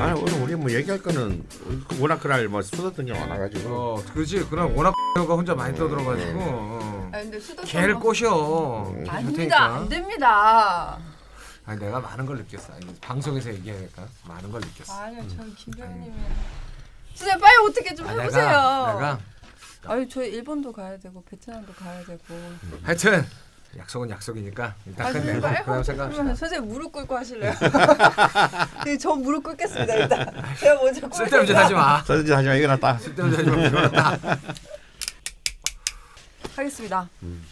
아니 오늘 우리 뭐 얘기할 거는 워낙 그날 뭐 쏟았던 게 많아가지고 어, 그렇지. 그날 워낙 가 혼자 많이 떠들어가지고 어. 아니, 근데 수도 걔를 꼬셔. 걔를 할 아닙니다. 테니까. 안 됩니다. 아니 내가 많은 걸 느꼈어. 아니, 방송에서 얘기하니까 많은 걸 느꼈어. 아니요, 저는 김병님이 진짜 빨리 어떻게 좀 아, 해보세요. 내가, 내가 아유, 저 일본도 가야 되고 베트남도 가야 되고. 하여튼 약속은 약속이니까 일단 아니, 끝내고 빨리 그러니까 그다음 그러면 생각합시다. 선생님 무릎 꿇고 하실래요? 예, 저 무릎 꿇겠습니다 일단. 제가 먼저 꿇겠습니다. 쓸데없는 짓 하지 마. 서든지 하지마 이거 낫다 쓸데없는 짓 하지 마. 일어났다. 하겠습니다. 음.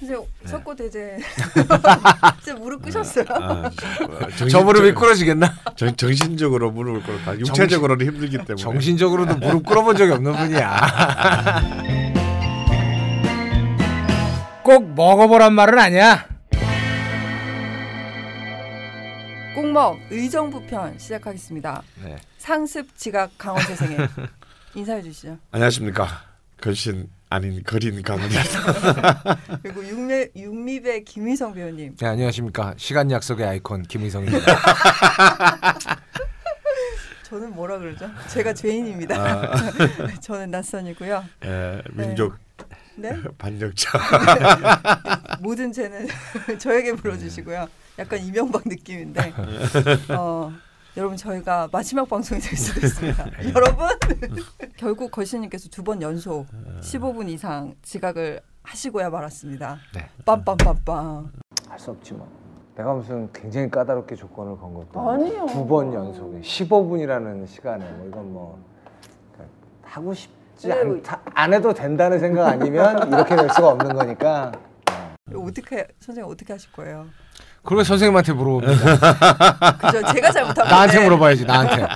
선생님 네. 석고 대제 진짜 무릎 꿇으셨어요? 아, 저 무릎이 네. 꿇어지겠나? 정, 정신적으로 무릎을 꿇었다 육체적으로는 힘들기 때문에 정신적으로도 무릎 꿇어본 적이 없는 분이야. 꼭 먹어보란 말은 아니야. 꽁먹 뭐 의정부편 시작하겠습니다. 네. 상습 지각 강원 재생에 인사해 주시죠. 안녕하십니까 걸신 아닌 거린 강훈이다 그리고 육미, 육미배 김희성 배우님. 네, 안녕하십니까. 시간 약속의 아이콘 김희성입니다. 저는 뭐라 그러죠? 제가 죄인입니다. 아. 저는 낯선이고요. 예, 민족 네? 반역자 모든 죄는 저에게 물어주시고요. 약간 이명박 느낌인데. 어, 여러분 저희가 마지막 방송이 될 수도 있습니다. 예. 여러분 결국 거시님께서 두 번 연속 15분 이상 지각을 하시고야 말았습니다. 네. 빰빰빰빰. 할 수 없지만 내가 무슨 굉장히 까다롭게 조건을 건 것도 아니요. 두 번 연속에 15분이라는 시간에 뭐 이건 뭐 그러니까 하고 싶지 네, 뭐- 않다 안 해도 된다는 생각 아니면 이렇게 될 수가 없는 거니까 이거 어떻게 선생님 어떻게 하실 거예요? 그러면 선생님한테 물어봅니다 그죠? 제가 잘못하면 나한테 물어봐야지 나한테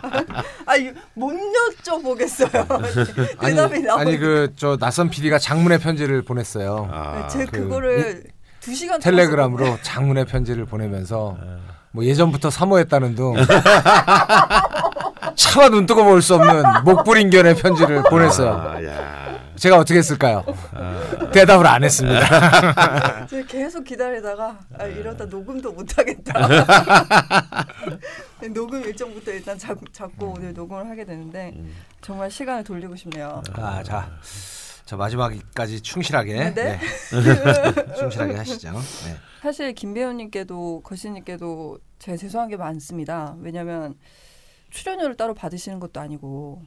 아못 여쭤보겠어요. 대답이 나오 아, 네. 아니 그 저 낯선 PD가 장문의 편지를 보냈어요 아, 제 그 그거를 두 시간 동안 텔레그램으로 장문의 편지를 보내면서 뭐 예전부터 사모했다는 둥 차마 눈 뜨고 볼 수 없는 목불인견의 편지를 보냈어요 아, 야. 제가 어떻게 했을까요? 대답을 안 했습니다 썼거든요. 제가 계속 기다리다가 아, 네. 이러다 녹음도 못 하겠다. 녹음 일정부터 일단 잡, 잡고 오늘 녹음을 하게 되는데 정말 시간을 돌리고 싶네요. 아, 자, 저 마지막까지 충실하게, 네, 네. 충실하게 하시죠. 네. 사실 김배우님께도 거시님께도 제가 죄송한 게 많습니다. 왜냐하면 출연료를 따로 받으시는 것도 아니고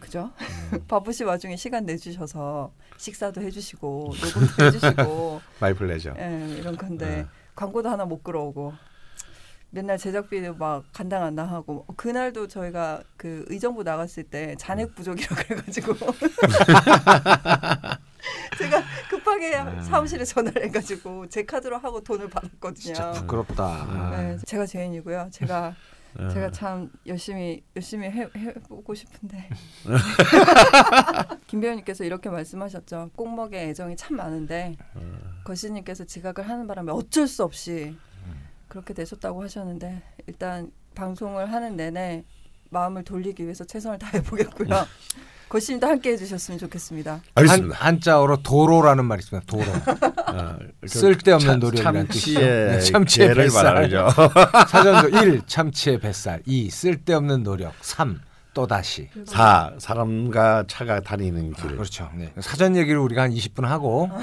그죠? 음. 바쁘신 와중에 시간 내주셔서 식사도 해주시고 녹음도 해주시고 마이 플레저 예, 이런 네. 건데 광고도 하나 못 끌어오고 맨날 제작비도 막 간당 안당 하고 그날도 저희가 그 의정부 나갔을 때 음. 잔액 부족이라고 그래가지고 제가 급하게 아. 사무실에 전화를 해가지고 제 카드로 하고 돈을 받았거든요. 진짜 부끄럽다. 아, 네, 제가 죄인이고요. 제가 음. 제가 참 열심히 열심히 해, 해보고 싶은데 김 배우님께서 이렇게 말씀하셨죠. 꼭먹에 애정이 참 많은데 거시님께서 지각을 하는 바람에 어쩔 수 없이 그렇게 되셨다고 하셨는데 일단 방송을 하는 내내 마음을 돌리기 위해서 최선을 다해보겠고요. 거시님도 함께 해주셨으면 좋겠습니다. 알겠습니다 한, 한자어로 도로라는 말이 있습니다. 도로. 어, 그 아, 쓸데없는 참- 노력이라는 참치의 뜻이죠. 네, 참치의 개를 뱃살. 말하죠 사전도 1. 참치의 뱃살. 2. 쓸데없는 노력. 3. 또다시. 4. 사람과 차가 다니는 길 그렇죠. 네. 사전 얘기를 우리가 한 20분 하고 어.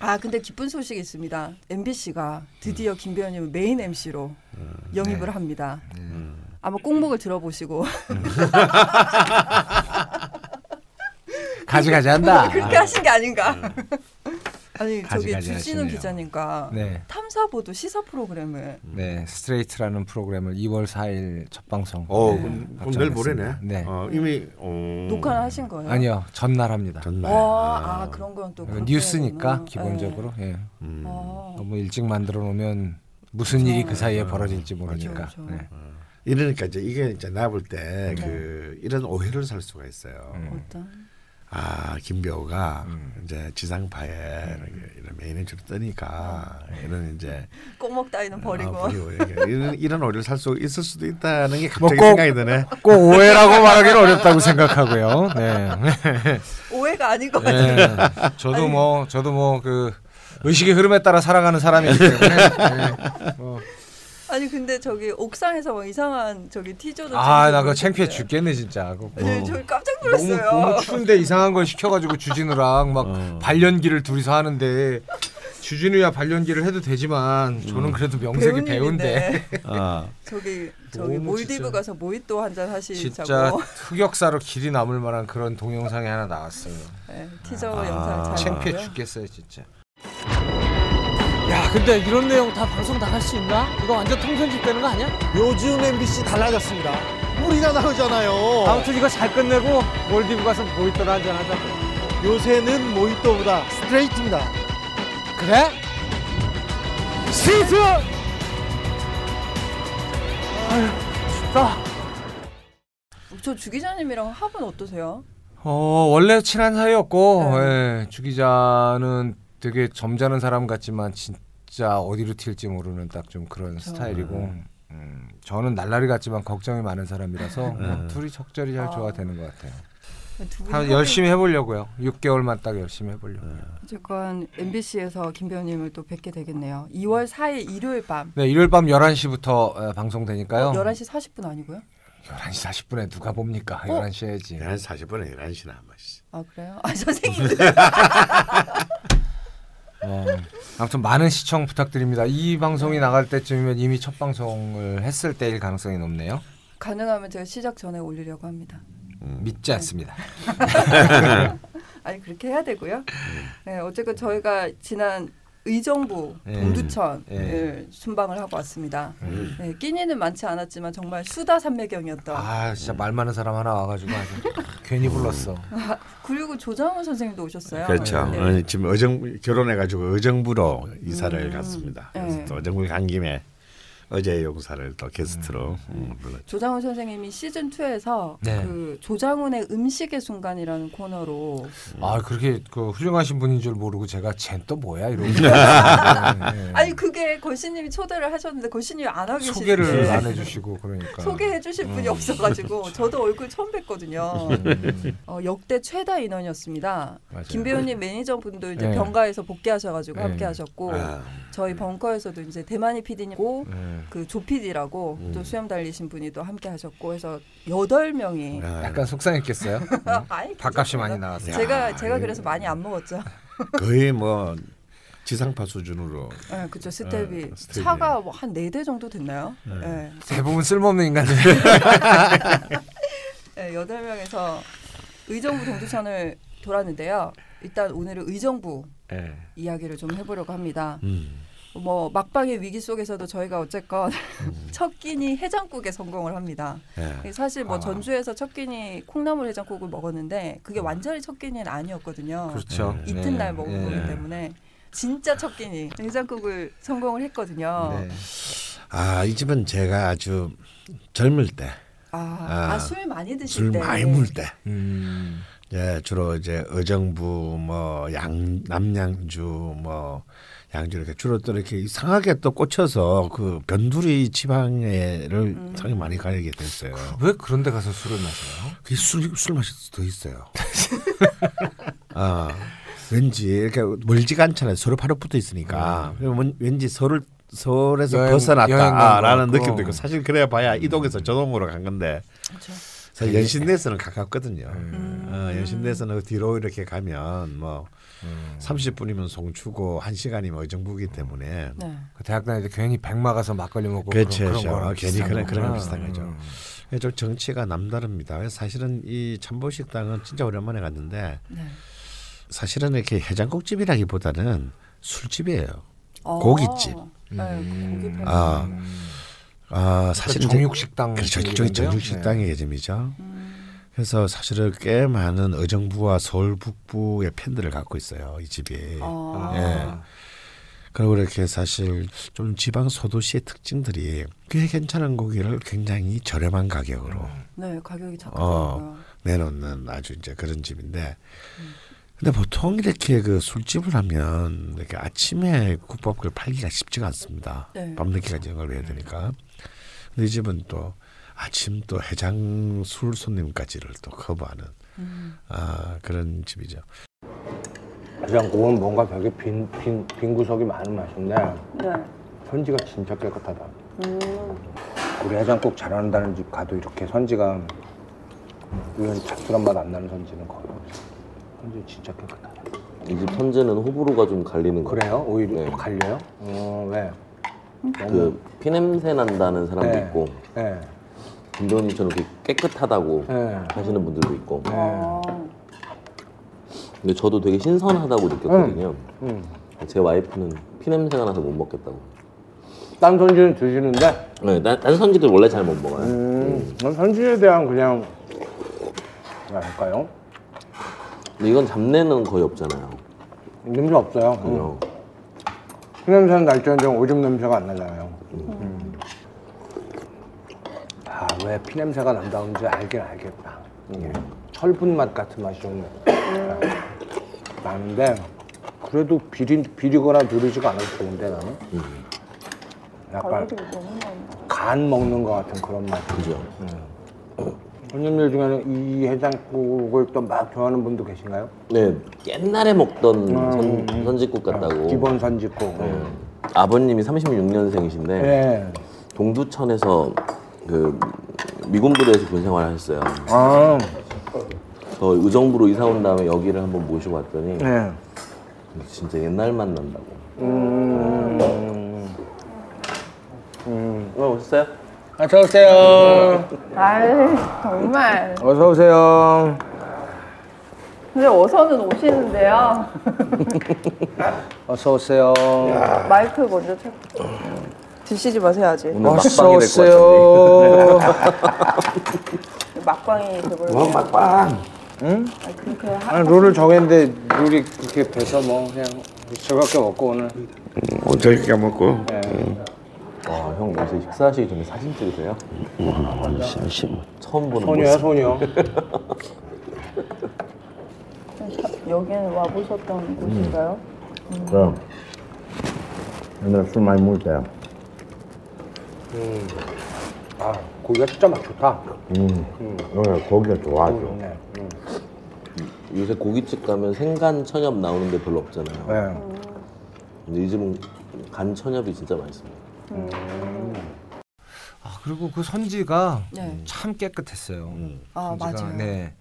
아 근데 기쁜 소식이 있습니다. MBC가 드디어 김 배우님을 메인 MC로 영입을 네. 아, 합니다. 아마 꽁목을 들어보시고 가지가지 한다. 그렇게 하신 게 아닌가. 아니 네. 가지, 저기 가지 주진우 하시네요. 기자님과 네. 탐사보도 시사 프로그램을 네, 스트레이트라는 프로그램을 2월 4일 첫 방송. 어, 네, 그럼, 그럼 내일 확정했습니다. 모레네. 네. 어, 이미 어, 녹화를 하신 거예요? 음. 아니요, 전날 합니다. 전날. 와, 아, 아, 그런 건 또 네. 뉴스니까 기본적으로. 예. 아, 음. 너무 일찍 만들어 놓으면 무슨 일이 그 사이에 벌어질지 모르니까. 그렇죠, 그렇죠. 네. 이러니까 이제 이게 이제 내가 볼 때 그 이런 오해를 살 수가 있어요. 음. 네. 어떤? 아 김배우가 이제 지상파에 이렇게 이런 메인 엠치로 뜨니까 이런 이제 꼭목 따위는 버리고. 아, 버리고 이렇게 이런 이런 오해를 살 수 있을 수도 있다는 게 갑자기 뭐 꼭- 생각이 드네. 꼭 오해라고 말하기는 어렵다고 생각하고요. 네. 오해가 아닌 것 같아요. 네. 저도 뭐 저도 뭐 그 의식의 흐름에 따라 살아가는 사람이기 때문에 네. 뭐 아니 근데 저기 옥상에서 막 이상한 저기 티저도 아 나 챙기고 그거 창피해 있었어요. 죽겠네 진짜. 그거 뭐. 네, 저 깜짝 너무 놀랐어요. 너무 추운데 이상한 걸 시켜가지고 주진우랑 막 어. 발연기를 둘이서 하는데 주진우야 발연기를 해도 되지만 음. 저는 그래도 명색이 배우인데 배우님인데 아, 저기 저기 너무 몰디브 진짜. 가서 모히또 한 잔 진짜 하시자고 흑역사로 길이 남을 만한 그런 동영상이 하나 나왔어요. 네, 티저 아, 영상 잘 창피해 나오고요. 죽겠어요 진짜. 야, 근데 이런 내용 다 방송 나갈 수 있나? 이거 완전 통편집 되는 거 아니야? 요즘 MBC 달라졌습니다. 우리가 어. 나오잖아요. 아무튼 이거 잘 끝내고 몰디브 가서 모히또를 한잔 하자. 요새는 모히또보다 스트레이트입니다. 그래? 시즌! 저 주기자님이랑 합은 어떠세요? 어 원래 친한 사이였고 예, 주 기자는 되게 점잖은 사람 같지만 진짜 어디로 튈지 모르는 딱 좀 그런 스타일이고 음, 저는 날라리 같지만 걱정이 많은 사람이라서 뭐 둘이 적절히 잘 아. 조화되는 것 같아요. 두 한 분이 열심히 해보려고요. 네. 6개월만 딱 열심히 해보려고. 요 어쨌건 MBC에서 김 배우님을 또 뵙게 되겠네요. 2월 4일 일요일 밤 네 일요일 밤 11시부터 방송되니까요. 어, 11시 40분 아니고요? 11시 40분에 누가 봅니까? 11시 해야지. 11시 40분에 11시 남았어. 아 그래요? 아 선생님들 네. 어, 아무튼 많은 시청 부탁드립니다. 이 방송이 나갈 때쯤이면 이미 첫 방송을 했을 때일 가능성이 높네요. 가능하면 제가 시작 전에 올리려고 합니다. 믿지 않습니다. 아니 그렇게 해야 되고요. 네, 어쨌건 저희가 지난 의정부 예. 동두천을 예. 순방을 하고 왔습니다. 네, 끼니는 많지 않았지만 정말 수다 삼매경이었던. 아 진짜 말 많은 사람 하나 와가지고 아주 괜히 불렀어. 그리고 조장훈 선생님도 오셨어요. 그렇죠. 네. 어, 지금 의정 결혼해가지고 의정부로 이사를 갔습니다. 그래서 네. 또 의정부 간 김에 어제 용사를 또 게스트로 음, 불렀죠. 조장훈 선생님이 시즌 2에서 네. 그 조장훈의 음식의 순간이라는 코너로 아 그렇게 그 훌륭하신 분인 줄 모르고 제가 쟨 또 뭐야 이러고 있었는데, 네. 아니 그게 권씨님이 초대를 하셨는데 권씨님이 안 하고 계시는데 소개를 안 해주시고 그러니까 소개해 주실 분이 없어가지고 저도 얼굴 처음 뵀거든요. 어, 역대 최다 인원이었습니다. 음, 맞아요. 김 배우님 매니저분도 이제 네. 병가에서 복귀하셔가지고 네. 함께하셨고 아, 저희 벙커에서도 이제 대만이 PD님고 네. 그조 PD라고 또 수염 달리신 분이 또 함께하셨고 해서 여덟 명이 아, 약간 속상했겠어요. 음, 아이, 네. 밥값이 많이 괜찮습니다. 나왔어요. 아, 예. 제가 야, 제가 이거- 그래서 많이 안 먹었죠. 거의 뭐 지상파 수준으로 네, 그죠 예, 스텝이 어, 스텝이. 차가 한 네 대 정도 됐나요? 네. 대부분 쓸모없는 인간들. 네, 여덟 명에서 의정부 동두천을 돌았는데요. 일단 오늘은 의정부 예. 네. 이야기를 좀 해보려고 합니다. 음. 뭐 막방의 위기 속에서도 저희가 어쨌건 음. 첫 끼니 해장국에 성공을 합니다. 예. 사실 뭐 아. 전주에서 첫 끼니 콩나물 해장국을 먹었는데 그게 완전히 첫 끼니는 음. 아니었거든요. 그렇죠. 이튿날 네. 예. 먹은 거기 때문에 진짜 첫 끼니 해장국을 성공을 했거든요. 네. 아, 이 집은 제가 아주 젊을 때, 아, 아, 아, 술 많이 드실 술 때 많이 물 때, 음. 예, 주로 이제 의정부 뭐 양 남양주 뭐 양주 이렇게 주로 또 이렇게 이상하게 또 꽂혀서 그 변두리 지방에를 음. 상당히 많이 가게 됐어요. 왜 그런데 가서 술을 마셔요? 그술술 맛이 더 있어요. 아 왠지 이렇게 멀지가 않잖아요. 서로 바로 붙어 있으니까 그리고 왠- 왠지 서로 서울에서 음. 여행- 여행 간것 벗어났다라는 같고. 음. 느낌도 있고 사실 그래야 봐야 이동에서 저동으로 간 건데 그렇죠. 사실 연신내에서는 가깝거든요. 음. 어, 연신내에서는 그 뒤로 이렇게 가면 뭐 음, 30분이면 송추고 1시간이면 의정부기 때문에 네. 그 대학 다닐 때 괜히 백마 가서 막걸리 먹고 그렇죠. 그런, 그런 거랑 괜히 비슷한 그런 그런 거 거구나. 비슷한 거죠. 음. 그래서 좀 정치가 남다릅니다. 그래서 사실은 이 참보식당은 진짜 오랜만에 갔는데 네. 사실은 이렇게 해장국집이라기보다는 술집이에요. 어. 고깃집. 네, 고기 팔. 아, 아 사실은 이제- 그러니까 정육식당 그렇죠. 일종의 식이던데요? 네. 음. 정육식당의 개념이죠. 그래서 사실은 꽤 많은 의정부와 서울 북부의 팬들을 갖고 있어요. 이 집이. 어. 예. 그리고 이렇게 사실 좀 지방 소도시의 특징들이 꽤 괜찮은 고기를 굉장히 저렴한 가격으로 네, 가격이 어, 작더라고요. 내놓는 아주 이제 그런 집인데 근데 보통 이렇게 그 술집을 하면 이렇게 아침에 국밥을 팔기가 쉽지가 않습니다. 네. 밤늦게까지 영업을 해야 되니까. 근데 이 집은 또 아침 또 해장 술 손님까지를 또 커버하는 음. 아, 그런 집이죠. 해장국은 뭔가 되게 빈, 빈, 빈 구석이 많은 맛인데 네. 선지가 진짜 깨끗하다. 우리 해장국 잘한다는 집 가도 이렇게 선지가 이런 잡술한 맛 안 나는 선지는 거의 없어. 선지 진짜 깨끗하다. 이 집 선제는 호불호가 좀 갈리는 거 그래요? 같아요. 오히려 네. 또 갈려요? 어 왜? 그 피냄새 난다는 사람도 네. 있고 예. 김도훈이처럼 이렇게 깨끗하다고 예. 하시는 분들도 있고 네. 어. 근데 저도 되게 신선하다고 느꼈거든요. 음. 제 와이프는 피냄새가 나서 못 먹겠다고. 딴 선지는 드시는데 네, 난- 딴 선지들 원래 잘 못 먹어요. 음, 난 선지에 대한 그냥 뭐랄까요? 근데 이건 잡내는 거의 없잖아요. 냄새 없어요. 음. 그냥 피 냄새는 날지는데 오줌 냄새가 안 나잖아요. 음. 아, 왜 피냄새가 난다는지 알긴 알겠다. 이게 철분 맛 같은 맛이 좀 나는데 그래도 비리, 비리거나 누르지가 않아서 좋은데 나는 약간 간 먹는 것 같은 그런 맛. 음. 그죠. 손님들 중에는 이 해장국을 또 막 좋아하는 분도 계신가요? 네, 옛날에 먹던 음, 선, 음. 선지국 같다고. 기본 선지국. 네. 아버님이 36년생이신데 예. 동두천에서 그 미군 부대에서 군 생활을 하셨어요. 아, 저 의정부로 이사 온 다음에 여기를 한번 모시고 왔더니 예. 진짜 옛날 만난다고. 음. 어, 오셨어요? 어서 오세요. 아유 정말 어서 오세요. 근데 어서는 오시는데요 어서 오세요. 마이크 먼저 찾 드시지 마세요 아직 오늘 막방이 될 것 같은데. 막광이 돼버렸어요 막광 응? 아, 그렇게 하... 아니, 룰을 정했는데 룰이 그렇게 돼서 뭐 그냥 즐겁게 먹고 오늘. 어저께 먹고 예. 와, 형 요새 식사하시기 전에 사진 찍으세요? 처음 보는 소녀야 모습. 소녀. 여기는 와보셨던 곳인가요? 그럼 옛날에 술 많이 먹을 때요 아 고기가 진짜 맛 좋다. 여기 어, 고기가 좋아하죠 네. 음. 요새 고깃집 가면 생간 천엽 나오는데 별로 없잖아요. 네. 근데 이 집은 간 천엽이 진짜 맛있습니다. 아, 그리고 그 선지가 네. 참 깨끗했어요. 음. 음. 아 선지가. 맞아요. 네.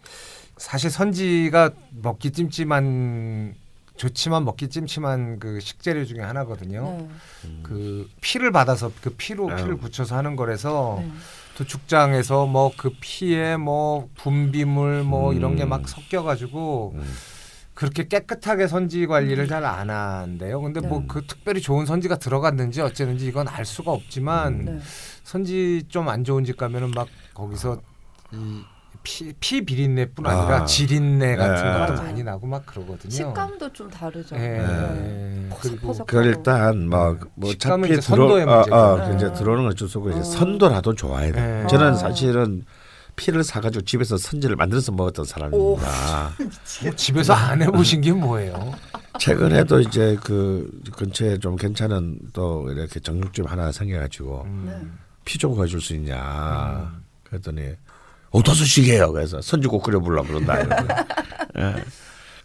사실 선지가 먹기 찜찜한 좋지만 먹기 찜찜한 그 식재료 중에 하나거든요. 어. 네. 그 피를 받아서 그 피로 네. 피를 굳혀서 하는 거라서 네. 도축장에서 뭐 그 피에 뭐 분비물 뭐 이런 게 막 섞여가지고 그렇게 깨끗하게 선지 음. 관리를 잘 안 한대요. 근데 네. 뭐 그 특별히 좋은 선지가 들어갔는지 어쨌는지 이건 알 수가 없지만 네. 선지 좀 안 좋은 집 가면은 막 거기서 이피 피 비린내뿐 아니라 아. 지린내 같은 예. 것도 많이 나고 막 그러거든요. 네. 식감도 네. 좀 다르죠. 예. 예. 그리고 퍼석퍼석. 그 일단 뭐뭐 음. 식감은 차피 이제 선도의 들어 문제죠. 아, 아, 네. 이제 들어오는 건 어쩔 수 없고 이제 선도라도 좋아야 돼. 네. 저는 아. 사실은 피를 사가지고 집에서 선지를 만들어서 먹었던 사람입니다. 뭐 집에서 안 해보신 게 뭐예요? 최근에도 이제 그 근처에 좀 괜찮은 또 이렇게 정육점 하나 생겨가지고 음. 피 좀 구해줄 수 있냐 그랬더니 어떠수식이에요 그래서 선지국 끓여보려고 그런다 이러고. 예.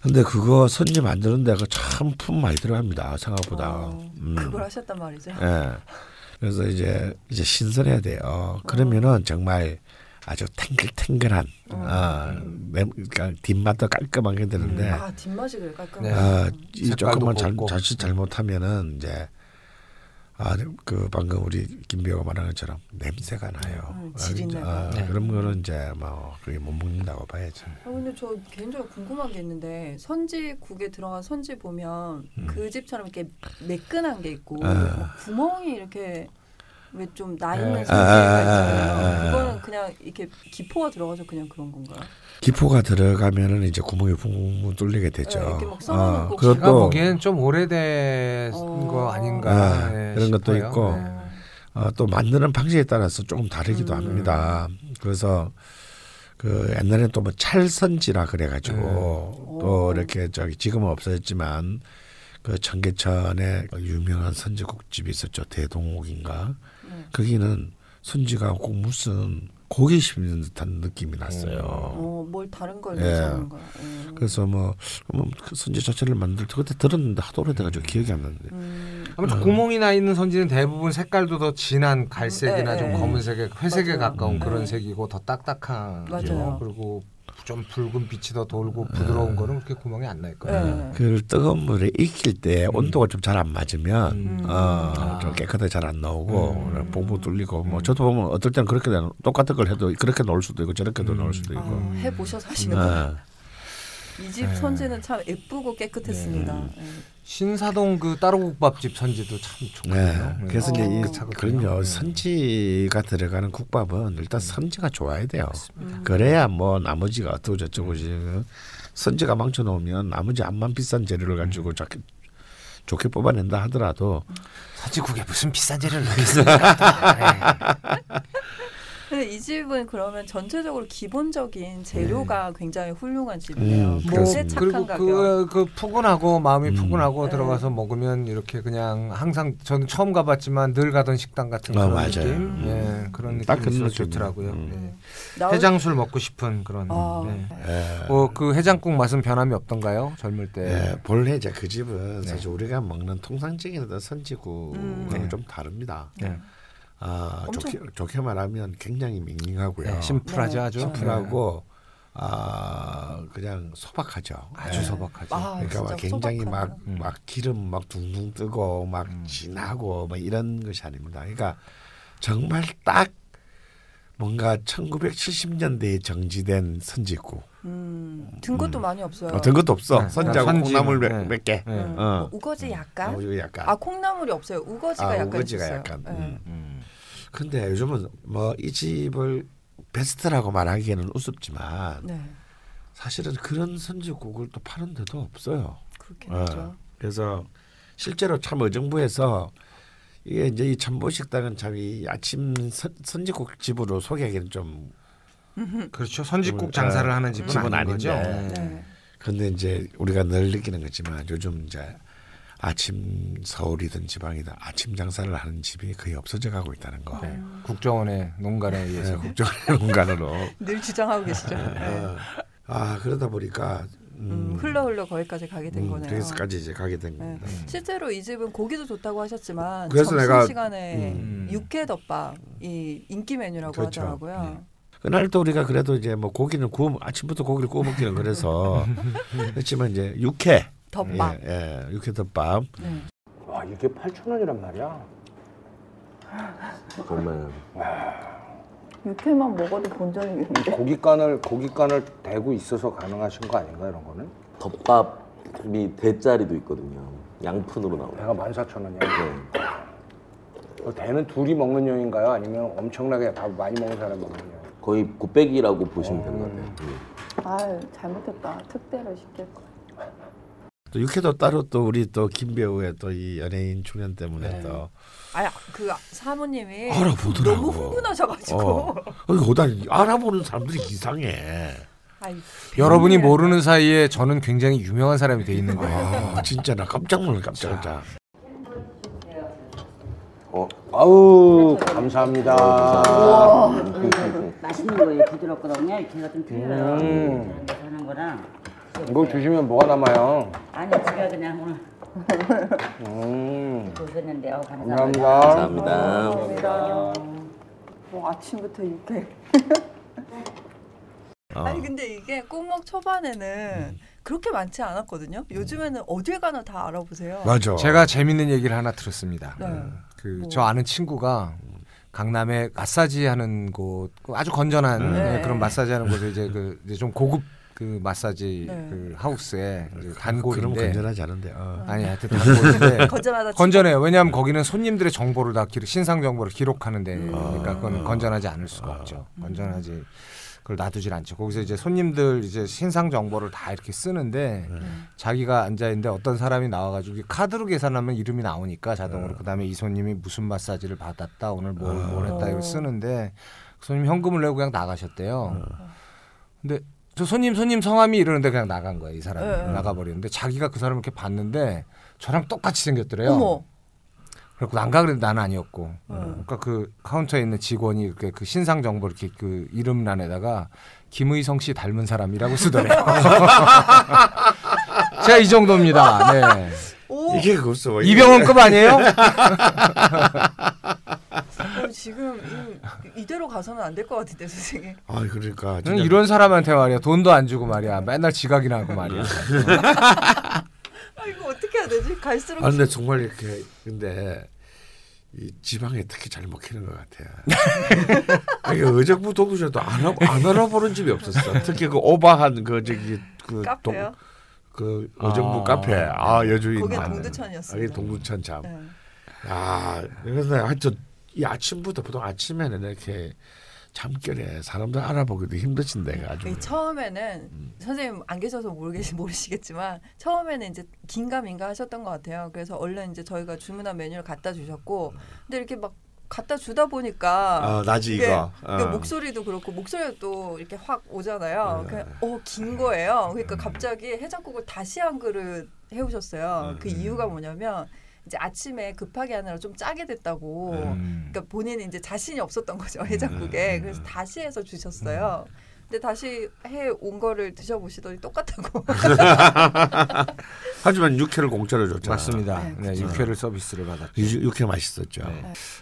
근데 그거 선지 만드는 데가 참 품 많이 들어갑니다 생각보다 어, 음. 그걸 하셨단 말이죠. 예. 그래서 이제 이제 신선해야 돼요. 그러면은 정말 아주 탱글탱글한 어. 아, 냄, 그러니까 뒷맛도 깔끔하게 되는데 아 뒷맛이 어, 그래 깔끔. 네. 네. 아, 이 색깔도 조금만 잘, 곱고. 자칫 잘못하면은 이제 아 그 방금 우리 김비호가 말한 것처럼 냄새가 나요. 음, 지린내. 아, 그런 거는 이제 뭐 그게 못 먹는다고 봐야죠. 아, 근데 저 개인적으로 궁금한 게 있는데 선지국에 들어간 선지 보면 음. 그 집처럼 이렇게 매끈한 게 있고 아. 뭐 구멍이 이렇게 왜 좀 나 있는 선지가 아, 있어요. 아, 아, 그거는 그냥 이렇게 기포가 들어가서 그냥 그런 건가요? 기포가 들어가면은 이제 구멍이 붕붕 뚫리게 되죠. 네, 이렇게 막 아, 썰어놓고 제가 그것도 보기엔 좀 오래된 어. 거 아닌가 아, 네, 그런 것도 싶어요. 있고. 네. 어, 또 만드는 방식에 따라서 조금 다르기도 음. 합니다. 그래서 그 옛날에 또 뭐 찰선지라 그래가지고 네. 또 오. 이렇게 저기 지금은 없어졌지만 그 청계천에 유명한 선지국집이 있었죠 대동옥인가 네. 거기는 선지가 꼭 무슨 고기 씹는 듯한 느낌이 났어요. 어, 뭘 다른 걸 예. 넣는 뭐, 거야. 음. 그 네. 그래서 뭐, 뭐그 선지 자체를 만들 때 그때 들었는데 하도 오래돼가지고 기억이 안 나는데 음, 아무튼 구멍이 나 있는 선지는 대부분 색깔도 더 진한 갈색이나 네, 좀 네. 검은색에 회색에 맞아요. 음. 가까운 그런 네. 색이고 더 딱딱한 맞아요. 그리고 좀 붉은 빛이 더 돌고 음. 부드러운 거는 그렇게 구멍이 안 날 거예요. 네. 그 뜨거운 물에 익힐 때 온도가 좀 잘 안 맞으면 음. 어, 좀 깨끗하게 잘 안 나오고 봉부 뚫리고 뭐 저도 보면 어떨 땐 그렇게 나- 똑같은 걸 해도 그렇게 넣을 수도 있고 저렇게도 넣을 수도 있고 네. 아, 해보셔서 하시는 거예요. 어. 이 집 선지는 참 예쁘고 깨끗했습니다. 네. 신사동 그 따로국밥집 선지도 참 좋거든요. 어, 네. 그래서 이제 이, 차거든요. 그럼요 선지가 들어가는 국밥은 일단 선지가 좋아야 돼요. 그래야 뭐 나머지가 어쩌고 저쩌고 지금 선지가 망쳐놓으면 나머지 암만 비싼 재료를 가지고 좋게, 좋게 뽑아낸다 하더라도 선지국에 무슨 비싼 재료를 넣겠습니까? 네. 근데 이 집은 그러면 전체적으로 기본적인 재료가 굉장히 훌륭한 음, 집이네요. 뭔데 네. 그렇습니다. 뭐 착한 그리고 가격. 그, 그 푸근하고 마음이 푸근하고 네. 들어가서 먹으면 이렇게 그냥 항상 저는 처음 가봤지만 늘 가던 식당 같은 아, 그런 맞아요. 느낌 음. 예, 그런 딱 느낌이 그런 있어서 느낌이에요. 좋더라고요 음. 예. 나올- 해장술 먹고 싶은 그런 아. 예. 어, 그 해장국 맛은 변함이 없던가요 젊을 때 예, 본래 이제 그 집은 사실 우리가 먹는 통상적인 어떤 선지국과는 네. 좀 다릅니다. 네. 아, 음. 엄청- 좋게, 좋게 말하면 굉장히 밍밍하고요. 예, 심플하죠 네. 네, 아주 심플하고 아, 그냥 소박하죠. 네. 아주 예. 소박하죠 아, 그러니까 막 진짜 굉장히 막 막 소박하다. 음. 기름 막 둥둥 뜨고 막 진하고 막 이런 것이 아닙니다. 그러니까 정말 딱 뭔가 1970년대에 정지된 선지국. 음, 든 것도 많이 없어요. 어, 된 것도 없어. 네. 선지하고 선지. 콩나물 몇, 네. 몇 개. 예. 음, 어. 우거지 약간. 어, 이거 약간. 아 콩나물이 없어요. 우거지가 아, 약간 우거지가 있었어요. 약간, 네. 음. 음. 근데 요즘은 뭐 이 집을 베스트라고 말하기에는 우습지만 네, 사실은 그런 선지국을 또 파는 데도 없어요. 그렇게 예. 했죠. 그래서 실제로 참 어정부에서 이게 이제 이 전보식당은 참 이 아침 선, 선지국 집으로 소개하기는 좀 그렇죠 선지국 장사를 아, 하는 집은, 집은 아닌 거죠 아닌데. 예. 네. 근데 이제 우리가 늘 느끼는 거지만 요즘 이제 아침 서울이든 지방이든 아침 장사를 하는 집이 거의 없어져 가고 있다는 거. 네. 국정원의 농간에 네, 의해서 국정원의 공간으로. 늘 주장하고 계시죠. 네. 아 그러다 보니까 음, 음, 흘러 흘러 거기까지 가게 된 음, 거네요. 그래서까지 이제 가게 된 네. 겁니다. 실제로 이 집은 고기도 좋다고 하셨지만 그래서 점심 내가- 시간에 음. 육회덮밥이 인기 메뉴라고 그렇죠. 하더라고요. 그날 또 우리가 그래도 이제 뭐 고기는 구워 먹- 아침부터 고기를 구워 먹기는 그래서 그렇지만 이제 육회 덮밥. 예, 예, 육회덮밥. 네. 와 이게 8천 원이란 말이야. 정말 육회만 먹어도 본 적이 있는데 고기간을 고기간을 대고 있어서 가능하신 거 아닌가 이런 거는? 덮밥이 대짜리도 있거든요. 양푼으로 나오는. 내가 14,000원이야. 어, 대는 둘이 먹는 용인가요? 아니면 엄청나게 밥 많이 먹는 사람 먹는 용? 거의 곱빼기라고 보시면 되는 것 같아요. 예. 아유 잘못했다 특대를 시킬 거 또 육회도 따로 또 우리 또 김배우의 또 이 연예인 출연 때문에 네. 또 아그 사모님이 알아보더라고. 예, 너무 흥분하셔가지고. 어, 어, 이거 오다니 알아보는 사람들이 이상해. 아이, 여러분이 팬이라. 모르는 사이에 저는 굉장히 유명한 사람이 돼 있는 거예요. 아 진짜 나 깜짝 놀라 깜짝 놀라. 아우 감사합니다. 맛있는 거예요. 부드럽거든요. 이렇게가 좀 틀려요. 음. 그런 데서 하는 거랑. 이거 주시면 뭐가 남아요? 아니 제가 그냥 오늘 음. 오셨는데 어, 감사합니다. 감사합니다. 감사합니다. 뭐 아침부터 육회 어. 아니 근데 이게 꿈먹 초반에는 음. 그렇게 많지 않았거든요. 요즘에는 어딜 가나 다 알아보세요. 맞아. 제가 재밌는 얘기를 하나 들었습니다. 네. 그 뭐. 저 아는 친구가 강남에 마사지 하는 곳 아주 건전한 네. 예, 그런 마사지 하는 곳에 이제 그 이제 좀 고급 그 마사지 네. 그 하우스에 이제 그럼 단골인데 건전하지 않은데. 어. 아니 하여튼 단골인데 건전하다. 건전해요. 왜냐하면 거기는 손님들의 정보를 다 기록, 신상 정보를 기록하는 데니까 그러니까 그건 건전하지 않을 수가 없죠. 건전하지 그걸 놔두질 않죠. 거기서 이제 손님들 이제 신상 정보를 다 이렇게 쓰는데 자기가 앉아 있는데 어떤 사람이 나와가지고 이게 카드로 계산하면 이름이 나오니까 자동으로 그다음에 이 손님이 무슨 마사지를 받았다 오늘 뭘 뭘 했다 이걸 쓰는데 그 손님 현금을 내고 그냥 나가셨대요. 근데 저 손님 손님 성함이 이러는데 그냥 나간 거예요 이 사람이 네. 나가버리는데 자기가 그 사람을 이렇게 봤는데 저랑 똑같이 생겼더래요. 어머. 그래갖고 난가 그래도 나는 아니었고 그러니까 그 카운터에 있는 직원이 이렇게 그 신상 정보 이렇게 그 이름란에다가 김의성 씨 닮은 사람이라고 쓰더래요. 제가 이 정도입니다. 네. 오. 뭐 이게 그거죠. 이병헌급 아니에요? 그럼 어, 지금 이, 대로 가서는 안 될 것 같은데 선생님. 아 그러니까 저는 이런 사람한테 말이야 돈도 안 주고 말이야 맨날 지각이나 하고 말이야. 아 이거 어떻게 해야 되지? 갈수록 아 근데 정말 이렇게 근데 이 지방에 특히 잘 먹히는 것 같아요. 아니 의정부 동부시도 안, 알아- 안 알아보는 집이 없었어. 특히 그 오바한 그 저기 그 카페요? 그 의정부 아. 카페 아 여주인 거기 많아요. 동두천이었어요. 거기 동두천 참. 네. 아 그래서 하여튼 이 아침부터 보통 아침에는 이렇게 잠결에 사람들 알아보기도 힘드신 데가 아주. 그 처음에는 선생님 안 계셔서 모르겠, 모르시겠지만 처음에는 이제 긴가민가 하셨던 것 같아요. 그래서 얼른 이제 저희가 주문한 메뉴를 갖다 주셨고 근데 이렇게 막 갖다 주다 보니까 어, 나지 이게- 이거. 그러니까 어. 목소리도 그렇고 목소리가 또 이렇게 확 오잖아요. 어긴 거예요. 그러니까 갑자기 해장국을 다시 한 그릇 해오셨어요. 그 이유가 뭐냐면 이제 아침에 급하게 하느라 좀 짜게 됐다고. 음. 그러니까 본인이 이제 자신이 없었던 거죠 해장국에. 그래서 다시 해서 주셨어요. 근데 다시 해 온 거를 드셔보시더니 똑같다고. 하지만 육회를 공짜로 줬잖아. 맞습니다. 네, 그쵸. 육회를 서비스를 받았. 육- 육회 맛있었죠.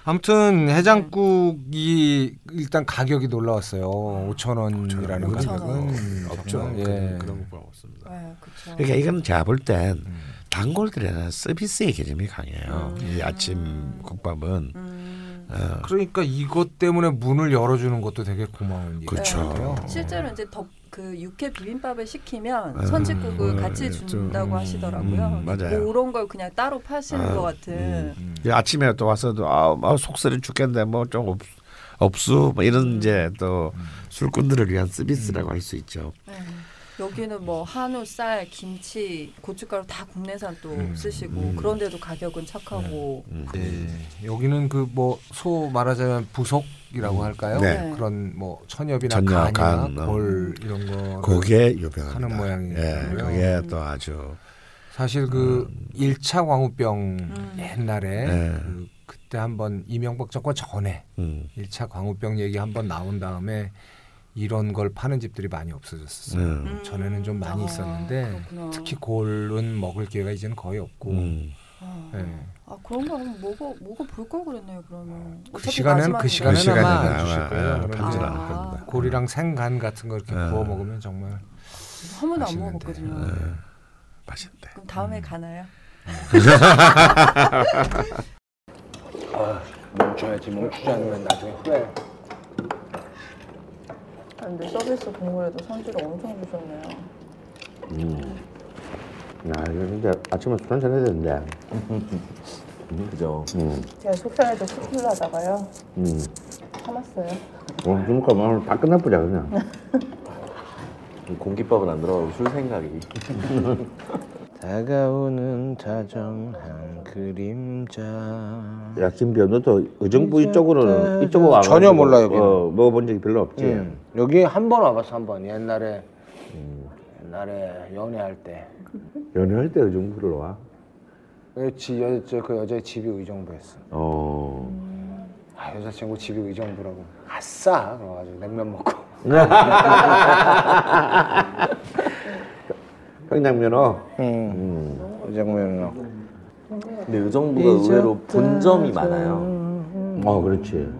아무튼 해장국이 일단 가격이 놀라웠어요. 5천 원이라는 우리는 가격은 음, 없죠. 정말, 그런, 예. 그런 것보다 없습니다. 음. 네, 그렇죠. 그렇죠. 그러니까 이건 제가 볼 땐 단골들에는 서비스의 개념이 강해요. 이 아침 국밥은 어, 그러니까 이것 때문에 문을 열어주는 것도 되게 고마운 일. 그렇죠. 실제로 이제 덮 그 육회 비빔밥을 시키면 음, 선짓국을 음, 같이 좀, 준다고 음, 하시더라고요. 음, 맞아요. 그런 걸 그냥 따로 파시는 아, 것 같은. 이제 아침에 또 와서도 아, 아 속쓰리 죽겠네 뭐 좀 없. 없수 뭐 이런 이제 또 술꾼들을 위한 서비스라고 할 수 있죠. 네. 여기는 뭐 한우, 쌀, 김치, 고춧가루 다 국내산 또 쓰시고 그런데도 가격은 착하고 네. 예. 여기는 그 뭐 소 말하자면 부속이라고 할까요? 네. 그런 뭐 천엽이나 천엽, 간이나 간, 어. 골 이런 거. 그게 유명합니다. 하는 모양이고요. 예, 그게 또 아주 사실 그 1차 광우병 옛날에 음. 네. 그 그때 한번 이명박 정권 전에 음, 1차 광우병 얘기 한번 나온 다음에 이런 걸 파는 집들이 많이 없어졌었어요. 음, 음. 전에는 좀 많이 아, 있었는데 그렇구나. 특히 골은 먹을 기회가 이제는 거의 없고 음. 아, 네. 아 그런 거 한번 먹어 먹어 볼 걸 그랬네요 그러면 그 시간에는 그 시간에는 시간에는 아마 안 아마, 주실 아, 거예요. 팔진 그런데 않을 아. 겁니다. 골이랑 생간 같은 거 이렇게 네. 구워 먹으면 정말 한 번도 안 맛있는데. 먹어봤거든요 맛있는데. 그럼 다음에 가나요? 아, 멈춰야지 멈추지 않으면 나중에 후회. 아, 근데 서비스 국물에도 선지를 엄청 주셨네요. 야, 아, 이거 근데 아침에 술 한잔 해야 되는데. 음, 그죠. 음, 제가 속상해서 큰일 하다가요. 음. 참았어요. 오늘 그러니까 오늘 다 끝내보자 그냥. 공깃밥은 안 들어가고 술 생각이. 다가오는 다정한 그림자. 야, 김비야, 너도 의정부 네, 이쪽으로는 이쪽으로 와. 전혀 몰라, 여기는. 어, 먹어본 적이 별로 없지. 음, 여기 한 번 와봤어 한 번. 옛날에 옛날에 연애할 때. 연애할 때 의정부를 와. 그여그 여자의 집이 의정부였어. 어. 아 여자친구 집이 의정부라고. 아싸 그래가지고 냉면 먹고. 평양면허. 음. 의정부는 하고. 근데 의정부가 의외로 본점이 많아요. 음, 네. 어, 그렇지.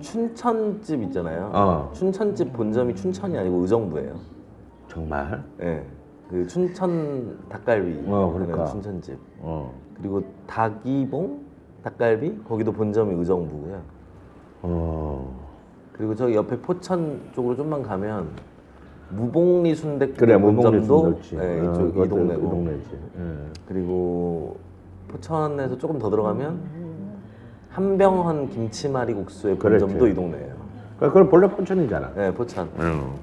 춘천집 있잖아요. 어. 춘천집 본점이 춘천이 아니고 의정부예요. 정말. 예. 그 춘천 닭갈비. 네, 어, 그러니까. 춘천집. 어. 그리고 닭이봉 닭갈비 거기도 본점이 의정부고요. 어. 그리고 저기 옆에 포천 쪽으로 좀만 가면 무봉리 순댓국 그래, 문봉리 본점도 순덕지. 예, 이쪽 이뭐 동네고. 이 동네지. 예. 그리고 포천에서 조금 더 들어가면 한병헌 김치말이 국수의 그렇죠. 본점도 이 동네예요. 그건 본래 포천이잖아. 네, 포천. 어.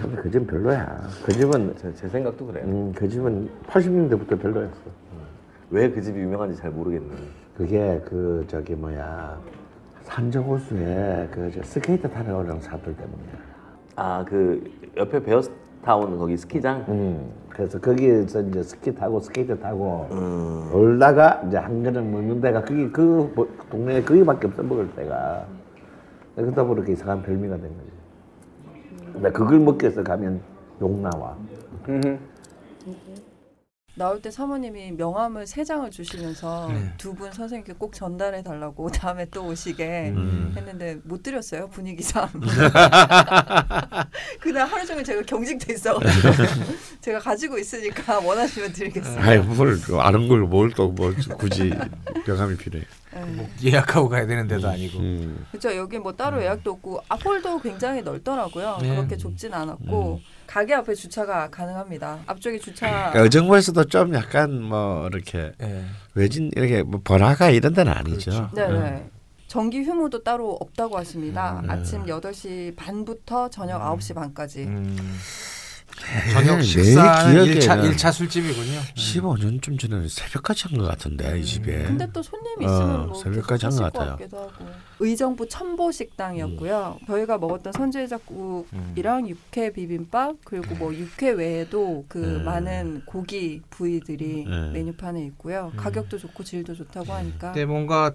근데 그 집은 별로야. 그 집은 제, 제 생각도 그래요. 음, 그 집은 80년대부터 별로였어. 왜 그 집이 유명한지 잘 모르겠네. 그게 그 저기 뭐야 산정호수에 그 저 스케이트 타러 오는 사람들 때문이야. 아, 그 옆에 베어스타운 거기 스키장. 음, 그래서 거기에서 이제 스키 타고 스케이트 타고 음. 놀다가 이제 한 그릇 먹는 데가 그게 그 뭐- 동네에 거기밖에 없어 먹을 데가 네, 그러다 보니 이렇게 이상한 별미가 된 거지. 근데 그걸 먹기 위해서 가면 욕 나와. 나올 때 사모님이 명함을 세 장을 주시면서 네. 두 분 선생님께 꼭 전달해 달라고 다음에 또 오시게 음. 했는데 못 드렸어요 분위기상. 그날 하루 종일 제가 경직돼 있어. 제가 가지고 있으니까 원하시면 드리겠습니다. 아이 뭘 아는 걸 뭘 또 뭐 굳이 명함이 필요해. 네. 뭐 예약하고 가야 되는 데도 아니고. 음. 그렇죠. 여기 뭐 따로 예약도 없고 앞홀도 굉장히 넓더라고요. 네. 음. 그렇게 좁진 않았고 가게 앞에 주차가 가능합니다. 앞쪽에 주차. 그러니까 의정부에서도 좀 약간 뭐 이렇게 예. 외진 이렇게 뭐 번화가 이런 데는 아니죠. 음. 그렇죠. 네네. 전기 휴무도 따로 없다고 하십니다. 네. 아침 8시 반부터 음. 저녁 9시 반까지. 음. 저녁 네. 내 식사는 네, 기억에는 네. 일차- 일차 술집이군요. 음. 15년쯤 전에는 새벽까지 한 것 같은데 이 집에. 음. 근데 또 손님이 있으면 뭐 네. 어, 새벽까지 한 계속 하실 것 것 같아요. 음. 같기도 하고. 의정부 첨보 식당이었고요. 저희가 먹었던 음. 선제작국이랑 육회 비빔밥 그리고 뭐 육회 외에도 그 음. 많은 고기 부위들이 음. 메뉴판에 있고요. 가격도 좋고 질도 좋다고 하니까. 그때 네, 뭔가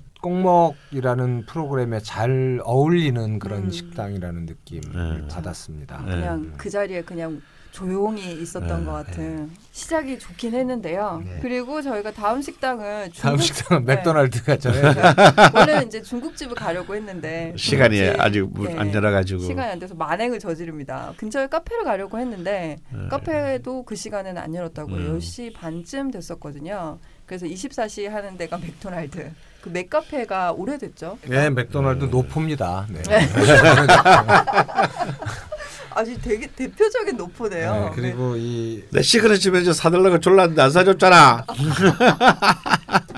꼭먹이라는 프로그램에 잘 어울리는 그런 식당이라는 느낌을 받았습니다. 음. 음. 그냥 그 자리에 그냥 조용히 있었던 네, 것 같은 시작이 좋긴 했는데요. 네. 그리고 저희가 다음 식당은 중국 다음 식당은 네. 맥도날드 네. 가잖아요. 원래는 이제 중국집을 가려고 했는데 네. 시간이 이제, 아직 문- 안 열어가지고. 시간이 안 돼서 만행을 저지릅니다. 근처에 카페를 가려고 했는데 네. 카페도 그 시간에는 안 열었다고 음. 10시 반쯤 됐었거든요. 그래서 24시 하는 데가 맥도날드. 그 맥카페가 오래됐죠. 네, 맥도날드 노포입니다. 네. 네. 아주 되게 대표적인 노포네요. 네, 그리고 이 내 시그널 집에서 사달라고 졸랐는데 안 사줬잖아.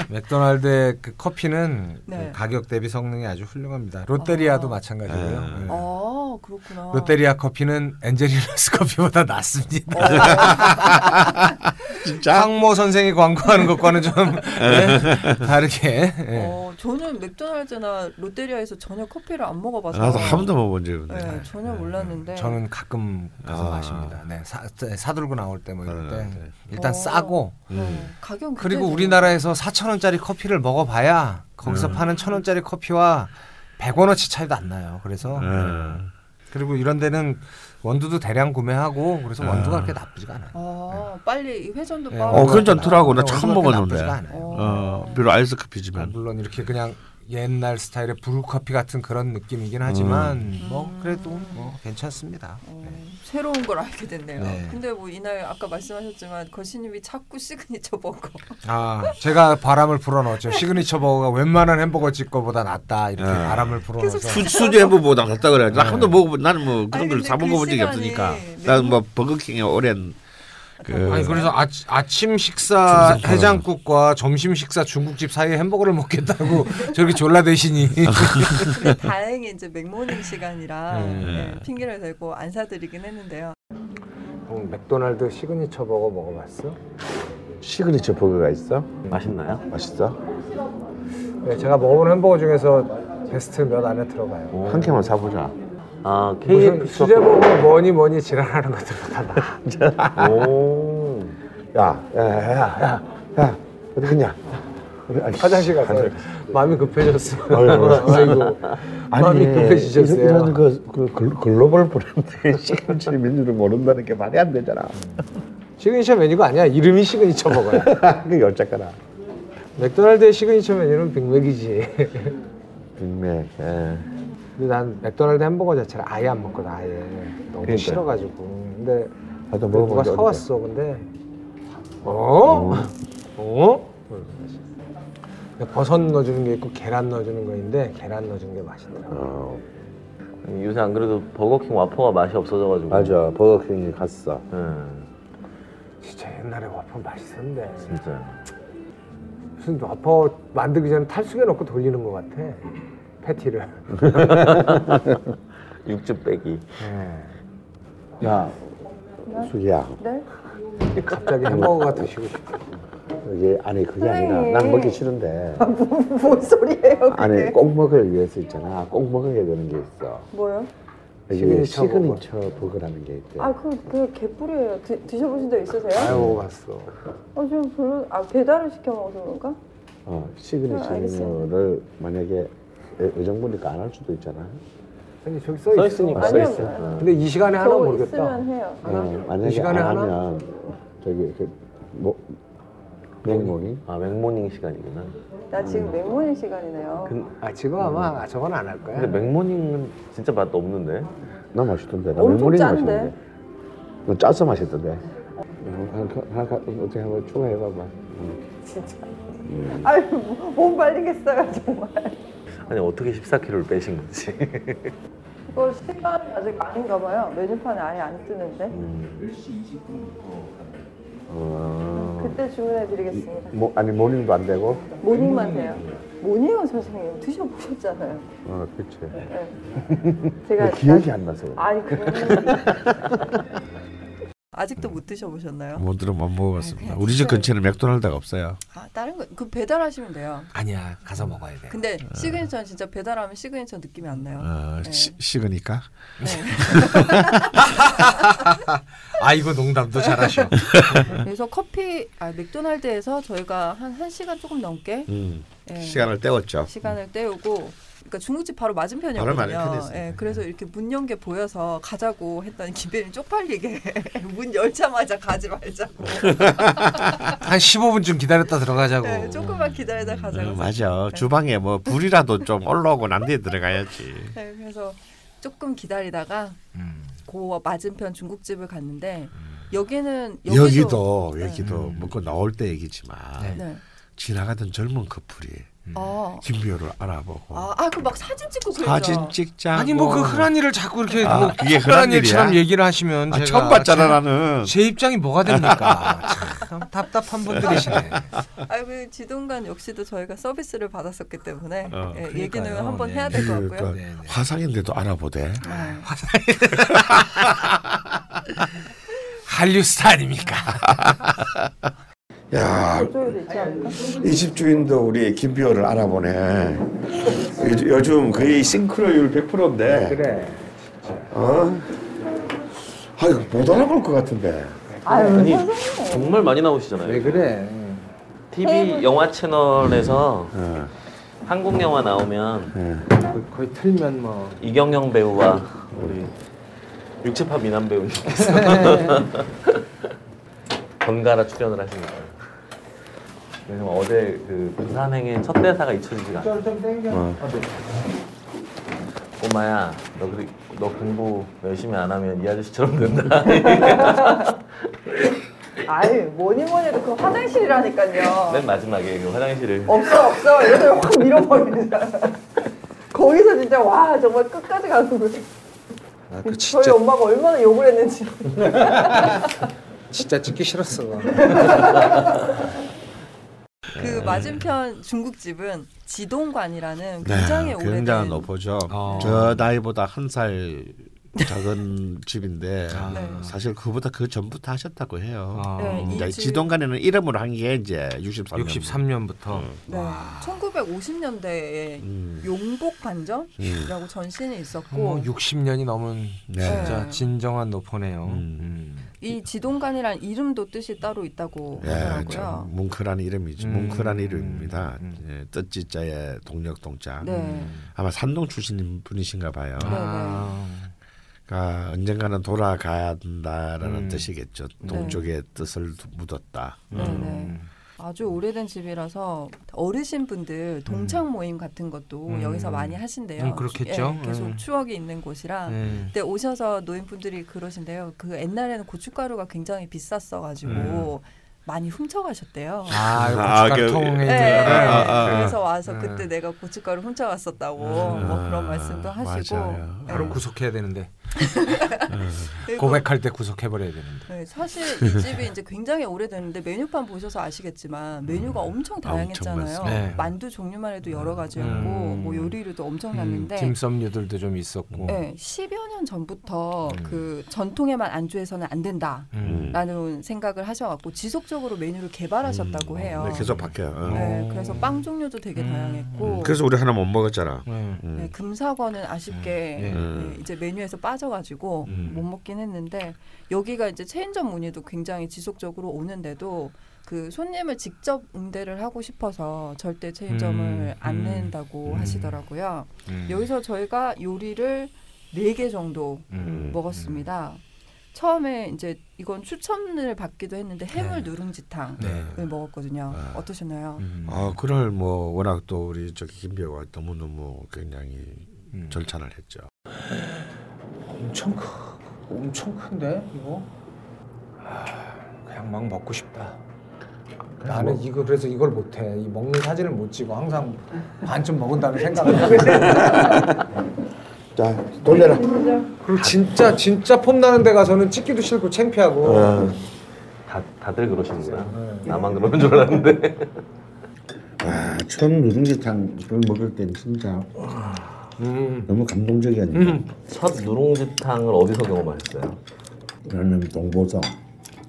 맥도날드의 그 커피는 네. 어. 그 가격 대비 성능이 아주 훌륭합니다. 롯데리아도 마찬가지고요. 네. 아 그렇구나. 롯데리아 커피는 엔젤리너스 커피보다 낫습니다. 어. 진짜? 황모 선생이 광고하는 것과는 좀 네, 다르게. 네. 어, 저는 맥도날드나 롯데리아에서 전혀 커피를 안 먹어봐서 나도 한 번도 못 본 적이 없네. 네, 전혀 몰랐는데 저는 가끔 가서 아. 네. 마십니다. 네, 사, 사들고 나올 때 뭐 이럴 때 일단 어. 싸고 음. 가격 그리고 우리나라에서 4천 원짜리 커피를 먹어봐야 거기서 음. 파는 천 원짜리 커피와 100원 어치 차이도 안 나요. 그래서 음. 그리고 이런 데는 원두도 대량 구매하고 그래서 음. 원두가 그렇게 나쁘지가 않아요. 아, 빨리 이 회전도 네, 빠르고 어 괜찮더라고 나 처음 원두가 그렇게 먹었는데. 나쁘지가 않아요. 뭐. 어 비록 아이스 커피지만. 물론 이렇게 그냥 옛날 스타일의 브루커피 같은 그런 느낌이긴 하지만 음. 뭐 그래도 뭐 괜찮습니다. 새로운 걸 알게 됐네요. 네. 근데 뭐 이날 아까 말씀하셨지만 거시님이 자꾸 시그니처 버거 아, 제가 바람을 불어넣었죠. 시그니처 버거가 웬만한 햄버거 집 거보다 낫다 이렇게 네. 바람을 불어넣어서 수- 수제 햄버거보다 낫다 그래. 나 한 번도 먹어 나는 뭐 그런 걸 사 먹어본 적이 없으니까. 나는 뭐 버거킹의 오랜 그 아니 그래서 아, 아침 식사 해장국과 점심 식사 중국집 사이에 햄버거를 먹겠다고 저렇게 졸라 대시니 근데 다행히 이제 맥모닝 시간이라 네. 네, 핑계를 대고 안 사드리긴 했는데요. 맥도날드 시그니처 버거 먹어봤어? 시그니처 버거가 있어? 맛있나요? 맛있어? 네, 제가 먹어본 햄버거 중에서 베스트 몇 안에 들어가요. 한 개만 사보자. 아, 무슨 수제버거 뭐니 뭐니 지랄하는 것들보다 나. 오. 야, 야, 야, 야, 야, 어디 갔냐? 어디- 아이씨, 화장실 가서 화장실 갔어. 마음이 급해졌어. 아이고, 아이고. 예. 그 마음이 급해지셨어요. 이런, 이런 그, 그 글- 글로벌 브랜드의 시그니처 메뉴를 모른다는 게 말이 안 되잖아. 시그니처 메뉴가 아니야. 이름이 시그니처 버거야. 그게 열자거나. 맥도날드의 시그니처 메뉴는 빅맥이지. 빅맥. 예. 근데 난 맥도날드 햄버거 자체를 아예 안 먹거든. 아예 너무 그러니까요. 싫어가지고. 근데 그래도 나도 누가 먹어본 적 음. 사왔어. 근데 어? 어? 근데 버섯 넣어주는 게 있고 계란 넣어주는 거인데 계란 넣어주는 게 맛있더라고. 어, 요새 안 그래도 버거킹 와퍼가 맛이 없어져가지고 맞아. 버거킹이 갔어. 응 진짜 옛날에 와퍼 맛있었는데. 진짜 무슨 와퍼 만들기 전에 탈수기에 넣고 돌리는 것 같아. 패티를. 육즙 빼기 음. 야, 수기야. 네? 갑자기 햄버거가 드시고 싶어. 이게 아니 그게 아니라 선생님. 난 먹기 싫은데. 뭔 소리예요? 그게? 네. 아니 꼭 먹을 위해서 있잖아. 꼭 먹어야 되는 게 있어. 뭐요? 이게 시그니처 버거. 시그니처 버거라는 게 있대. 아, 그, 그 개뿔이에요. 드, 드셔보신 적 있으세요? 아유 먹어봤어. 어, 저 별로, 아, 배달을 시켜 먹어서 그런가? 어, 아, 알겠어요. 시그니처를 만약에 의정부니까 안 할 수도 있잖아. 어, 아니 저기 써, 있어. 아, 써 있어. 어. 근데 이 시간에 하나 저 모르겠다. 아, 네. 있으면 해요. 어, 만약에 시간에 안 하나? 하면 저기 이렇게 뭐 맥모닝? 아 맥모닝 시간이구나. 나 지금 맹모의 시간이네요. 아 지금 음. 아마 저건 안 할 거야. 근데 맥모닝은 진짜 맛 없는데. 나 맛있던데. 나 엄청 맥모닝이 짠데. 너 짜서 맛있던데. 하나, 하나, 하나 어떻게 한번 추가해봐봐. 진짜. 아유 몸 말리겠어요 정말. 아니 어떻게 14kg를 빼신 거지? 이거 시간이 아직 아닌가 봐요. 메뉴판에 아예 안 뜨는데. 음. 어, 그때 주문해 드리겠습니다. 뭐 아니 모닝도 안 되고. 모닝만 돼요. 모닝은 선생님 드셔보셨잖아요. 어 그치. 네. 제가 제가 기억이 안 나서. 그래. 아니 그런 아직도 못 드셔보셨나요? 못 들어 못 먹어봤습니다. 그냥 우리 집 식사를- 근처에는 맥도날드가 없어요. 아 다른 거 그 배달하시면 돼요. 아니야 가서 먹어야 돼. 근데 네. 시그니처는 진짜 배달하면 시그니처 느낌이 안 나요. 어, 시, 식으니까. 아 이거 농담도 잘하셔. 그래서 커피 아 맥도날드에서 저희가 한 1시간 조금 넘게 음, 예. 시간을 때웠죠. 시간을 때우고 그러니까 중국집 바로 바로 맞은편에 맞은편이었거든요. 있어요. 네. 예, 그래서 이렇게 문 연게 보여서 가자고 했더니 김배님 쪽팔리게 문 열자마자 가지 말자고 한 15분쯤 기다렸다 들어가자고. 예, 조금만 기다리다 가자고. 어, 맞아. 주방에 뭐 불이라도 좀 올라오고 난 뒤에 들어가야지. 네, 그래서 조금 기다리다가 음. 그 맞은편 중국집을 갔는데 여기는 여기도, 여기도 여기도 음. 먹고 나올 때 얘기지만 네. 지나가던 젊은 커플이 아, 김비호를 알아보고 아, 아, 그 막 사진 찍고 그러죠. 사진 찍자. 아니 뭐 그 흔한 일을 자꾸 이렇게 아, 뭐 그게 흔한 특별한 일처럼 일이야? 얘기를 하시면 아, 제가 처음 봤잖아, 참- 나는. 제 입장이 뭐가 됩니까? 참 답답한 분들이시네. 아, 그 지동관 역시도 저희가 서비스를 받았었기 때문에 어, 예, 그러니까요. 얘기는 한번 해야 될 것 그러니까 같고요. 네, 화상인데도 알아보대. 한류 스타 아닙니까? 야, 저희도 있지 않을까? 이 집 주인도 우리 김비호를 알아보네. 요- 요즘 거의 싱크로율 네. 100%인데. 그래. 어? 아유, 못 알아볼 것 같은데. 음. 아니 정말 많이 나오시잖아요. 네. 왜 그래? TV 영화 채널에서 한국 영화 나오면 거의, 거의 틀면 뭐. 이경영 배우와 우리 육체파 미남 배우님께서 네. 번갈아 출연을 하십니다. 왜냐면 어제 그 부산행의 첫 대사가 잊혀지지가 않아. 좀 땡겨. 어. 꼬마야, 너, 그리, 너 공부 열심히 안 하면 이 아저씨처럼 된다. 아유 뭐니 뭐니 해도 그 네. 화장실이라니까요. 맨 마지막에 그 화장실을 없어 없어 이러면 확 밀어버리잖아. 거기서 진짜 와 정말 끝까지 가는 거예요. 아, 그 저희 엄마가 얼마나 욕을 했는지. 진짜 찍기 싫었어. 네. 그 맞은편 중국집은 네, 지동관이라는 굉장히 오래된 어. 굉장히 높죠. 저 나이보다 한 살 작은 집인데 아. 사실 그보다 그 전부터 하셨다고 해요. 음, 네, 이 아, 이제 집- 지동간에는 이름으로 한 게 이제 63년. 63년부터. 네, 1950년대에 음. 용복 반점이라고 전신이 있었고 뭐 60년이 넘은 진짜 진정한 노포네요. 네. 음. 이 지동관이란 이름도 뜻이 따로 있다고 예, 참 네, 하더라고요. 음. 뭉크란 이름이죠. 음. 뭉크란 이름입니다. 예, 뜻지자에 동력동자. 네. 음. 아마 산동 출신 분이신가 봐요. 네, 네. 아. 그러니까 언젠가는 돌아가야 된다라는 뜻이겠죠. 네. 동쪽의 뜻을 묻었다. 아, 네, 음. 네. 아주 오래된 집이라서 어르신분들 동창 모임 같은 것도 음. 여기서 많이 하신대요. 음, 그렇겠죠. 예, 계속 음. 추억이 있는 곳이라 음. 그때 오셔서 노인분들이 그러신데요. 그 옛날에는 고춧가루가 굉장히 비쌌어가지고 음. 많이 훔쳐가셨대요. 아, 네. 이거 아, 고춧가루 그- 통에 예, 네. 이제- 예, 예. 아, 아, 아. 그래서 와서 예. 아. 그때 내가 고춧가루 훔쳐갔었다고 뭐 그런 아, 말씀도 하시고 맞아요. 예. 바로 구속해야 되는데 그리고- 고백할 때 구속해버려야 되는데 네, 사실 이 집이 이제 굉장히 오래됐는데 메뉴판 보셔서 아시겠지만 메뉴가 엄청 다양했잖아요. 많습니다. 네. 만두 종류만 해도 여러 가지였고 음. 뭐 요리류도 엄청났는데 딤섬류들도 음, 좀 있었고 음. 네, 10여 년 전부터 그 전통에만 안주해서는 안 음. 된다라는 생각을 하셔갖고 지속적으로 메뉴를 개발하셨다고 해요. 네, 계속 바뀌어요. 어. 네, 그래서 빵 종류도 되게 다양했고 음. 그래서 우리 하나 못 먹었잖아. 음. 네, 금사과는 아쉽게 음. 음. 네, 이제 메뉴에서 빠져가지고 음. 못 먹긴 했는데 여기가 이제 체인점 문의도 굉장히 지속적으로 오는데도 그 손님을 직접 응대를 하고 싶어서 절대 체인점을 음. 안 음. 낸다고 음. 하시더라고요. 음. 여기서 저희가 요리를 네 개 정도 음. 먹었습니다. 처음에 이제 이건 추천을 받기도 했는데 해물 누룽지탕을 네. 먹었거든요. 어떠셨나요? 음. 아, 그날 뭐 워낙 또 우리 저기 김배우가 너무 너무 굉장히 음. 절찬을 했죠. 엄청 크, 엄청 큰데 이거. 아, 그냥 막 먹고 싶다. 나는 이거 그래서 이걸 못해. 이 먹는 사진을 못 찍어. 항상 반쯤 먹은다는 생각을. 하고. 자 돌려라. 그리고 진짜 진짜 폼 나는 데 가서는 찍기도 싫고 창피하고. 다 다들 그러시는 거야. 나만 그러는 줄 알았는데. 아, 처음 누룽지탕을 먹을 때는 진짜 음. 너무 감동적이었는데 첫 누룽지탕을 어디서 경험하셨어요? 저는 동보성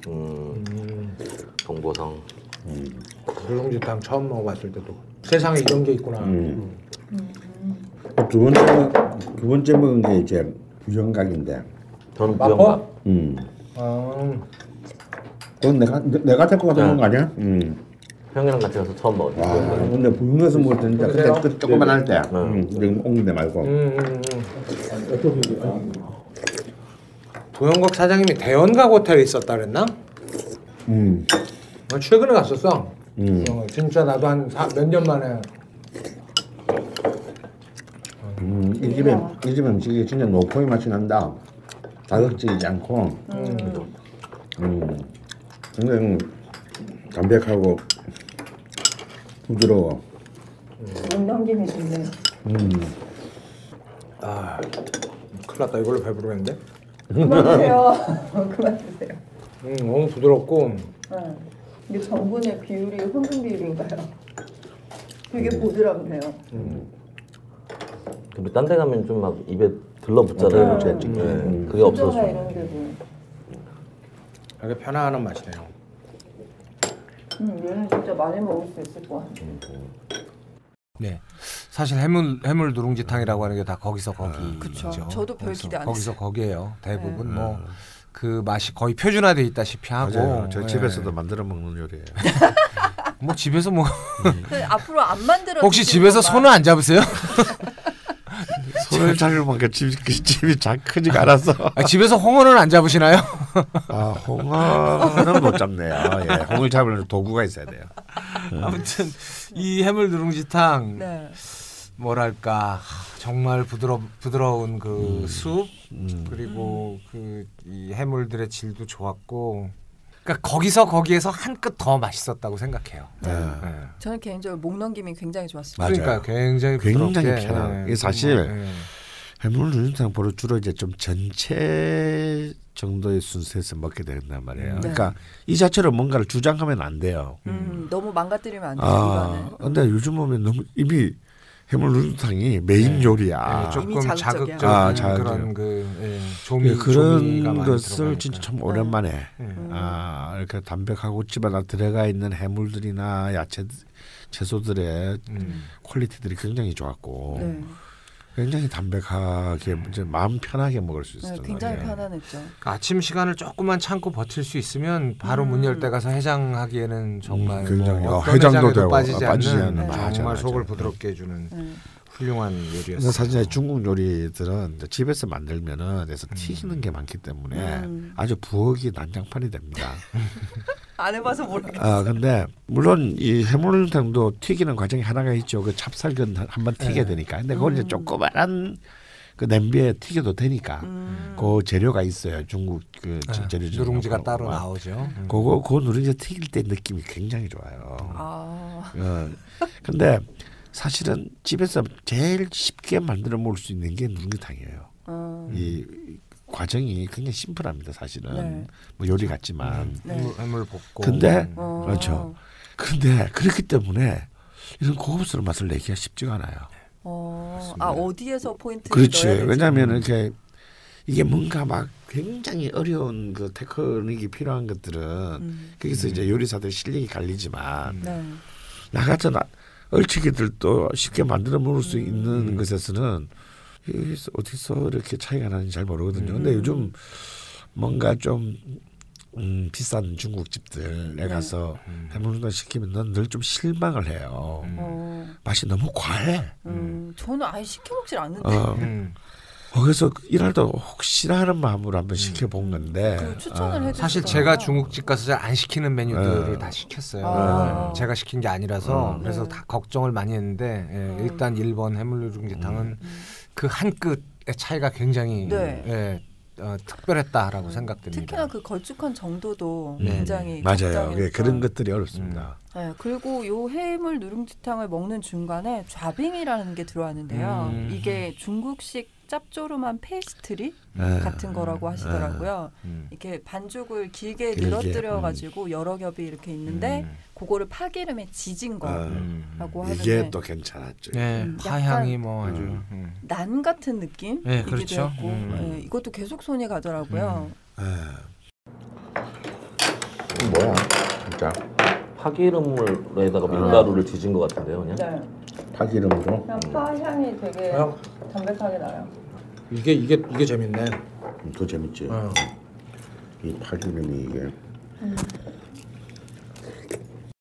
음. 동보성. 불렁지탕 처음 먹어봤을 때도 세상에 이런 게 있구나. 음. 두 번째 먹- 두 번째 먹은 게 이제 부정각인데 저는 그 맛보? 부정각. 음 아, 그건 내가 내- 내가 데리고 가서 네. 먹은 거 아니야? 음그 형이랑 같이 가서 처음 먹었어요. 와, 근데 부정에서 먹을 때는 진짜 그때 그러세요? 그 조금만 할 때, 네. 음, 지금 옮기데 말고. 음, 음, 음. 도영각 사장님이 대연각 호텔에 있었다 그랬나? 음, 나 최근에 갔었어. 음. 어, 진짜 나도 한 몇 년 만에 음, 이 집에 이 집 음식이 진짜 노포의 맛이 난다. 자극적이지 않고, 음, 굉장히 담백하고 부드러워. 못 넘김이 좋네요. 음. 아, 큰일 났다. 이걸로 배부르겠는데? 그만하세요. 그만하세요. 음, 너무 부드럽고 네. 이게 전분의 비율이 흥분 비율인가요? 되게 부드럽네요. 근데 딴 데 가면 좀 막 입에 들러붙잖아요. 맞아요. 네. 그게 없어서. 수저나 이런 데도. 되게 편안한 맛이네요. 음, 얘는 진짜 많이 먹을 수 있을 것 같아요. 네. 사실 해물 해물 누룽지탕이라고 하는 게 다 거기서 거기. 그쵸. 저도 별 기대 안 거기서 했어요. 거기에요. 대부분 네. 뭐. 그 맛이 거의 표준화돼 있다시피 하고 맞아요. 저 예. 집에서도 만들어 먹는 요리예요. 뭐 집에서 뭐 근데 그 앞으로 안 만들어 혹시 드시는 집에서 것만- 손을 안 잡으세요? 손을 잡을 만큼 집이 집이 작 크지가 않아서. 아, 집에서 홍어는 안 잡으시나요? 아 홍어는 못 잡네요. 예, 홍을 잡으려면 도구가 있어야 돼요. 네. 아무튼 이 해물 누룽지탕 네. 뭐랄까 하, 정말 부드러 부드러운 그 음. 숲 그리고 그 이 해물들의 질도 좋았고 그러니까 거기서 거기에서 한 끗 더 맛있었다고 생각해요. 아, 네. 저는 개인적으로 목 넘김이 굉장히 좋았습니다. 그러니까 굉장히 굉장히 부드럽게, 편한. 예, 이게 사실 정말, 예. 해물 눈탕 보로 주로 이제 좀 전체 정도의 순서에서 먹게 된단 말이에요. 네. 그러니까 이 자체로 뭔가를 주장하면 안 돼요. 음, 너무 망가뜨리면 안 돼요. 아, 근데 요즘 보면 너무 이미 해물 누룽탕이 네. 메인 요리야. 예, 조금 자극적인 아, 자극적이야. 그런 그 예, 조미 예, 그런 조미가 많이 것을 들어가니까. 네. 진짜 참 오랜만에 아, 이렇게 담백하고 집안에 들어가 있는 해물들이나 야채 채소들의 음. 퀄리티들이 굉장히 좋았고 네. 굉장히 담백하게 이제 마음 편하게 먹을 수 네, 있었던 굉장히 거예요. 편안했죠. 아침 시간을 조금만 참고 버틸 수 있으면 바로 문 열 때 가서 해장하기에는 정말 음, 굉장히. 뭐 아, 어떤 해장도 해장에도 되고, 빠지지 아, 빠지지 않는 않는, 정말 맞아, 맞아. 속을 부드럽게 해주는 음. 네. 훌륭한 요리였어요. 그래서 사실 이제 중국 요리들은 이제 집에서 만들면은 그래서 음. 튀기는 게 많기 때문에 음. 아주 부엌이 난장판이 됩니다. 안 해봐서 모르겠어요. 아 근데 물론 이 해물탕도 튀기는 과정이 하나가 있죠. 그 찹쌀근 한 번 네. 튀게 되니까. 근데 그걸 이제 조그만한 그 냄비에 튀겨도 되니까. 음. 그 재료가 있어요. 중국 그 네, 재료 중에 누룽지가 그런 따로 거가. 나오죠. 음. 그거 그 누룽지 튀길 때 느낌이 굉장히 좋아요. 아, 어. 근데 사실은 집에서 제일 쉽게 만들어 먹을 수 있는 게 누룽지탕이에요. 어, 이 과정이 굉장히 심플합니다. 사실은 네. 뭐 요리 같지만 네. 해물, 해물 볶고. 근데 어. 그렇죠. 근데 그렇기 때문에 이런 고급스러운 맛을 내기가 쉽지가 않아요. 어, 아 어디에서 포인트? 그렇지. 왜냐하면 이렇게 이게 뭔가 막 굉장히 어려운 그 테크닉이 필요한 것들은 음. 거기서 이제 요리사들 실력이 갈리지만 네. 나 같은 아- 얼치기들도 쉽게 만들어 먹을 수 있는 것에서는 이게 어디서 이렇게 차이가 나는지 잘 모르거든요. 근데 요즘 뭔가 좀 음, 비싼 중국집들에 가서 해물탕 시키면 난 늘 좀 실망을 해요. 어, 맛이 너무 과해. 음, 저는 아예 시켜 먹질 않는데. 어. 거기서 일할 때 혹시나 하는 마음으로 한번 시켜본 네. 건데 그 아. 사실 제가 중국집 가서 잘 안 시키는 메뉴들을 네. 다 시켰어요. 아. 네. 제가 시킨 게 아니라서 음. 그래서 네. 다 걱정을 많이 했는데 예, 음. 일단 1번 해물누룽지탕은 음. 그 한 끗의 차이가 굉장히 네. 음. 예, 어, 특별했다라고 생각됩니다. 음. 특히나 그 걸쭉한 정도도 네. 굉장히 맞아요. 적당히 예, 그런 것들이 어렵습니다. 네, 그리고 요 해물 누룽지탕을 먹는 중간에 좌빙이라는 게 들어왔는데요. 음. 이게 중국식 짭조름한 페이스트리 네. 같은 거라고 하시더라고요. 음. 이렇게 반죽을 길게 길게, 늘어뜨려 가지고 여러 겹이 이렇게 있는데 음. 그거를 파기름에 지진 거라고 음. 뭐 하는데 이게 또 괜찮았죠. 예, 음, 파향이 약간- 뭐 아주 음. 음. 난 같은 느낌? 네, 이기도 그렇죠. 했고 음. 네, 이것도 계속 손이 가더라고요. 뭐야 진짜 파기름에다가 밀가루를 뒤진 것 같은데요, 그냥. 파기름으로 그냥 파 향이 되게 그냥- 담백하게 나요. 이게 이게 이게 재밌네. 더 재밌지 이 파기름이 이게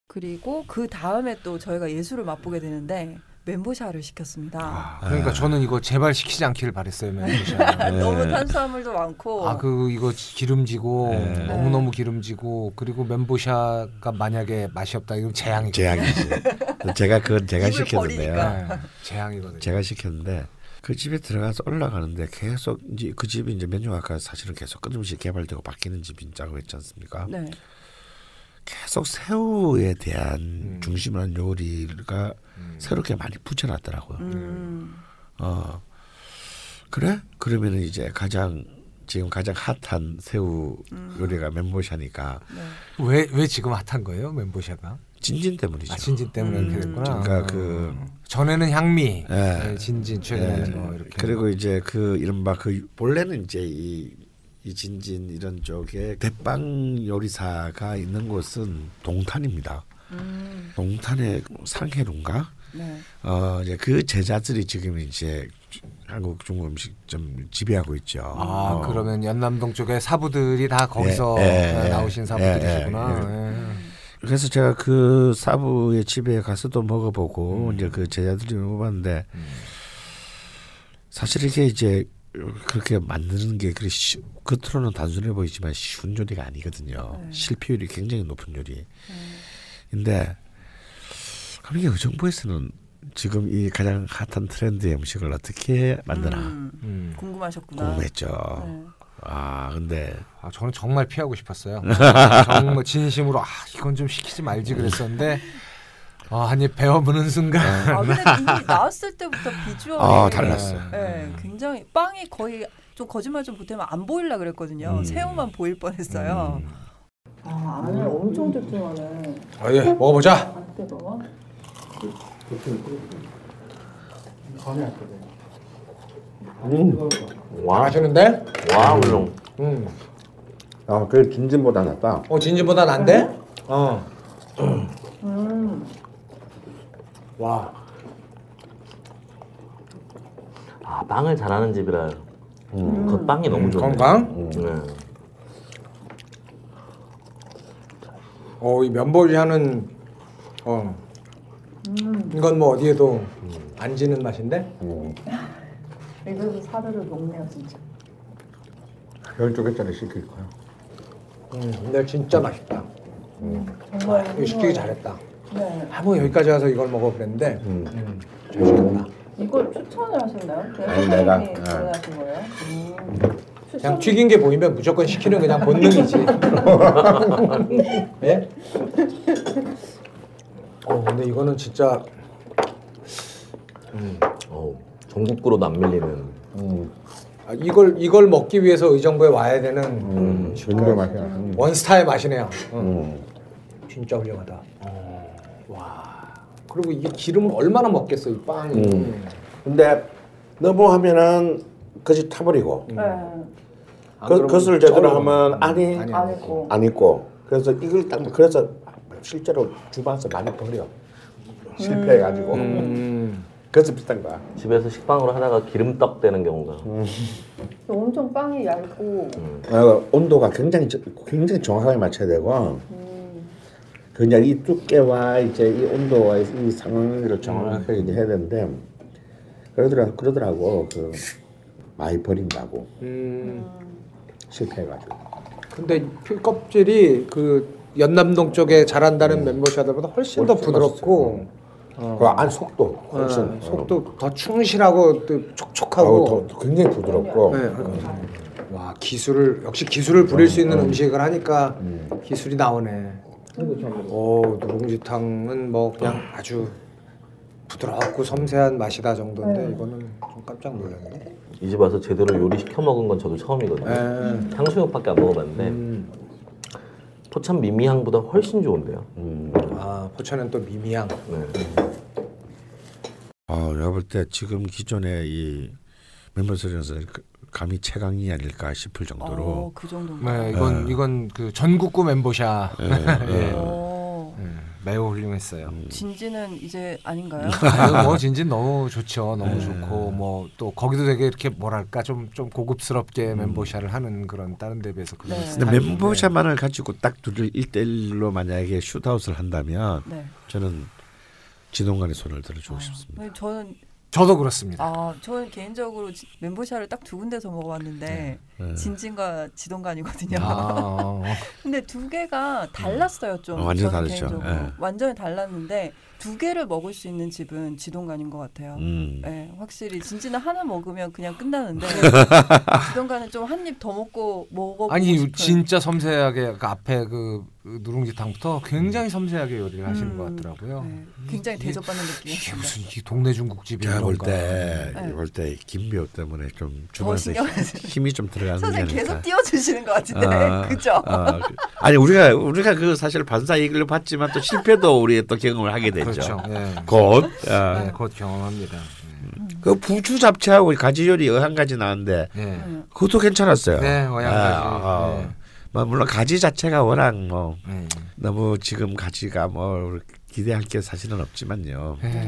그리고 그 다음에 또 저희가 예술을 맛보게 되는데 멘보샤를 시켰습니다. 그러니까 아. 저는 이거 제발 시키지 않기를 바랬어요, 멘토샤. 아, 너무 탄수화물도 많고 아 그 이거 기름지고 네. 네. 너무 너무 기름지고 그리고 멘보샤가 만약에 맛이 없다 이건 재앙이 재앙이지. 제가 그건 제가 입을 시켰는데요. 버리니까. 네. 재앙이거든요. 제가 시켰는데 그 집에 들어가서 올라가는데 계속 이제 그 집이 이제 메뉴 아까 사실은 계속 끊임없이 개발되고 바뀌는 집이라고 했지 않습니까? 네. 계속 새우에 대한 음. 중심을 한 요리가 새롭게 많이 붙여놨더라고요. 음. 어 그래? 그러면은 이제 가장 지금 가장 핫한 새우 음. 요리가 멘보샤니까 네. 왜 왜 지금 핫한 거예요, 멘보샤가? 진진 때문이죠. 아, 진진 때문에 음. 그랬구나. 어. 그러니까 그 전에는 향미, 예. 네, 진진 최근에는 뭐 이렇게 그리고 이제 그 이른바 그 본래는 이제 이, 이 진진 이런 쪽에 대빵 요리사가 있는 곳은 동탄입니다. 동탄의 상해론가 음, 네. 어 이제 그 제자들이 지금 이제 한국 중국 음식 좀 지배하고 있죠. 아 어. 그러면 연남동 쪽에 사부들이 다 거기서 예, 예, 아, 예. 나오신 사부들이시구나. 예, 예. 그래서 제가 그 사부의 집에 가서도 먹어보고 음. 이제 그 제자들이 먹어봤는데 사실 이게 이제 그렇게 만드는 게 그리 쉬, 겉으로는 단순해 보이지만 쉬운 요리가 아니거든요. 네. 실패율이 굉장히 높은 요리. 근데 그럼 이게 정부에서는 지금 이 가장 핫한 트렌드의 음식을 어떻게 만드나 음. 궁금하셨구나. 궁금했죠. 네. 아 근데 아, 저는 정말 피하고 싶었어요. 정말 진심으로 아 이건 좀 시키지 말지 그랬었는데 아, 한입 배워보는 순간 예. 아 근데 이미 나왔을 때부터 비주얼이 아, 달랐어요. 네, 굉장히 빵이 거의 좀 거짓말 좀 보태면 안 보일라 그랬거든요. 새우만 보일 뻔했어요. 아 안을 엄청 두툼하네. 아, 예. 먹어보자. 음. 안 뜨거워? 와 아, 맛있는데? 와 물론. 음. 아 그게 진진보다 낫다 어 진지보다 난데? 어. 음. 와. 아 빵을 잘하는 집이라 겉빵이 너무 좋네. 건강? 네. 어이 면보지 하는 어 음. 이건 뭐 어디에도 안 지는 맛인데? 이거 사르르 녹네요 진짜. 12개짜리 시킬 거야 음 근데 진짜 맛있다. 음. 아, 정말 이거 시키기 잘했다. 네. 한번 여기까지 와서 이걸 먹어보는데 음, 잘 시켰다. 이걸 추천을 하셨나요? 제가 아니, 선생님이 내가, 네. 권하신 거예요? 음. 그냥 튀긴 게 보이면 무조건 시키는 그냥 본능이지. 예? 어 근데 이거는 진짜 어 전국구로도 안 밀리는. 아, 이걸 이걸 먹기 위해서 의정부에 와야 되는 진짜 음, 맛이야 음. 원스타의 맛이네요. 응. 음. 진짜 훌륭하다. 와. 그리고 이게 기름을 얼마나 먹겠어 이 빵이. 음. 근데 너무 하면은 그지 타버리고 네. 아, 안 그, 그러면 것을 제대로 쩔어. 하면 안이 안 있고. 안 있고 그래서 이걸 딱 그래서 실제로 주방에서 많이 버려 음. 실패해가지고 그래서 비싼 거야 집에서 식빵으로 하다가 기름떡 되는 경우가. 엄청 빵이 얇고 음, 어, 온도가 굉장히 저- 굉장히 정확하게 맞춰야 되고 그냥 이 두께와 이제 이 온도와 이 상황을 정확하게 이제 해야 되는데 그러더라 그러더라고 그 많이 버린다고 음. 실패해가지고 근데 풀 껍질이 그 연남동 쪽에 자란다는 멤버샤들보다 훨씬 더 부드럽고 그안 속도 어, 훨씬 어. 네, 속도 더 충실하고 또 촉촉하고 아우, 더 굉장히 부드럽고 네. 와 기술을 역시 기술을 부릴 수 있는 음식을 하니까 기술이 나오네. 오 누룽지탕은 뭐 그냥 아주 부드럽고 섬세한 맛이다 정도인데 이거는 좀 깜짝 놀랐네. 이 집 와서 제대로 요리 시켜 먹은 건 저도 처음이거든요. 네. 향수육밖에 안 먹어봤는데 포천 미미향보다 훨씬 좋은데요. 아 포천은 또 미미향. 아, 내가 볼 때 지금 기존의 이 멤버들에서 감히 최강이 아닐까 싶을 정도로 어, 그 정도인가? 네, 이건 이건 그 전국구 멤버샤 예, 예. 아. 예. 오. 예, 매우 훌륭했어요. 어, 음. 진지는 이제 아닌가요? 음. 아유, 뭐 진진 너무 좋죠. 네. 너무 좋고 뭐 또 거기도 되게 이렇게 뭐랄까 좀 좀 고급스럽게 멤버샤를 하는 그런 다른 데 비해서 그런 음. 네. 근데 멤버샷만을 가지고 딱 둘을 1대1로 만약에 슛아웃을 한다면 네. 저는 진동간의 손을 들어주고 싶습니다. 네, 저는 저도 그렇습니다. 아, 저는 개인적으로 지- 멘보샤를 딱 두 군데서 먹어봤는데 네. 진진과 지동간이거든요. 아. 근데 두 개가 달랐어요 좀. 어, 완전히 저는 다르죠. 개인적으로. 예. 완전히 달랐는데 두 개를 먹을 수 있는 집은 지동간인 것 같아요. 음. 예, 확실히 진진은 하나 먹으면 그냥 끝나는데 지동간은 좀 한 입 더 먹고 먹어. 아니 진짜 섬세하게 그 앞에 그 누룽지탕부터 굉장히 섬세하게 요리를 하시는 음. 것 같더라고요. 네, 굉장히 이게- 대접받는 느낌이었어요. 무슨 이 동네 중국집이 제가 볼 뭔가. 때, 네. 볼 때, 김배우 때문에 좀 주변에서 신경 안 쓰- 힘이 좀 들어가는 게 선생님 아닐까. 계속 띄워주시는 것 같은데 아, 그죠? 아, 그- 아니 우리가 우리가 그 사실 반사 이익을 봤지만 또 실패도 우리의 또 경험을 하게 되죠. 그렇죠. 예. 곧. 네, 아. 곧 경험합니다. 그 부추 잡채하고 가지 요리 어한 가지 나왔는데 네. 음. 그것도 괜찮았어요. 네, 어향 가지. 아, 네. 뭐 물론 가지 자체가 워낙 뭐 네. 너무 지금 가지가 뭐 기대할 게 사실은 없지만요. 네.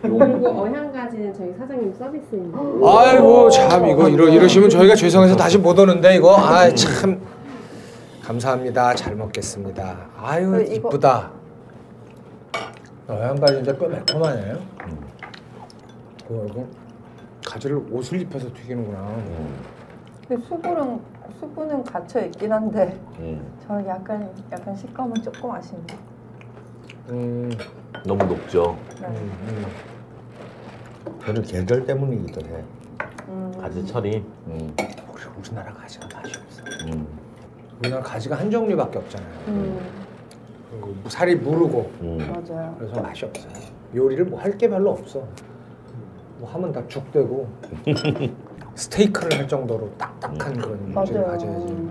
그리고 어향가지는 저희 사장님 서비스입니다. 아이고 참 이거 이러, 이러시면 저희가 죄송해서 다시 못 오는데 이거 아 참 감사합니다 잘 먹겠습니다 아유 그 이거- 이쁘다 어향가지인데 꽤 매콤하네요 음. 어, 이거 가지를 옷을 입혀서 튀기는구나 음, 수분은 수분은 갇혀 있긴 한데 음. 저는 약간 약간 식감은 조금 아쉽네요. 네. 음, 너무 높죠. 네. 저는 계절 때문이기도 해. 음. 가지 철이. 우리 우리나라 가지가 맛이 없어 음, 우리나라 가지가 한 종류밖에 없잖아요 그리고 뭐 살이 무르고 음, 음. 맞아요. 그래서 뭐 맛이 없어 요리를 뭐 할 게 별로 없어 뭐 하면 다 죽되고 스테이크를 할 정도로 딱딱한 그런 물질을 음. 맞아요. 가져야지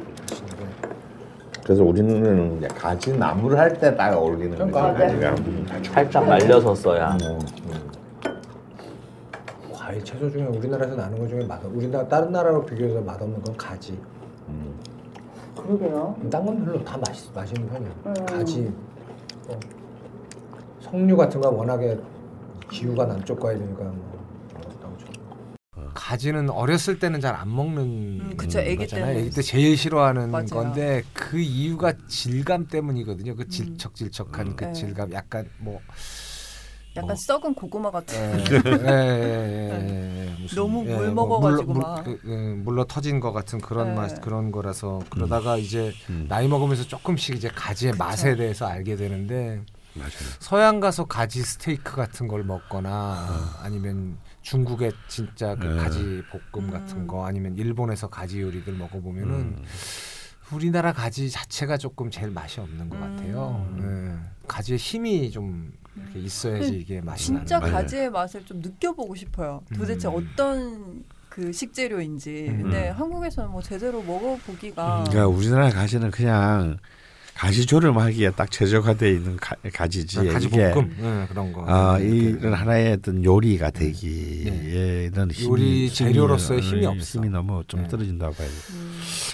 그래서 우리는 이제 가지 나무를 할 때 딱 어울리는 거지. 그러니까. 가지가 살짝 말려서 써야. 과일 채소 중에 우리나라에서 나는 것 중에 맛 우리나라 다른 나라로 비교해서 맛없는 건 가지 그러게요. 음. 딴건 별로 다 맛있, 맛있는 편이야 음. 가지 뭐 석류 같은 거 워낙에 기후가 남쪽 과일이니까 뭐 가지는 어렸을 때는 잘 안 먹는 음, 그쵸, 애기 거잖아요. 때는. 애기 때 제일 싫어하는 맞아요. 건데 그 이유가 질감 때문이거든요. 그 질척질척한 음. 그 네. 질감 약간 뭐 약간 썩은 고구마 같은. 예, 예, 예, 예, 무슨, 너무 예, 물 뭐 먹어가지고 물러- 막. 물- 그, 예, 물러 터진 것 같은 그런 네. 맛 그런 거라서 그러다가 이제 나이 먹으면서 조금씩 이제 가지의 맛에 대해서 알게 되는데 서양 가서 가지 스테이크 같은 걸 먹거나 아니면 중국의 진짜 그 네. 가지 볶음 같은 거 아니면 일본에서 가지 요리들 먹어보면은 우리나라 가지 자체가 조금 제일 맛이 없는 것 같아요. 음. 예. 가지의 힘이 좀 이렇게 있어야지 이게 맛이 그 진짜 나는 거예요. 가지의 맛을 좀 느껴보고 싶어요. 도대체 음. 어떤 그 식재료인지. 근데 한국에서는 뭐 제대로 먹어보기가 그러니까 우리나라 가지는 그냥 가지조림 하기에 딱 최적화되어 있는 가, 가지지. 가지 이게 볶음 예, 그런 거. 네, 아, 이런 하나의 어떤 요리가 되기 에 이런 힘이, 요리 재료로서의 힘이, 힘이 없어. 네. 음. 힘이 너무 좀 떨어진다고 봐야 돼.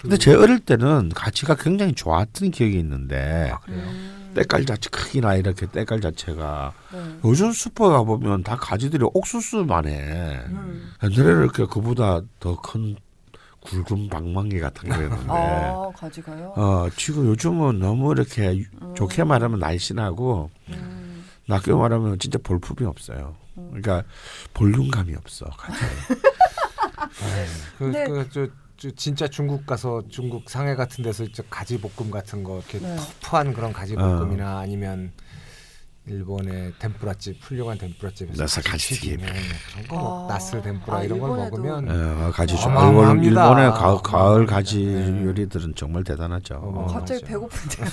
근데 그리고- 제 어릴 때는 가지가 굉장히 좋았던 기억이 네. 있는데 아, 음. 때깔 자체 크기나 이렇게 때깔 자체가 네. 요즘 슈퍼 가 보면 다 가지들이 옥수수만 해. 음. 옛날에 이렇게 그보다 더 큰 굵은 방망이 같은 거였는데. 어. 아 가지가요. 어, 지금 요즘은 너무 이렇게 좋게 음. 말하면 날씬하고 낮게 말하면 진짜 음. 볼품이 없어요. 그러니까 볼륨감이 없어. 가지. 근데- 그그저 저 진짜 중국 가서 중국 상해 같은 데서 저 가지 볶음 같은 거 이렇게 네. 터프한 그런 가지 어. 볶음이나 아니면 일본의 덴뿌라집 훌륭한 덴뿌라집에서 뭐 나사 가지 튀김. 그런 거 아. 나스 덴뿌라 아, 이런 걸 일본에도. 먹으면 어, 가지 좀 일본, 어마어마합니다. 일본의 가을, 가을 가지 네. 요리들은 정말 대단하죠. 어. 갑자기 배고픈데요.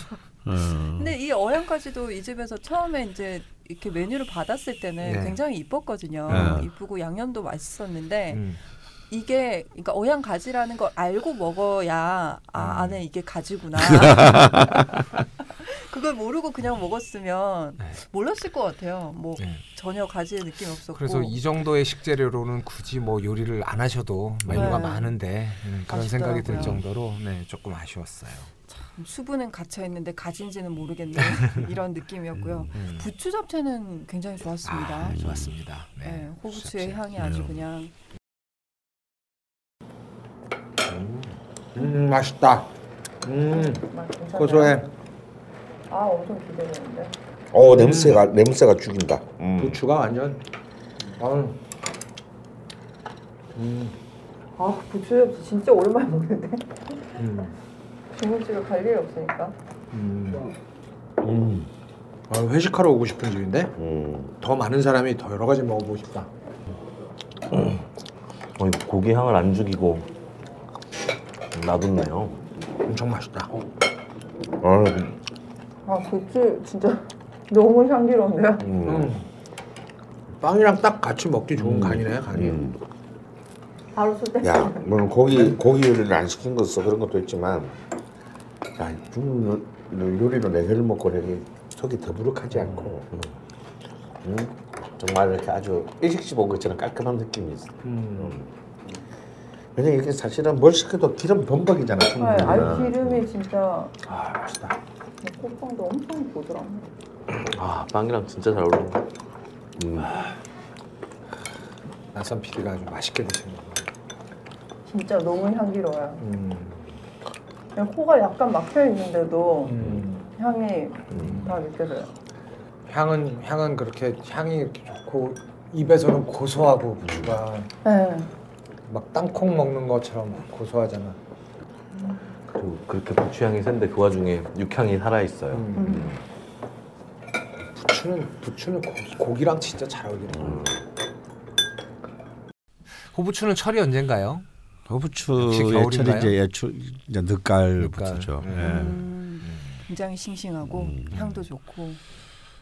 음. 근데 이 어향까지도 이 집에서 처음에 이제 이렇게 메뉴를 받았을 때는 네. 굉장히 이뻤거든요. 네. 이쁘고 양념도 맛있었는데 음. 이게 그러니까 어향 가지라는 걸 알고 먹어야 아 안에 이게 가지구나. 그걸 모르고 그냥 먹었으면 몰랐을 것 같아요. 뭐 전혀 가지의 느낌 없었고. 네. 그래서 이 정도의 식재료로는 굳이 뭐 요리를 안 하셔도 메뉴가 많은데 음, 그런 생각이 들 네. 아쉽더라고요. 정도로 네 조금 아쉬웠어요. 수분은 갇혀 있는데 가진지는 모르겠네 이런 느낌이었고요. 음. 부추 잡채는 굉장히 좋았습니다. 아, 좋았습니다. 네, 네, 호부추의 향이 아주 네. 그냥 음 맛있다. 음 고소해. 아 엄청 기대되는데. 어 냄새가 냄새가 죽인다. 음. 부추가 완전 아, 아 부추엽지 진짜 오랜만에 먹는데. 음. 중국집에 갈 일이 없으니까. 음. 아, 회식하러 오고 싶은 집인데 음. 더 많은 사람이 더 여러 가지 먹어보고 싶다. 어, 이 고기 향을 안 죽이고 놔뒀네요. 엄청 맛있다. 음. 아, 아 부추 진짜 너무 향기로운데요. 빵이랑 딱 같이 음. 먹기 음. 좋은 간이네 간이. 바로 술 때. 야, 물론 고기 고기 요리를 안 시킨 것도 그런 것도 있지만, 야 중국 요- 요리로 내 배를 먹고 되게 속이 더부룩하지 않고, 음, 정말 이렇게 아주 일식집 온 것처럼 깔끔한 느낌이 있어. 음. 왜냐 이게 사실은 뭘 시켜도 기름 범벅이잖아 네, 중국 아 음. 요리는. 기름이 진짜 아 맛있다. 콧방도 엄청 부드럽네. 아 빵이랑 진짜 잘 어울린다. 음. 나선 PD가 아주 맛있게 드시는. 진짜 너무 향기로워요. 음. 그냥 코가 약간 막혀 있는데도 음. 향이 음. 다 느껴져요. 향은 향은 그렇게 향이 이렇게 좋고 입에서는 고소하고 부추가 네. 막 땅콩 먹는 것처럼 고소하잖아. 그리고 그렇게 부추향이 센데 그 와중에 육향이 살아 있어요. 음. 음. 부추는 부추는 고, 기랑 진짜 잘 어울리는 거. 호부추는 철이 언젠가요? 호부추 역시 예철이 겨울인가요? 이제 예초 이제 늦갈부터죠. 예. 굉장히 싱싱하고 향도 좋고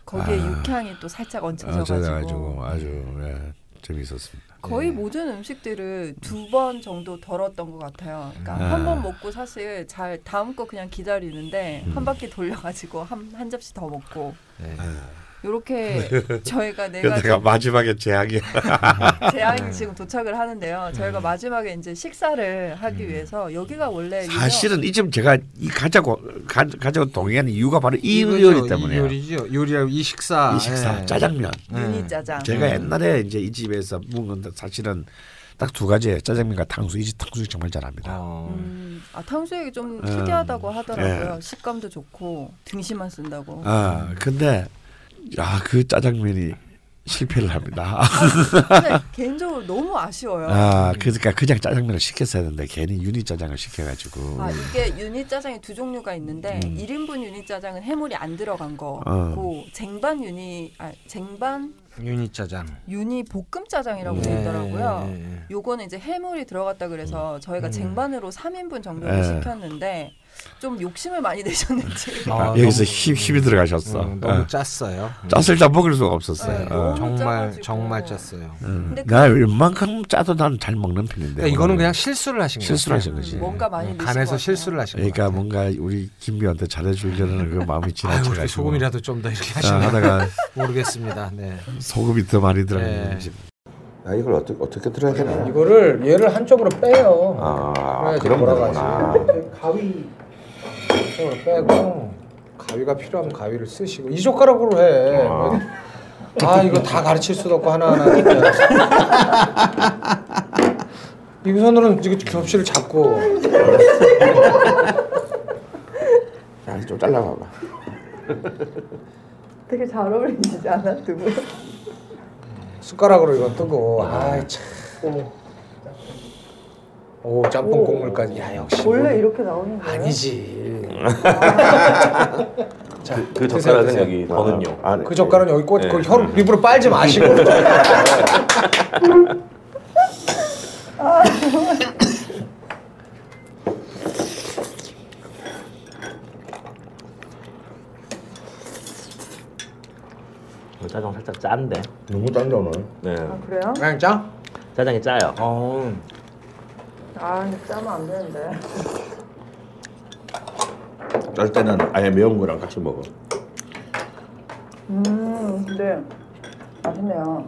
거기에 아. 육향이 또 살짝 예. 어, 얹혀져가지고 예. 찾아가지고 아주 예, 재미있었습니다. 거의 모든 음식들을 두 번 정도 덜었던 것 같아요. 그러니까 아. 한 번 먹고 사실 잘 다음 거 그냥 기다리는데 한 바퀴 돌려가지고 한 한 접시 더 먹고 아. 이렇게 저희가 네 가지 네. 내가 마지막에 제약이야. 재앙이 지금 도착을 하는데요. 저희가 마지막에 이제 식사를 하기 위해서 여기가 원래 유명- 사실은 이쯤 제가 이 가자고 가, 가자고 동의하는 이유가 바로 이 이거죠, 요리 때문에요. 요리죠. 요리하고 이 식사. 이 식사, 예. 아, 짜장면. 유니 짜장. 제가 옛날에 이제 이 집에서 먹은 건 사실은 딱 두 가지예요. 짜장면과 탕수육. 이 집 탕수육 정말 잘합니다. 어, 음, 아 탕수육이 좀 음. 특이하다고 하더라고요. 식감도 좋고 등심만 쓴다고. 아 근데 야그 짜장면이 실패를 합니다. 아, 근데 개인적으로 너무 아쉬워요. 아 그러니까 그냥 짜장면을 시켰어야 했는데 괜히 유니 짜장을 시켜가지고 아 이게 유니 짜장이 두 종류가 있는데 1인분 유니 짜장은 해물이 안 들어간 거고 그 어. 쟁반 유니 아 쟁반 유니 짜장. 유니 볶음 네, 짜장이라고 돼 있더라고요. 네, 네. 요거는 이제 해물이 들어갔다 그래서 저희가 쟁반으로 3인분 정도를 네. 시켰는데 좀 욕심을 많이 내셨는지 아, 여기서 힘, 힘이 들어가셨어. 어, 음, 너무 예. 짰어요. 짰을 때 먹을 수가 없었어요. 네, 어. 정말 정말 짰어요. 음. 나 웬만큼 짜도 난 잘 먹는 편인데. 그러니까 이거는 오늘은. 그냥 실수를 하신 거예요. 음, 실수를 하신 거지. 뭔가 많이 넣으신 간에서 것 실수를 하신 거예요. 그러니까 뭔가 우리 김비한테 잘해주려는 그 마음이 아유, 지나쳐가지고 이렇게 소금이라도 좀 더 이렇게 아, 하시면 하다가 모르겠습니다. 네. 소금이 더 많이 네. 들어가는 지 야 아, 이걸 어떻게 어떻게 들어야 되나? 이거를 얘를 한쪽으로 빼요. 아 그래야지 그런 돌아가지. 거구나. 가위 한쪽으로 빼고 가위가 필요하면 가위를 쓰시고 이 젓가락으로 해. 아 이거 다 가르칠 수도 없고 하나하나. 진짜. 이 손으로는 지금 겹치를 잡고 야좀 잘라봐봐. 되게 잘 어울리시지 않아 두 분? 음. 숟가락으로 이거 뜨고. 아이 참. 오 짬뽕 국물까지. 야 역시. 뭐 원래 이렇게 나오는 거예요? 아니지. 자, 그, 그 젓가락은 여기 버는요. 네. 그 젓갈은 여기 네. 꽂, 그 혀로 음. 입으로 빨지 마시고. 아, 정말. 이거 짜장 살짝 짠데. 너무 짠다 오늘. 네. 그래요? 그냥 짜? 짜장이 짜요. 아, 근데 짜면 안 되는데. 짤 때는 아예 매운 거랑 같이 먹어. 음, 근데 맛있네요.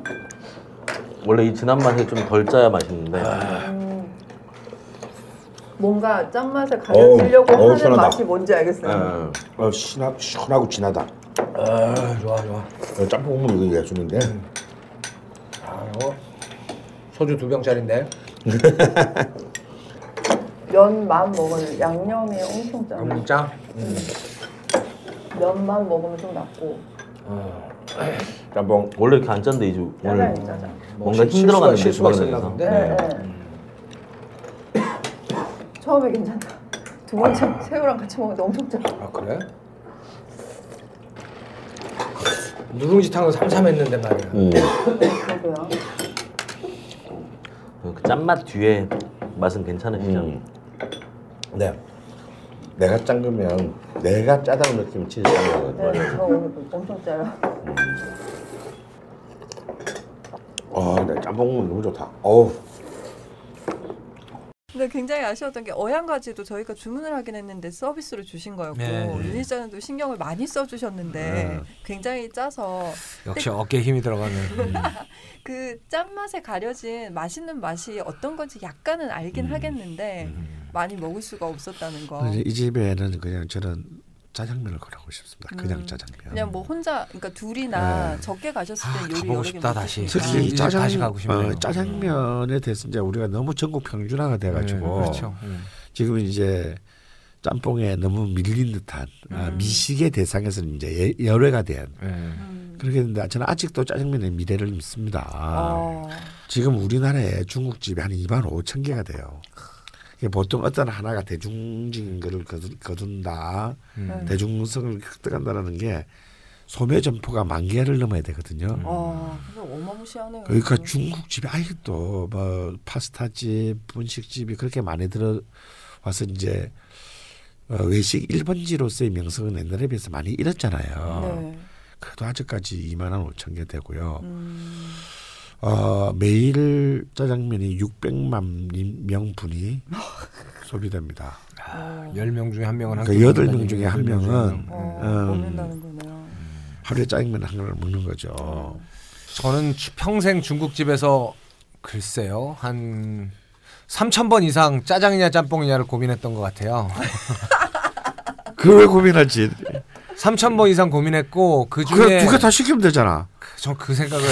원래 이 진한 맛이 좀 덜 짜야 맛있는데. 음. 뭔가 짠맛을 가려지려고 어우, 어우, 하는 시원하다. 맛이 뭔지 알겠어요. 어, 어, 시나, 시원하고 진하다. 아 좋아 좋아. 어, 짬뽕 국물 이거 내주는데 아 이거 소주 두 병짜리인데. 면만 먹으면 양념이 엄청 짜요. 음, 짜. 음. 면만 먹으면 좀 낫고. 짬뽕 원래 이렇게 안 짠데 이제 오늘 짜장이 짜장. 뭔가 뭐 실- 실수가- 힘들어가는 느낌이 실수가 들어서. 있었나 네. 네. 네. 처음에 괜찮다. 두 아. 번째 새우랑 같이 먹는데 엄청 짜. 아 그래? 누룽지탕은 삼삼했는데 말이야. 그러고요. 그 짠맛 뒤에 맛은 괜찮으시죠? 음. 네. 내가 짠 거면 내가 짜다는 느낌이 진짜 짠 거거든. 네, 저 오늘 엄청 짜요. 아, 내 짬뽕 국물 너무 좋다. 어우. 근데 굉장히 아쉬웠던 게 어양가지도 저희가 주문을 하긴 했는데 서비스로 주신 거였고 네. 윤희자는도 신경을 많이 써주셨는데 네. 굉장히 짜서 역시 어깨에 힘이 음, 들어가는. 그 짠맛에 가려진 맛있는 맛이 어떤 건지 약간은 음. 알긴 하겠는데 많이 먹을 수가 없었다는 거. 어. 이 집에는 그냥 저는 짜장면을 권하고 싶습니다. 그냥 음. 짜장면. 그냥 뭐 혼자 그러니까 둘이나 네. 적게 가셨을 때 요리 아, 가보고 여러 개 싶다, 먹고 다시. 아, 싶다. 이 특히 집 짜장 다시 가고 싶네요. 어, 짜장면에 대해서 이제 우리가 너무 전국 평준화가 돼가지고 네, 그렇죠. 음. 지금 이제 짬뽕에 너무 밀린 듯한 아, 음. 미식의 대상에서는 이제 예- 열외가 된 음. 그렇게 됐는데 저는 아직도 짜장면의 미래를 믿습니다. 아. 아. 지금 우리나라에 중국집이 한 2만 5천 개가 돼요. 이게 보통 어떤 하나가 대중적인 거를 거둔, 거둔다, 네. 음. 대중성을 획득한다라는 게 소매 점포가 만 개를 넘어야 되거든요. 어, 근데 어마무시하네요. 그러니까 중국집이 아직도 뭐 파스타집, 분식집이 그렇게 많이 들어와서 이제 어, 외식 1번지로서의 명성은 옛날에 비해서 많이 잃었잖아요. 네. 그래도 아직까지 2만 원 5천 개 되고요. 음. 어, 매일 짜장면이 600만 명분이 소비됩니다. 음. 열명 중에 한 명은 그러니까 여덟 명 중에 한 명은 음. 먹는다는 어, 거네요. 하루에 짜장면 한 그릇 먹는 거죠. 저는 주- 평생 중국집에서 글쎄요 한 3천 번 이상 짜장이냐 짬뽕이냐를 고민했던 것 같아요. 그걸 왜 고민하지? 3천 번 이상 고민했고 그 그냥 중에 두 개 다 시키면 되잖아. 전 그 생각을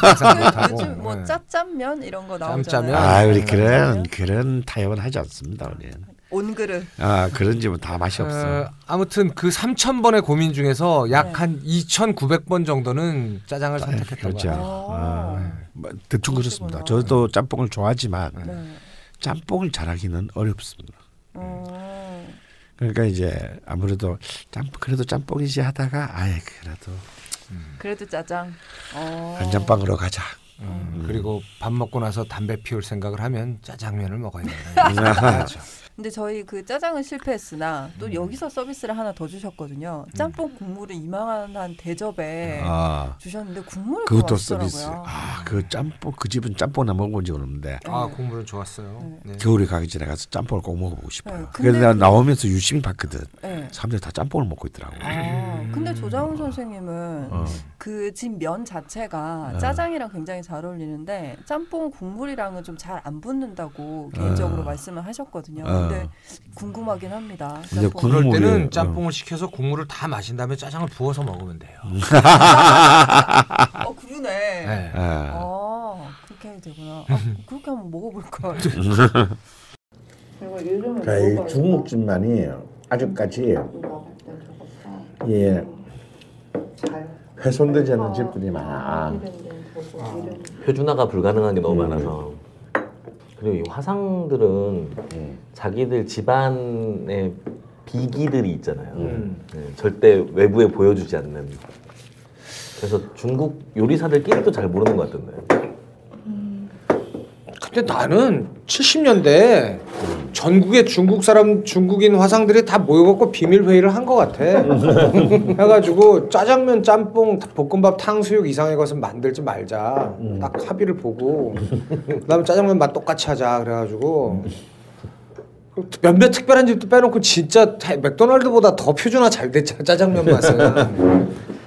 항상 못하고 요즘 뭐 네. 짜짜면 이런 거 나오잖아요. 짬짜면? 어, 아, 우리 그런 그런 타협은 하지 않습니다, 우리는. 온 그릇. 아, 그런 집은 다 맛이 없어. 어, 아무튼 그 3,000번의 고민 중에서 약 한 2,900번 정도는 짜장을 선택했던 것 그렇죠. 같아요. 아, 뭐 대충 그렇습니다. 저도 짬뽕을 좋아하지만 네. 짬뽕을 잘하기는 어렵습니다. 그러니까 이제 아무래도 짬 그래도 짬뽕이지 하다가 아예 그래도 그래도 짜장. 어. 안전빵으로 가자. 음, 그리고 밥 먹고 나서 담배 피울 생각을 하면 짜장면을 먹어야 네. 된다. 근데 저희 그 짜장은 실패했으나 음. 또 여기서 서비스를 하나 더 주셨거든요. 짬뽕 국물을 이만한 대접에 아. 주셨는데 국물이 더 그것도 맛있더라고요. 서비스. 아, 그 짬뽕 그 집은 짬뽕 나 먹어본 적 없는데 아 국물은 좋았어요. 네. 겨울에 가기 전에 가서 짬뽕을 꼭 먹어보고 싶어요. 네, 그래서 근데 나 나오면서 유심히 봤거든. 네. 사람들 다 짬뽕을 먹고 있더라고. 아, 근데 조장훈 선생님은 어. 그 집 면 자체가 어. 짜장이랑 굉장히 잘 어울리는데 짬뽕 국물이랑은 좀 잘 안 붙는다고 개인적으로 어. 말씀을 하셨거든요. 어. 근데 궁금하긴 합니다. 근데 짬뽕. 국물- 그럴 때는 국물이에요. 어. 짬뽕을 시켜서 국물을 다 마신 다음에 짜장을 부어서 먹으면 돼요. 어 그러네. 네. 네. 아 그렇게 해도 되구나. 아, 음. 그렇게 한번 먹어볼 걸. 그리고 요즘은 그러니까 이 중국집만이 아직까지 예 훼손되지 않는 집들이 많아. 음. 표준화가 불가능한 게 너무 많아서 그리고 이 화상들은 음. 자기들 집안의 비기들이 있잖아요. 음. 네, 절대 외부에 보여주지 않는. 그래서 중국 요리사들끼리도 잘 모르는 것 같던데. 근데 나는 70년대 전국의 중국 사람 중국인 화상들이 다 모여갖고 비밀 회의를 한 것 같아. 해가지고 짜장면, 짬뽕, 볶음밥, 탕수육 이상의 것은 만들지 말자. 딱 합의를 보고 그다음에 짜장면 맛 똑같이 하자. 그래가지고 몇몇 특별한 집도 빼놓고 진짜 태- 맥도날드보다 더 표준화 잘 됐잖아 짜장면 맛은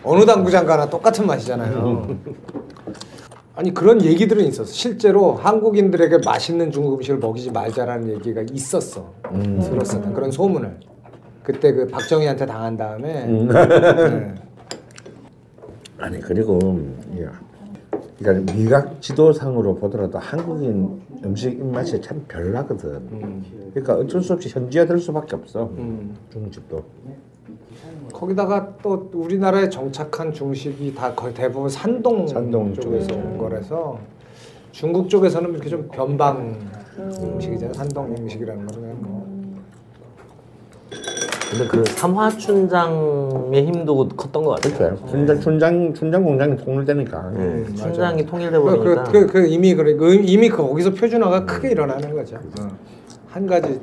어느 당구장 가나 똑같은 맛이잖아요. 아니 그런 얘기들은 있었어. 실제로 한국인들에게 맛있는 중국 음식을 먹이지 말자라는 얘기가 있었어. 들었어 그런 소문을. 그때 그 박정희한테 당한 다음에 음. 네. 아니 그리고 이- 그러니까 미각 지도상으로 보더라도 한국인 음식 입맛이 참 음, 별나거든. 그러니까 어쩔 수 없이 현지화될 수밖에 없어. 중국집도. 거기다가 또 우리나라에 정착한 중식이 다 거의 대부분 산동, 쪽에서 온 거라서 중국 쪽에서는 이렇게 좀 변방 음식이잖아요. 산동 음식이라는 거는 그냥 뭐 근데 그 삼화춘장의 힘도 컸던 것 같아요. 그렇죠. 춘장 춘장 춘장 공장이 네, 통일되니까. 춘장이 음, 그, 그, 그, 그 이미 그래 그 이미 그 거기서 표준화가 크게 일어나는 거죠. 한 가지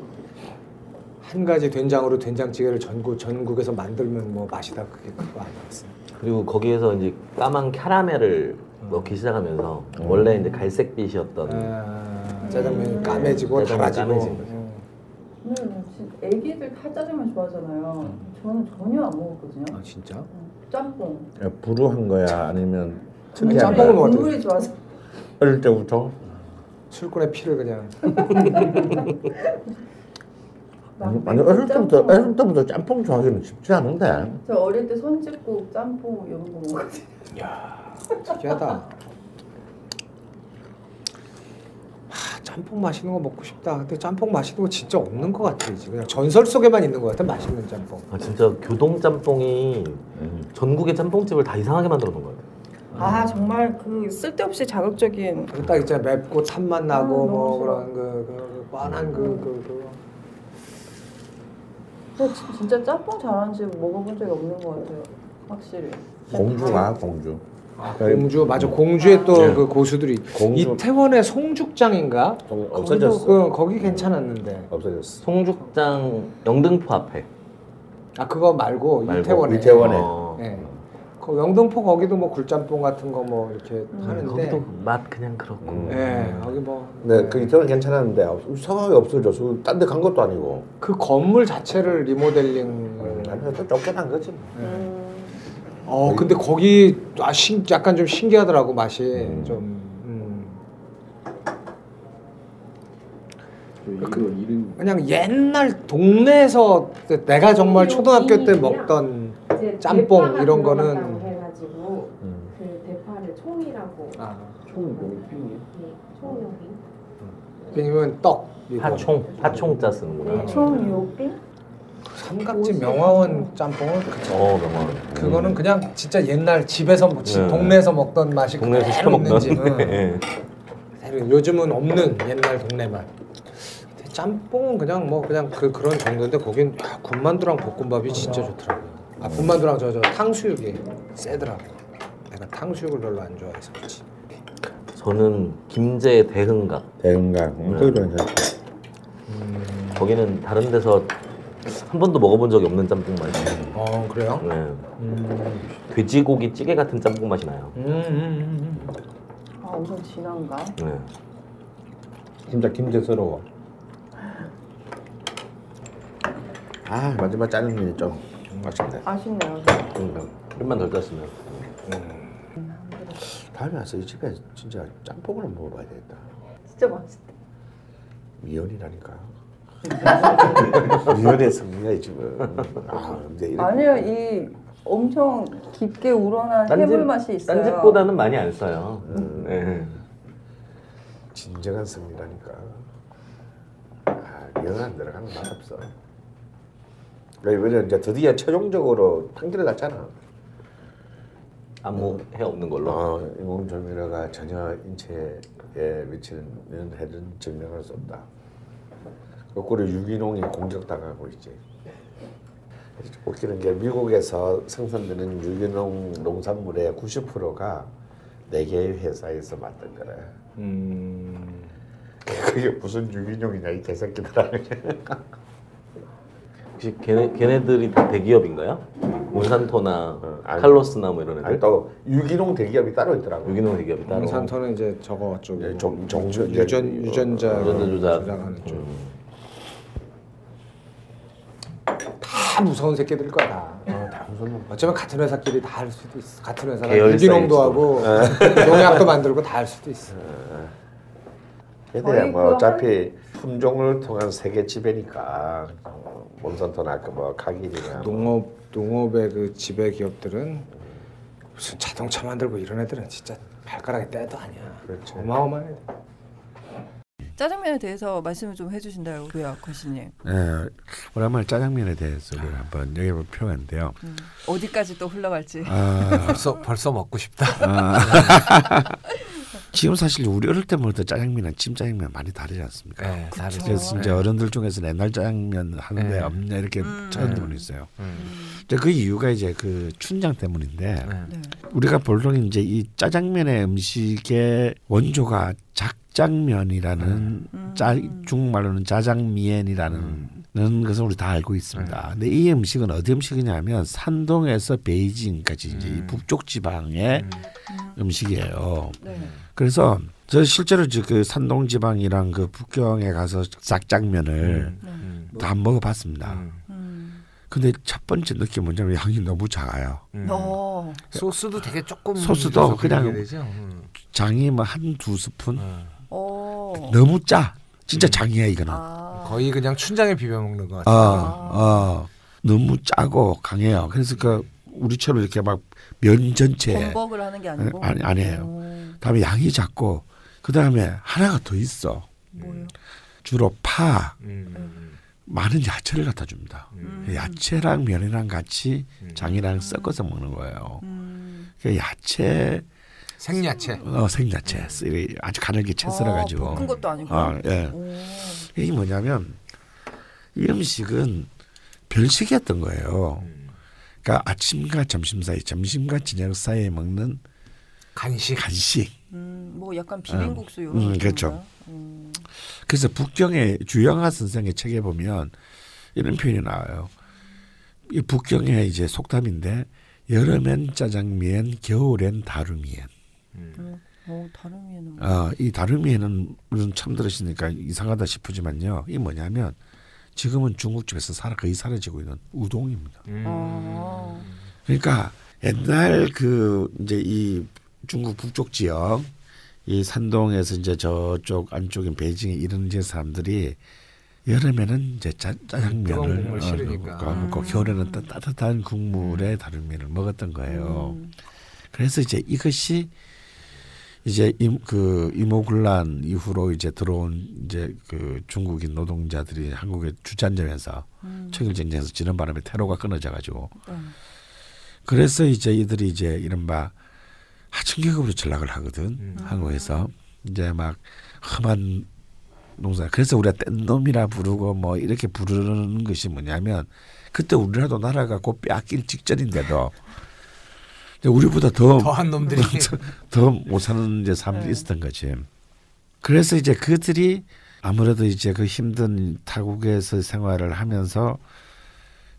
한 가지 된장으로 된장찌개를 전국 전국에서 만들면 뭐 맛이다 그게 그거 아니었어요. 그리고 거기에서 이제 까만 캐러멜을 넣기 시작하면서 음. 원래 이제 갈색빛이었던 네. 아, 짜장면이 까매지고 달아지고. 음, 진- 애기들 칼짜장면 좋아하잖아요. 저는 전혀 안 먹었거든요. 음, 아 진짜? 짬뽕. 부루한 거야 아니면 아니, 특이한 짬뽕은 거야? 국물이 좋아서. 어릴 때부터 술꾼의 피를 그냥 아니, 아니 어릴 때부터 어릴 때부터 짬뽕 좋아하기는 쉽지 않은데. 저 어릴 때 손짓국 짬뽕 이런 거 먹었어요. 특이하다. 아, 짬뽕 맛있는 거 먹고 싶다. 근데 짬뽕 맛있는 거 진짜 없는 것 같아 이제 그냥 전설 속에만 있는 것 같아 맛있는 짬뽕. 아 진짜 교동 짬뽕이 음. 전국의 짬뽕집을 다 이상하게 만들어 놓은 것 같아요. 아 음. 정말 그 쓸데없이 자극적인. 딱 이제 맵고 탄맛 나고 뭐 그런 그, 그, 그 뻔한 그, 그, 그. 저 지- 진짜 짬뽕 잘하는 집 먹어본 적이 없는 것 같아요. 확실히. 공주가 공주. 그러니까 공주 음. 맞아 공주에 또 네. 그 고수들이 이태원의 송죽장인가? 없어졌어. 거기도 그- 거기 괜찮았는데. 없어졌어. 송죽장 영등포 앞에. 아 그거 말고, 말고. 이태원에. 이태원에. 어. 네. 그 영등포 거기도 뭐 굴짬뽕 같은 거 뭐 이렇게 음. 하는데. 거기도 맛 그냥 그렇고. 예, 거기 뭐. 네, 그 이태원 괜찮았는데 없- 상황이 없어져서 뭐, 딴 데 간 것도 아니고. 음, 그 건물 자체를 네. 예. 리모델링. 음. 아니면 쫓겨난 거지. 뭐. 음, 어 근데 거기 아, 신, 약간 좀 신기하더라고 맛이 음. 좀. 음. 그 그, 그냥 옛날 동네에서 내가 정말 초등학교 때 먹던 이제 짬뽕 대파가 들어갔다고 이런 거는 해가지고 음. 그 대파를 총이라고. 아, 총이 총이. 네, 총이. 왜냐면 떡뭐 파총 파총 짜 네. 쓰는구나. 아, 총요빙? 삼각지 명화원 짬뽕은 그쵸. 어 명화. 그거는 그냥 진짜 옛날 집에서 뭐 집- 네. 동네에서 먹던 맛이 동네에서 그대로 시켜먹던. 있는 집은 예. 그리고 요즘은 없는 옛날 동네 맛. 근데 짬뽕은 그냥 뭐 그냥 그 그런 정도인데 거긴 야, 군만두랑 볶음밥이 진짜 좋더라고요. 아 군만두랑 저 저 탕수육이 세더라고. 내가 탕수육을 별로 안 좋아해서 그렇지. 저는 김제 대흥각. 대흥각. 거기도 괜찮다. 거기는 다른 데서 한 번도 먹어본 적이 없는 짬뽕 맛이에요. 어 그래요? 네. 음. 돼지고기 찌개 같은 짬뽕 맛이 나요. 음, 음, 음, 음. 아 엄청 진한가? 네. 진짜 김제스러워. 아 마지막 짜장면이 좀 맛있네. 아쉽네요. 좀만 그러니까 덜 짰으면. 다음에 와서 이 집에 진짜 짬뽕을 한번 먹어봐야 되겠다. 진짜 맛있다. 미연이라니까. 미연에서 미야 이 집은. 아 근데 이렇게 아니요 이 엄청 깊게 우러난 해물 맛이 있어요. 딴 집보다는 많이 안 써요. 네. 음. 진정한 승리라니까. 아, 미연 안 들어가는 맛 없어. 그러니까 그래 이번에 이제 드디어 최종적으로 탕진을 갔잖아. 아무 해 없는 걸로. 어, 인공조미료가 전혀 인체에 미치는 해는 증명할 수 없다. 거꾸로 유기농이 공격당하고 있지. 웃기는 게 미국에서 생산되는 유기농 농산물의 90%가 네 개의 회사에서 만든 거래. 음. 그게 무슨 유기농이냐 이 개새끼들아. 혹시 걔네, 걔네들이 다 대기업인가요? 몬산토나 아니. 칼로스나 뭐 이런 애들? 아니, 또 유기농 대기업이 따로 있더라고. 유기농 대기업이 따로. 산토는 이제 저거 쪽 네, 정, 정, 유전 어, 유전자 유전자 조작. 조작하는 쪽. 음. 다 무서운 새끼들 거야 다. 아, 다 무서운. 어쩌면 같은 회사끼리 다 할 수도 있어. 같은 회사가 계열사일지도. 유기농도 하고 농약도 만들고 다 할 수도 있어. 네. 얘들야 거의 뭐 그거 어차피 품종을 통한 세계 지배니까 몬산토나 그뭐 카길이나 뭐 농업 농업의 그 지배 기업들은 무슨 자동차 만들고 이런 애들은 진짜 발가락에 때도 아니야. 그렇죠. 어마어마해. 짜장면에 대해서 말씀을 좀 해주신다고요, 권씨님. 예, 오랜만에 짜장면에 대해서 우리 한번 얘기해볼 필요가 있는데요. 음, 어디까지 또 흘러갈지. 아. 벌써 벌써 먹고 싶다. 아. 지금 사실 우리 어릴 때부터 짜장면이나 찜짜장면 많이 다르지 않습니까? 네, 다르죠. 그래서 이제 네. 어른들 중에서 옛날 짜장면 하는데 네. 없냐 이렇게 음. 찾는 네. 분이 있어요. 음. 근데 그 이유가 이제 그 춘장 때문인데 네. 우리가 보통 이제 이 짜장면의 음식의 원조가 작장면이라는 짜, 중국말로는 짜장미엔이라는 는 것을 우리 다 알고 있습니다. 근데 이 음식은 어디 음식이냐면 산동에서 베이징까지 이제 이 북쪽 지방의 음. 식이에요 네. 그래서 저 실제로 저 그 산동 지방이랑 그 북경에 가서 싹장면을 음, 다 먹어봤습니다. 음. 근데 첫 번째 느낌 뭐냐면 양이 너무 작아요. 어. 소스도 되게 조금 음. 소스도 그냥 되죠. 음. 장이 뭐 한두 스푼 어. 너무 짜 진짜 장이야 이거는 아. 거의 그냥 춘장에 비벼 먹는 것 어, 같아요. 어, 너무 짜고 강해요 그래서 그 우리처럼 이렇게 막 면 전체에 범벅을 하는 게 아니고? 예. 아니, 아니에요 다음에 양이 작고 그 다음에 하나가 더 있어 뭐요? 주로 파 음. 음. 많은 야채를 갖다 줍니다 야채랑 면이랑 같이 장이랑 섞어서 먹는 거예요 그 야채 생야채. 음. 어, 생야채 쓰리 아주 가늘게 채 아, 썰어가지고 볶은 것도 아니고. 아, 예. 이게 뭐냐면 이 음식은 별식이었던 거예요. 그러니까 아침과 점심 사이, 점심과 저녁 사이에 먹는 간식, 간식. 음, 뭐 약간 비빔국수 음, 요런 음, 느낌인가요? 그렇죠. 음. 그래서 북경의 주영하 선생의 책에 보면 이런 표현이 나와요. 이 북경의 이제 속담인데 여름엔 짜장면, 겨울엔 다루미엔. 음. 어, 다름이에는 뭐. 어, 이 다루미에는 물론 처음 들으시니까 이상하다 싶으지만요. 이 뭐냐면 지금은 중국집에서 살아 거의 사라지고 있는 우동입니다. 아. 그러니까 옛날 그 이제 이 중국 북쪽 지역 이 산동에서 이제 저쪽 안쪽인 베이징에 이런 이제 사람들이 여름에는 이제 짜, 뜨거운 짜장면을 국물 어, 싫으니까. 먹고 먹고 겨울에는 따- 따뜻한 국물에 다른면을 먹었던 거예요. 그래서 이제 이것이 이제 임, 그 이모군란 이후로 이제 들어온 이제 그 중국인 노동자들이 한국에 주저앉으면서 음. 청일전쟁에서 지는 바람에 테러가 끊어져 가지고 음. 그래서 이제 이들이 이제 이른바 하층계급으로 아, 전락을 하거든 한국에서 이제 막 험한 농사 그래서 우리가 뗀놈이라 부르고 뭐 이렇게 부르는 것이 뭐냐면 그때 우리라도 나라가 곧 빼앗길 직전인데도 이제 우리보다 더 더한 놈들이. 음. 더 못 사는 이제 사람들이 있었던 거지. 그래서 이제 그들이 아무래도 이제 그 힘든 타국에서 생활을 하면서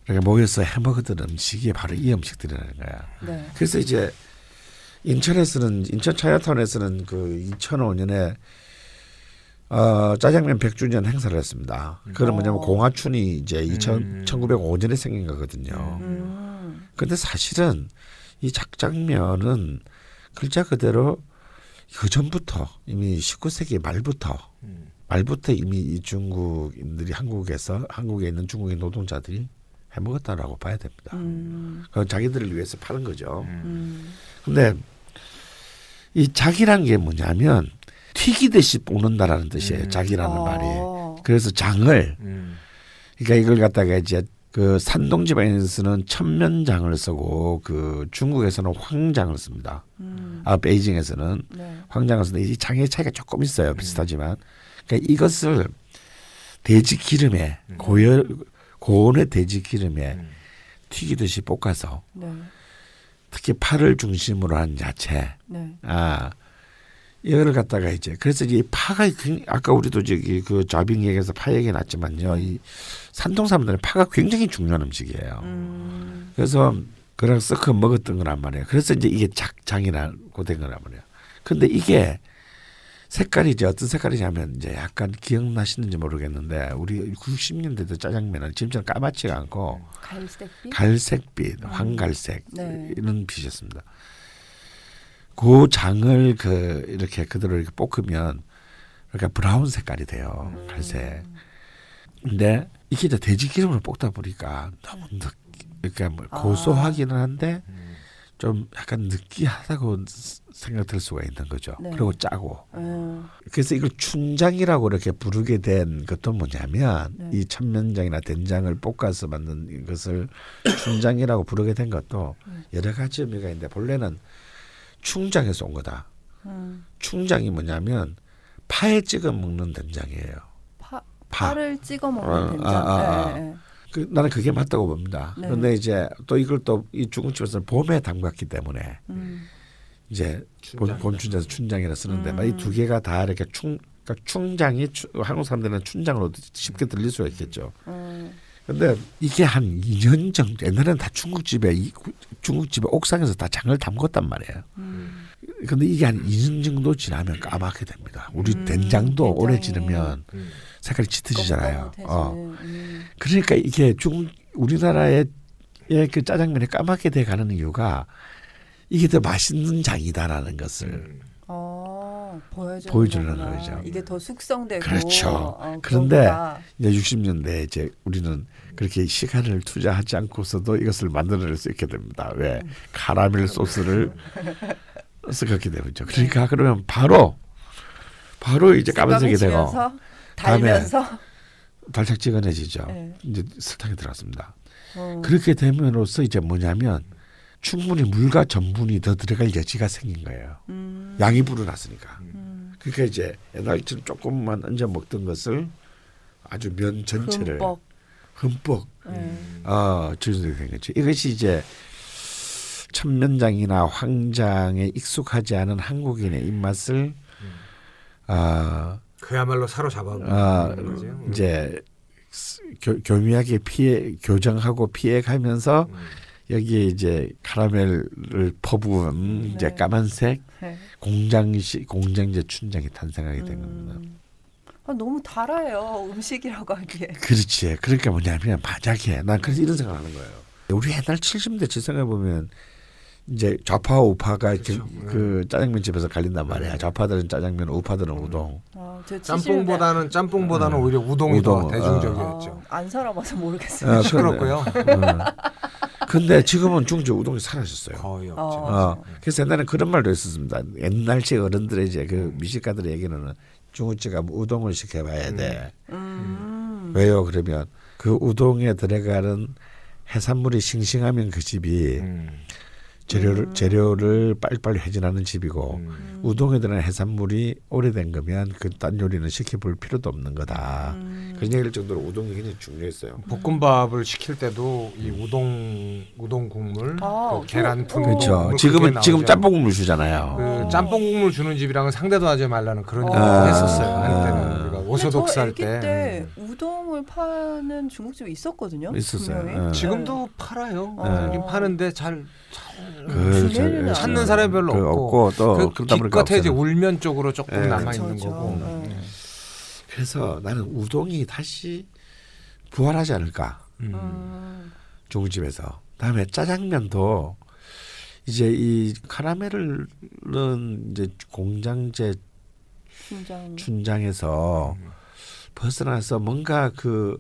이렇게 모여서 해먹었던 음식이 바로 이 음식들이라는 거야. 네. 그래서 이제 인천에서는 인천 차이나타운에서는 그 2005년에 어, 짜장면 100주년 행사를 했습니다. 그건 뭐냐면 공화춘이 이제 2000, 1905년에 생긴 거거든요. 근데 사실은 이 작장면은 글자 그대로 그 전부터 이미 19세기 말부터 말부터 이미 이 중국인들이 한국에서 한국에 있는 중국인 노동자들이 해먹었다라고 봐야 됩니다. 그 자기들을 위해서 파는 거죠. 음. 근데 이 자기란 게 뭐냐면 튀기듯이 아, 어. 음. 볶는다라는 뜻이에요. 자기라는 말이. 그래서 장을 그러니까 이걸 갖다가 이제 그 그 산동 지방에서는 천면장을 쓰고 그 중국에서는 황장을 씁니다. 아 베이징에서는 네, 황장을 쓰는데 이 장의 차이가 조금 있어요. 비슷하지만 그러니까 이것을 돼지 기름에 고열 고온의 돼지 기름에 튀기듯이 볶아서 네. 특히 파를 중심으로 한 야채. 네. 아 이거를 갖다가 이제 그래서 이 파가 굉- 아까 우리도 저기 그 자빙 얘기에서 파 얘기 났지만요. 이 산동 사람들은 파가 굉장히 중요한 음식이에요. 그래서 그랑 섞어 먹었던 거란 말이에요. 그래서 이제 이게 작장이라고 된 거란 말이에요. 근데 이게 색깔이 이제 어떤 색깔이냐면 이제 약간 기억나시는지 모르겠는데 우리 90년대도 짜장면은 지금처럼 까맣지가 않고 갈색빛? 음. 갈색빛, 황갈색 네. 이런 빛이었습니다. 그 장을 그 이렇게 그대로 이렇게 볶으면 그러니까 브라운 색깔이 돼요. 음. 갈색. 근데 이게 이제 돼지 기름으로 볶다 보니까 너무 음. 느 이렇게 뭐 아. 고소하기는 한데 좀 약간 느끼하다고 스- 생각될 수가 있는 거죠. 네. 그리고 짜고. 음. 그래서 이걸 춘장이라고 이렇게 부르게 된 것도 뭐냐면 네. 이 천면장이나 된장을 볶아서 만든 이것을 춘장이라고 부르게 된 것도 네. 여러 가지 의미가 있는데 본래는 충장에서 온 거다. 음. 충장이 뭐냐면 파에 찍어 먹는 된장이에요. 파, 파. 파를 찍어 어, 먹는 아, 된장. 아, 아. 예, 예, 예. 그, 나는 그게 맞다고 봅니다. 네. 그런데 이제 또 이걸 또 이 중국집에서 봄에 담갔기 때문에 음. 이제 본- 본춘장에서 춘장이라 쓰는데 이 두 개가 다 이렇게 충 그러니까 충장이 추- 한국 사람들은 춘장으로 쉽게 들릴 수가 있겠죠. 음. 근데 이게 한 2년 정도 옛날에는 다 중국집에 이- 중국집에 옥상에서 다 장을 담궜단 말이에요. 근데 이게 한 2년 정도 지나면 까맣게 됩니다. 우리 된장도 오래 지르면 색깔이 짙어지잖아요. 어. 음. 그러니까 이게 중 우리나라의 예, 그 짜장면이 까맣게 돼 가는 이유가 이게 더 맛있는 장이다라는 것을 음. 어, 보여주는 보여주려는 거구나. 거죠. 이게 더 숙성되고 그렇죠. 어, 그런데 그런구나. 이제 60년대 이제 우리는 그렇게 시간을 투자하지 않고서도 이것을 만들어낼 수 있게 됩니다. 왜 카라멜 소스를 쓰게 되죠. 그러니까 네. 그러면 바로 바로 이제 까만색이 되고 지면서, 다음에 달면서 달짝지근해지죠. 네. 이제 설탕이 들어갔습니다. 어. 그렇게 되면으로써 이제 뭐냐면 충분히 물과 전분이 더 들어갈 여지가 생긴 거예요. 음. 양이 불어났으니까. 그러니까 이제 옛날처럼 조금만 얹어 먹던 것을 아주 면 전체를 흠뻑. 흠뻑 음. 어, 주수되게 된 거죠. 이것이 이제 천면장이나 황장에 익숙하지 않은 한국인의 입맛을 아 그야말로 사로잡아 아, 먹는 거지. 이제 스- 교, 교묘하게 피해 교정하고 피해가면서 음. 여기에 이제 카라멜을 퍼부은 이제 까만색 네. 공장시 공장제 춘장이 탄생하게 된 겁니다. 아, 너무 달아요 음식이라고 하기에. 그렇지. 그러니까 뭐냐면 만약에 난 그래서 이런 생각을 하는 거예요. 우리 옛날 70년대 제 생각해 보면 이제 좌파 우파가 이렇게 그 짜장면 집에서 갈린단 말이야. 좌파들은 짜장면, 우파들은 우동. 아, 제 짬뽕보다는 짬뽕보다는 오히려 우동이 더 음. 우동, 대중적이었죠. 어, 안 네. 살아봐서 모르겠어요. 아, 시끄럽고요. 그런데- 음. 근데 지금은 중국 우동이 사라졌어요. 없죠. 어, 그래서 옛날에 그런 말도 있었습니다. 옛날 제 어른들의 이제 그 미식가들의 얘기는 중국집 가면 우동을 시켜봐야 돼. 음. 음. 왜요? 그러면 그 우동에 들어가는 해산물이 싱싱하면 그 집이 음. 재료를 재료를 빨리빨리 회진하는 집이고 음. 우동에 들어가는 해산물이 오래된 거면 그 딴 요리는 시켜볼 필요도 없는 거다. 그런 얘기를 정도로 우동이 굉장히 중요했어요. 볶음밥을 시킬 때도 이 우동 우동 국물, 아, 그 계란 푼 그렇죠. 국물 그게 지금은 나오죠. 지금 짬뽕 국물 주잖아요. 그 짬뽕 국물 주는 집이랑은 상대도 하지 말라는 그런 어. 얘기를 했었어요. 아. 한때는 우리가 오소독살 근데 저 때. 아기 때 우동을 파는 중국집이 있었거든요. 있었어요. 분명히. 예. 네. 지금도 팔아요. 어. 네. 예. 여긴 파는데 잘, 잘 그, 저, 예. 찾는 사람이 별로 그 없고, 없고 또 그 그러다 보니까 기껏해 이제 없어요. 울면 쪽으로 조금 예. 남아 있는 그렇죠, 거고. 그렇죠. 네. 예. 그래서 나는 우동이 다시 부활하지 않을까 음. 음. 중국집에서 다음에 짜장면도 이제 이 카라멜은 이제 공장제 춘장. 춘장에서 벗어나서 뭔가 그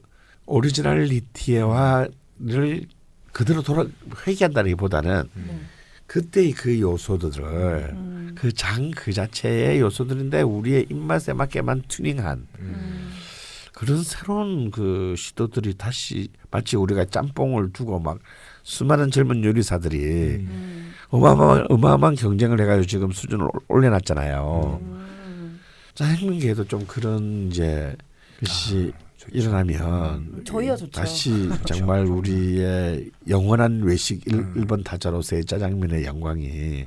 오리지널리티와를 그대로 돌아 회귀한다기보다는 그때의 그 요소들을 그 장 그 자체의 요소들인데 우리의 입맛에 맞게만 튜닝한 그런 새로운 그 시도들이 다시 마치 우리가 짬뽕을 두고 막 수많은 젊은 요리사들이 음. 어마어마한, 어마어마한 경쟁을 해가지고 지금 수준을 올- 올려놨잖아요. 음. 자 행문계에도 좀 그런 이제 것이 일어나면 저희야 좋죠. 그렇죠. 다시 정말 우리의 영원한 외식 일, 일본 타자로서의 짜장면의 영광이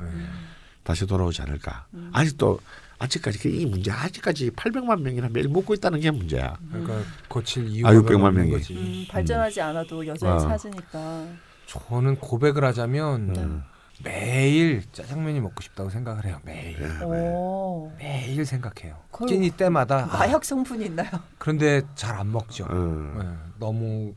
다시 돌아오지 않을까. 음. 아직도 아직까지 그이 문제 아직까지 800만 명이나 매일 먹고 있다는 게 문제야. 그러니까 고칠 이유가 아 600만 없는 명이. 거지. 음, 발전하지 않아도 여전히 아. 찾으니까. 저는 고백을 하자면 네. 매일 짜장면이 먹고 싶다고 생각을 해요. 매일. 네. 네, 오. 매일 생각해요. 그걸 끼니 때마다. 아, 마약 성분이 있나요? 그런데 잘 안 먹죠. 음. 예, 너무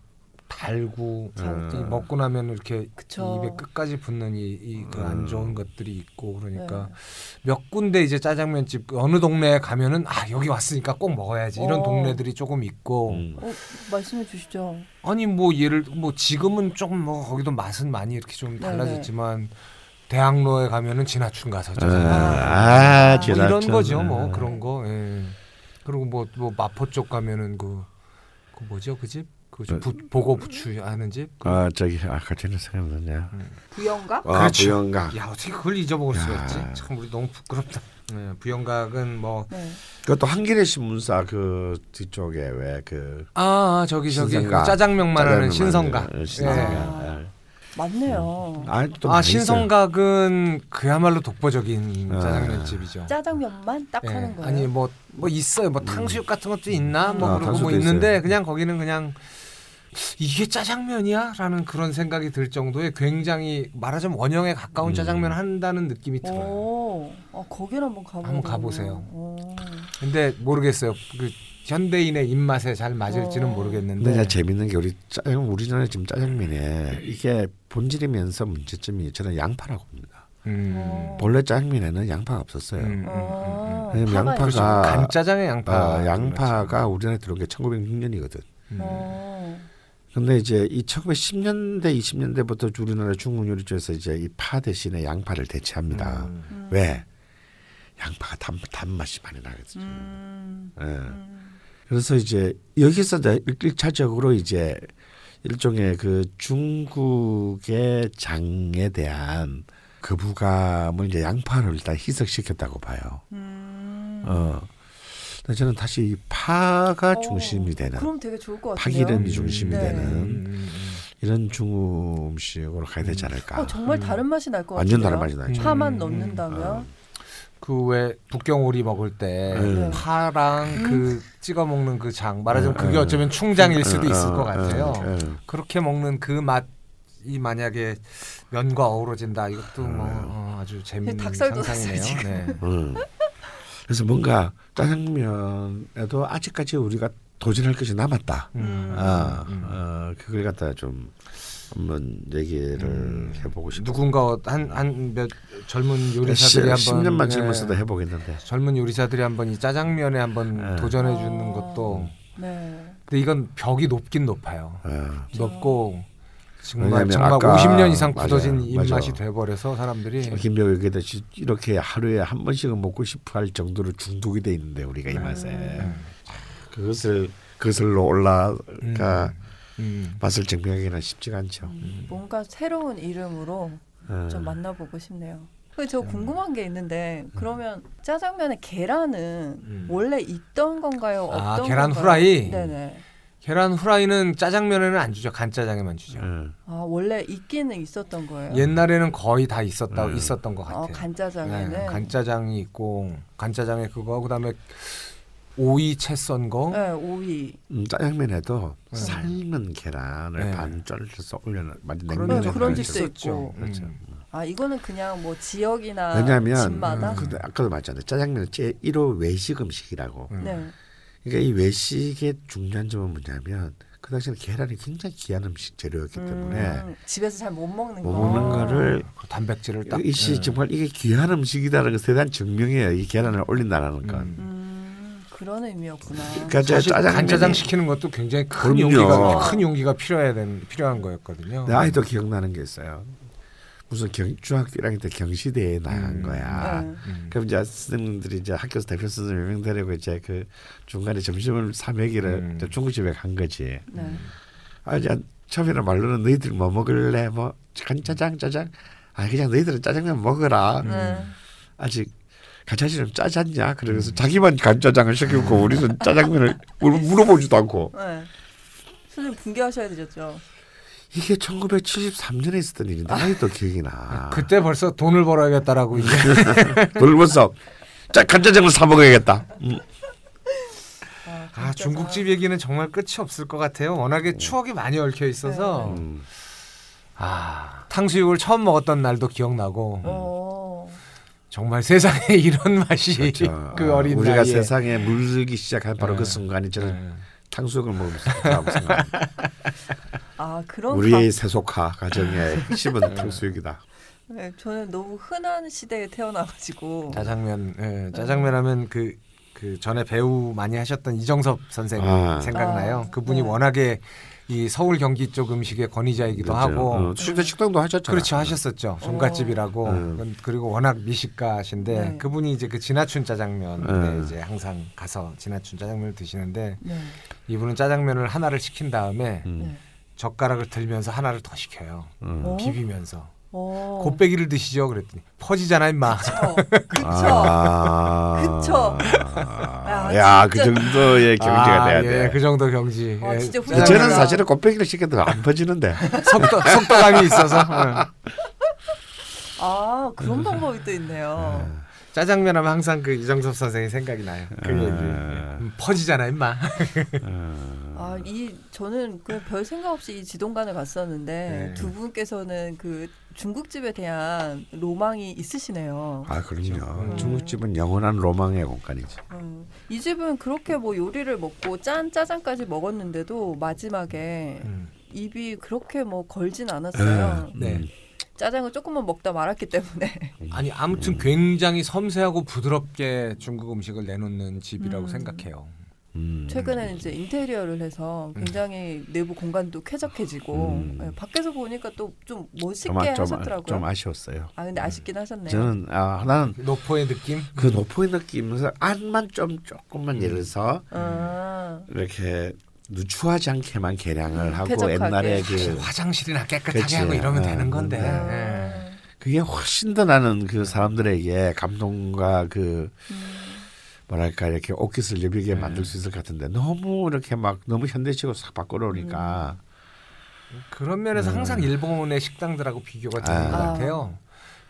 달고 음. 이 먹고 나면 이렇게 그쵸. 입에 끝까지 붙는 이그안 좋은 것들이 있고 그러니까 네. 몇 군데 이제 짜장면집 어느 동네에 가면은 아 여기 왔으니까 꼭 먹어야지 이런 어. 동네들이 조금 있고 어, 말씀해 주시죠. 아니 뭐 예를 뭐 지금은 조금 뭐 거기도 맛은 많이 이렇게 좀 네네. 달라졌지만 대학로에 가면은 진화춘 가서 짜장면. 아, 뭐 이런 진화춘. 거죠 아. 뭐 그런 거 예. 그리고 뭐 뭐 마포 쪽 가면은 그, 그 뭐죠 그집그 부 보고 부추 하는 집 아 저기 아 갑자기 생각이 나냐. 부영가? 아, 그렇죠. 부영각. 야 어떻게 그걸 잊어먹을 수가 야. 있지 참 우리 너무 부끄럽다 예, 부영각은 뭐 네. 그것도 한겨레 신문사 그 뒤쪽에 왜 그 아, 아, 저기, 저기, 그 짜장면만 하는 신성가. 신성가. 예. 음. 맞네요. 아, 또 아 많이 신성각은 그야말로 독보적인 아. 짜장면집이죠. 짜장면만 딱 네. 하는 거예요. 아니 뭐 뭐 있어요. 뭐 탕수육 같은 것도 있나? 뭐 음. 아, 그런 거뭐 탕수육도 있는데 있어요. 그냥 거기는 그냥 이게 짜장면이야라는 그런 생각이 들 정도의 굉장히 말하자면 원형에 가까운 음. 짜장면 한다는 느낌이 들어요. 오, 아, 거기를 한번 가보. 한번 가보세요. 음, 근데 모르겠어요. 그 현대인의 입맛에 잘 어. 맞을지는 근데 모르겠는데. 이제 재밌는 게 우리 짜장 우리나라 지금 짜장면에 이게 본질이면서 문제점이 저는 양파라고 봅니다. 어. 음. 본래 짜장면에는 양파가 없었어요. 아, 왜냐면 파가 양파가 있죠. 간짜장에 양파. 아, 양파가 우리나라에 들어온 게 1906년이거든. 그렇죠. 어. 근데 이제 이 1910년대 20년대부터 우리나라 중국 요리 쪽에서 이제 이 파 대신에 양파를 대체합니다. 음. 왜? 양파가 단 단맛이 많이 나거든요. 음. 예. 그래서 이제 여기서 이제 일- 일차적으로 이제 일종의 그 중국의 장에 대한 그 거부감을 이제 양파를 일단 희석시켰다고 봐요. 음. 어. 근데 저는 다시 이 파가 중심이 되는 어, 그럼 되게 좋을 것 같아요. 파기름이 중심이 네. 되는 이런 중국 음식으로 가야 되지 않을까. 어, 정말 다른 맛이 날 것 음. 같아요. 완전 다른 맛이 나죠. 음, 아. 파만 넣는다면 그 왜 북경오리 먹을 때 네. 파랑 음. 그 찍어 먹는 그 장 말하자면 그게 음. 어쩌면 충장일 수도 음, 있을 음, 것 같아요. 음, 음. 그렇게 먹는 그 맛이 만약에 면과 어우러진다 이것도 네. 뭐 어, 아주 재밌는 네, 닭살도 났어요, 상상이네요. 네. 음. 그래서 뭔가 짜장면에도 아직까지 우리가 도전할 것이 남았다. 음. 음. 아, 어, 그걸 갖다 좀 한번 얘기를 해보고 싶. 음. 누군가 어, 한 한 몇 젊은 요리사들이 요 한번 10년만 네. 젊었어도 해보겠는데. 네. 젊은 요리사들이 한번 이 짜장면에 한번 도전해 주는 것도 네. 근데 이건 벽이 높긴 높아요. 아. 높고 정말 왜냐면 정말 아까- 50년 이상 굳어진 맞아요, 그러니까 입맛이 맞아요. 돼버려서 사람들이 음, 김병 얘기했듯이 이렇게 하루에 한 번씩은 먹고 싶어할 정도로 중독이 돼 있는데 우리가 이 맛에 음. 그것을 그것을로 올라가 음. 맛을 증명하기는 쉽지가 않죠. 뭔가 새로운 이름으로 음. 음. 좀 만나보고 싶네요. 근데 저 궁금한 게 있는데 음. 그러면 짜장면에 계란은 원래 있던 건가요? 없던 음. 아, 계란 건가요? 후라이? 네네. 계란 후라이는 짜장면에는 안 주죠. 간짜장에만 주죠. 어. 아 원래 있기는 있었던 거예요. 옛날에는 거의 다 있었다 음. 있었던 것 같아요. 어, 간짜장에는 네, 간짜장이 있고 간짜장에 그거 그다음에 오이 채썬 거. 네, 오이. 음, 짜장면에도 네. 삶은 계란을 네. 반 썰어서 올려놓은 그런 냉면에 네, 그런 그렇죠. 집도 있고. 그렇죠. 아 이거는 그냥 뭐 지역이나 왜냐하면 그 집마다. 근데 아까도 말했잖아요. 짜장면은 제 1호 외식 음식이라고. 네. 그러니까 이 외식의 중요한 점은 뭐냐면 그 당시에는 계란이 굉장히 귀한 음식 재료였기 그 때문에 음, 집에서 잘 못 먹는 거. 못 먹는 거를 그 단백질을 딱 이씨 정말 이게 귀한 음식이라는 것에 대한 증명이에요. 이 계란을 올린다라는 건. 음. 그런 의미였구나. 그러니까 제가 음. 사실 짜장면이- 간짜장 시키는 것도 굉장히 큰 그럼요. 어. 네, 용기가 큰 용기가 필요해야 된 필요한 거였거든요. 내 아이도 기억나는 게 있어요. 무슨 경, 중학교 1학년 때 경시대회에 나간 거야. 음. 그럼 이제 선생님들이 이제 학교에서 대표 선생님 몇명 데리고 이제 그 중간에 점심을 사먹이를 이제 중국집에 간 거지. 네. 아 이제 처음에는 말로는 너희들 뭐 먹을래 뭐 간, 짜장 짜장 아 그냥 너희들은 짜장면 먹어라. 네. 아직 가차씨는 짜장냐 그러면서 자기만 간짜장을 시키고 우리는 짜장면을 물- 물어보지도 않고 네. 선생님 붕괴하셔야 되셨죠. 이게 1973년에 있었던 일인데 아직도 아, 기억이 나. 그때 벌써 돈을 벌어야겠다라고 이제 돌면서 자 간짜장을 사 먹어야겠다. 음. 아 중국집 얘기는 정말 끝이 없을 것 같아요. 워낙에 네. 추억이 많이 얽혀 있어서 음. 아 탕수육을 처음 먹었던 날도 기억나고 음. 어. 정말 세상에 이런 맛이 그렇죠. 그 아, 어린 우리가 나이에 네. 세상에 물들기 시작한 바로 그 순간이 저는 탕수육을 먹으면서 좋다고 생각합니다. 아 그런 우리의 가- 세속화 가정의 핵심은 탕수육이다. 네, 저는 너무 흔한 시대에 태어나가지고 아. 짜장면 예, 짜장면 하면 그, 그 전에 배우 많이 하셨던 이정섭 선생님 아. 생각나요. 아, 그분이 워낙에 이 서울 경기 쪽 음식의 권위자이기도 맞아요. 하고 어, 식당- 식당도 하셨잖아요. 네. 어. 그렇죠 하셨었죠. 종갓집이라고 그건- 그리고 워낙 미식가신데 네. 그분이 이제 그 지나춘 짜장면 네. 이제 항상 가서 지나춘 짜장면을 드시는데 네. 이분은 짜장면을 하나를 시킨 다음에 음. 젓가락을 들면서 하나를 더 시켜요. 음. 비비면서. 어. 곱빼기를 드시죠 그랬더니 퍼지잖아 임마. 그렇죠. 그쵸. 아. 그쵸. 아, 야, 그 정도의 경지가 돼야 예, 돼. 그 정도 경지. 예, 짜장면. 저는 사실은 곱빼기를 시켜도 안 퍼지는데. 속도- 속도감이 있어서. 응. 아 그런 방법이 또 있네요. 짜장면 하면 항상 그 이정섭 선생이 생각이 나요. 그 음. 얘기. 음, 퍼지잖아 임마. 아 이 저는 그냥 별 생각 없이 이 지동관을 갔었는데 네. 두 분께서는 그 중국집에 대한 로망이 있으시네요. 아, 그럼요. 음. 중국집은 영원한 로망의 공간이지. 음, 이 집은 그렇게 뭐 요리를 먹고 짠 짜장까지 먹었는데도 마지막에 네. 음. 입이 그렇게 뭐 걸진 않았어요. 네. 음. 짜장을 조금만 먹다 말았기 때문에. 아니 음. 아무튼 굉장히 섬세하고 부드럽게 중국 음식을 내놓는 집이라고 생각해요. 음. 최근에는 이제 인테리어를 해서 굉장히 내부 공간도 쾌적해지고 예, 밖에서 보니까 또 좀 멋있게 음. 좀, 아- 좀, 아- 하셨더라고요. 좀 아쉬웠어요. 아 근데 아쉽긴 하셨네요. 저는 아, 나는 노포의 느낌? 그 노포의 느낌에서 안만 좀 조금만 음. 예를 들어서 아, 이렇게 누추하지 않게만 계량을 하고 음, 쾌적하게. 음. 옛날에 그 사실 화장실이나 깨끗하게 그치. 하고 이러면 아, 되는 건데. 예. 네. 그게 훨씬 더 나는 그 사람들에게 감동과 그 음. 뭐랄까 이렇게 옷깃을 네. 예비하게 만들 수 있을 것 같은데 너무 이렇게 막 너무 현대식으로 싹 바꿔놓으니까 음. 그런 면에서 음. 항상 일본의 식당들하고 비교가 되는 아. 것 아. 같아요.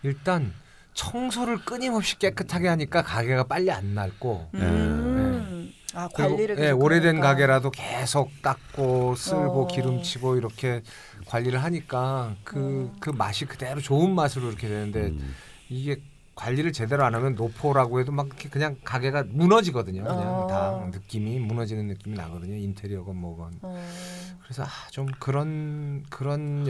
일단 청소를 끊임없이 깨끗하게 하니까 가게가 빨리 안 낡고 음. 아 그리고, 관리를 예, 계속 오래된 하니까. 가게라도 계속 닦고 쓸고 어. 기름치고 이렇게 관리를 하니까 그 그 어. 맛이 그대로 좋은 맛으로 이렇게 되는데 이게 관리를 제대로 안 하면 노포라고 해도 막 이렇게 그냥 가게가 무너지거든요. 그냥 어. 다 느낌이 무너지는 느낌이 나거든요. 인테리어건 뭐건. 그래서 아, 좀 그런 그런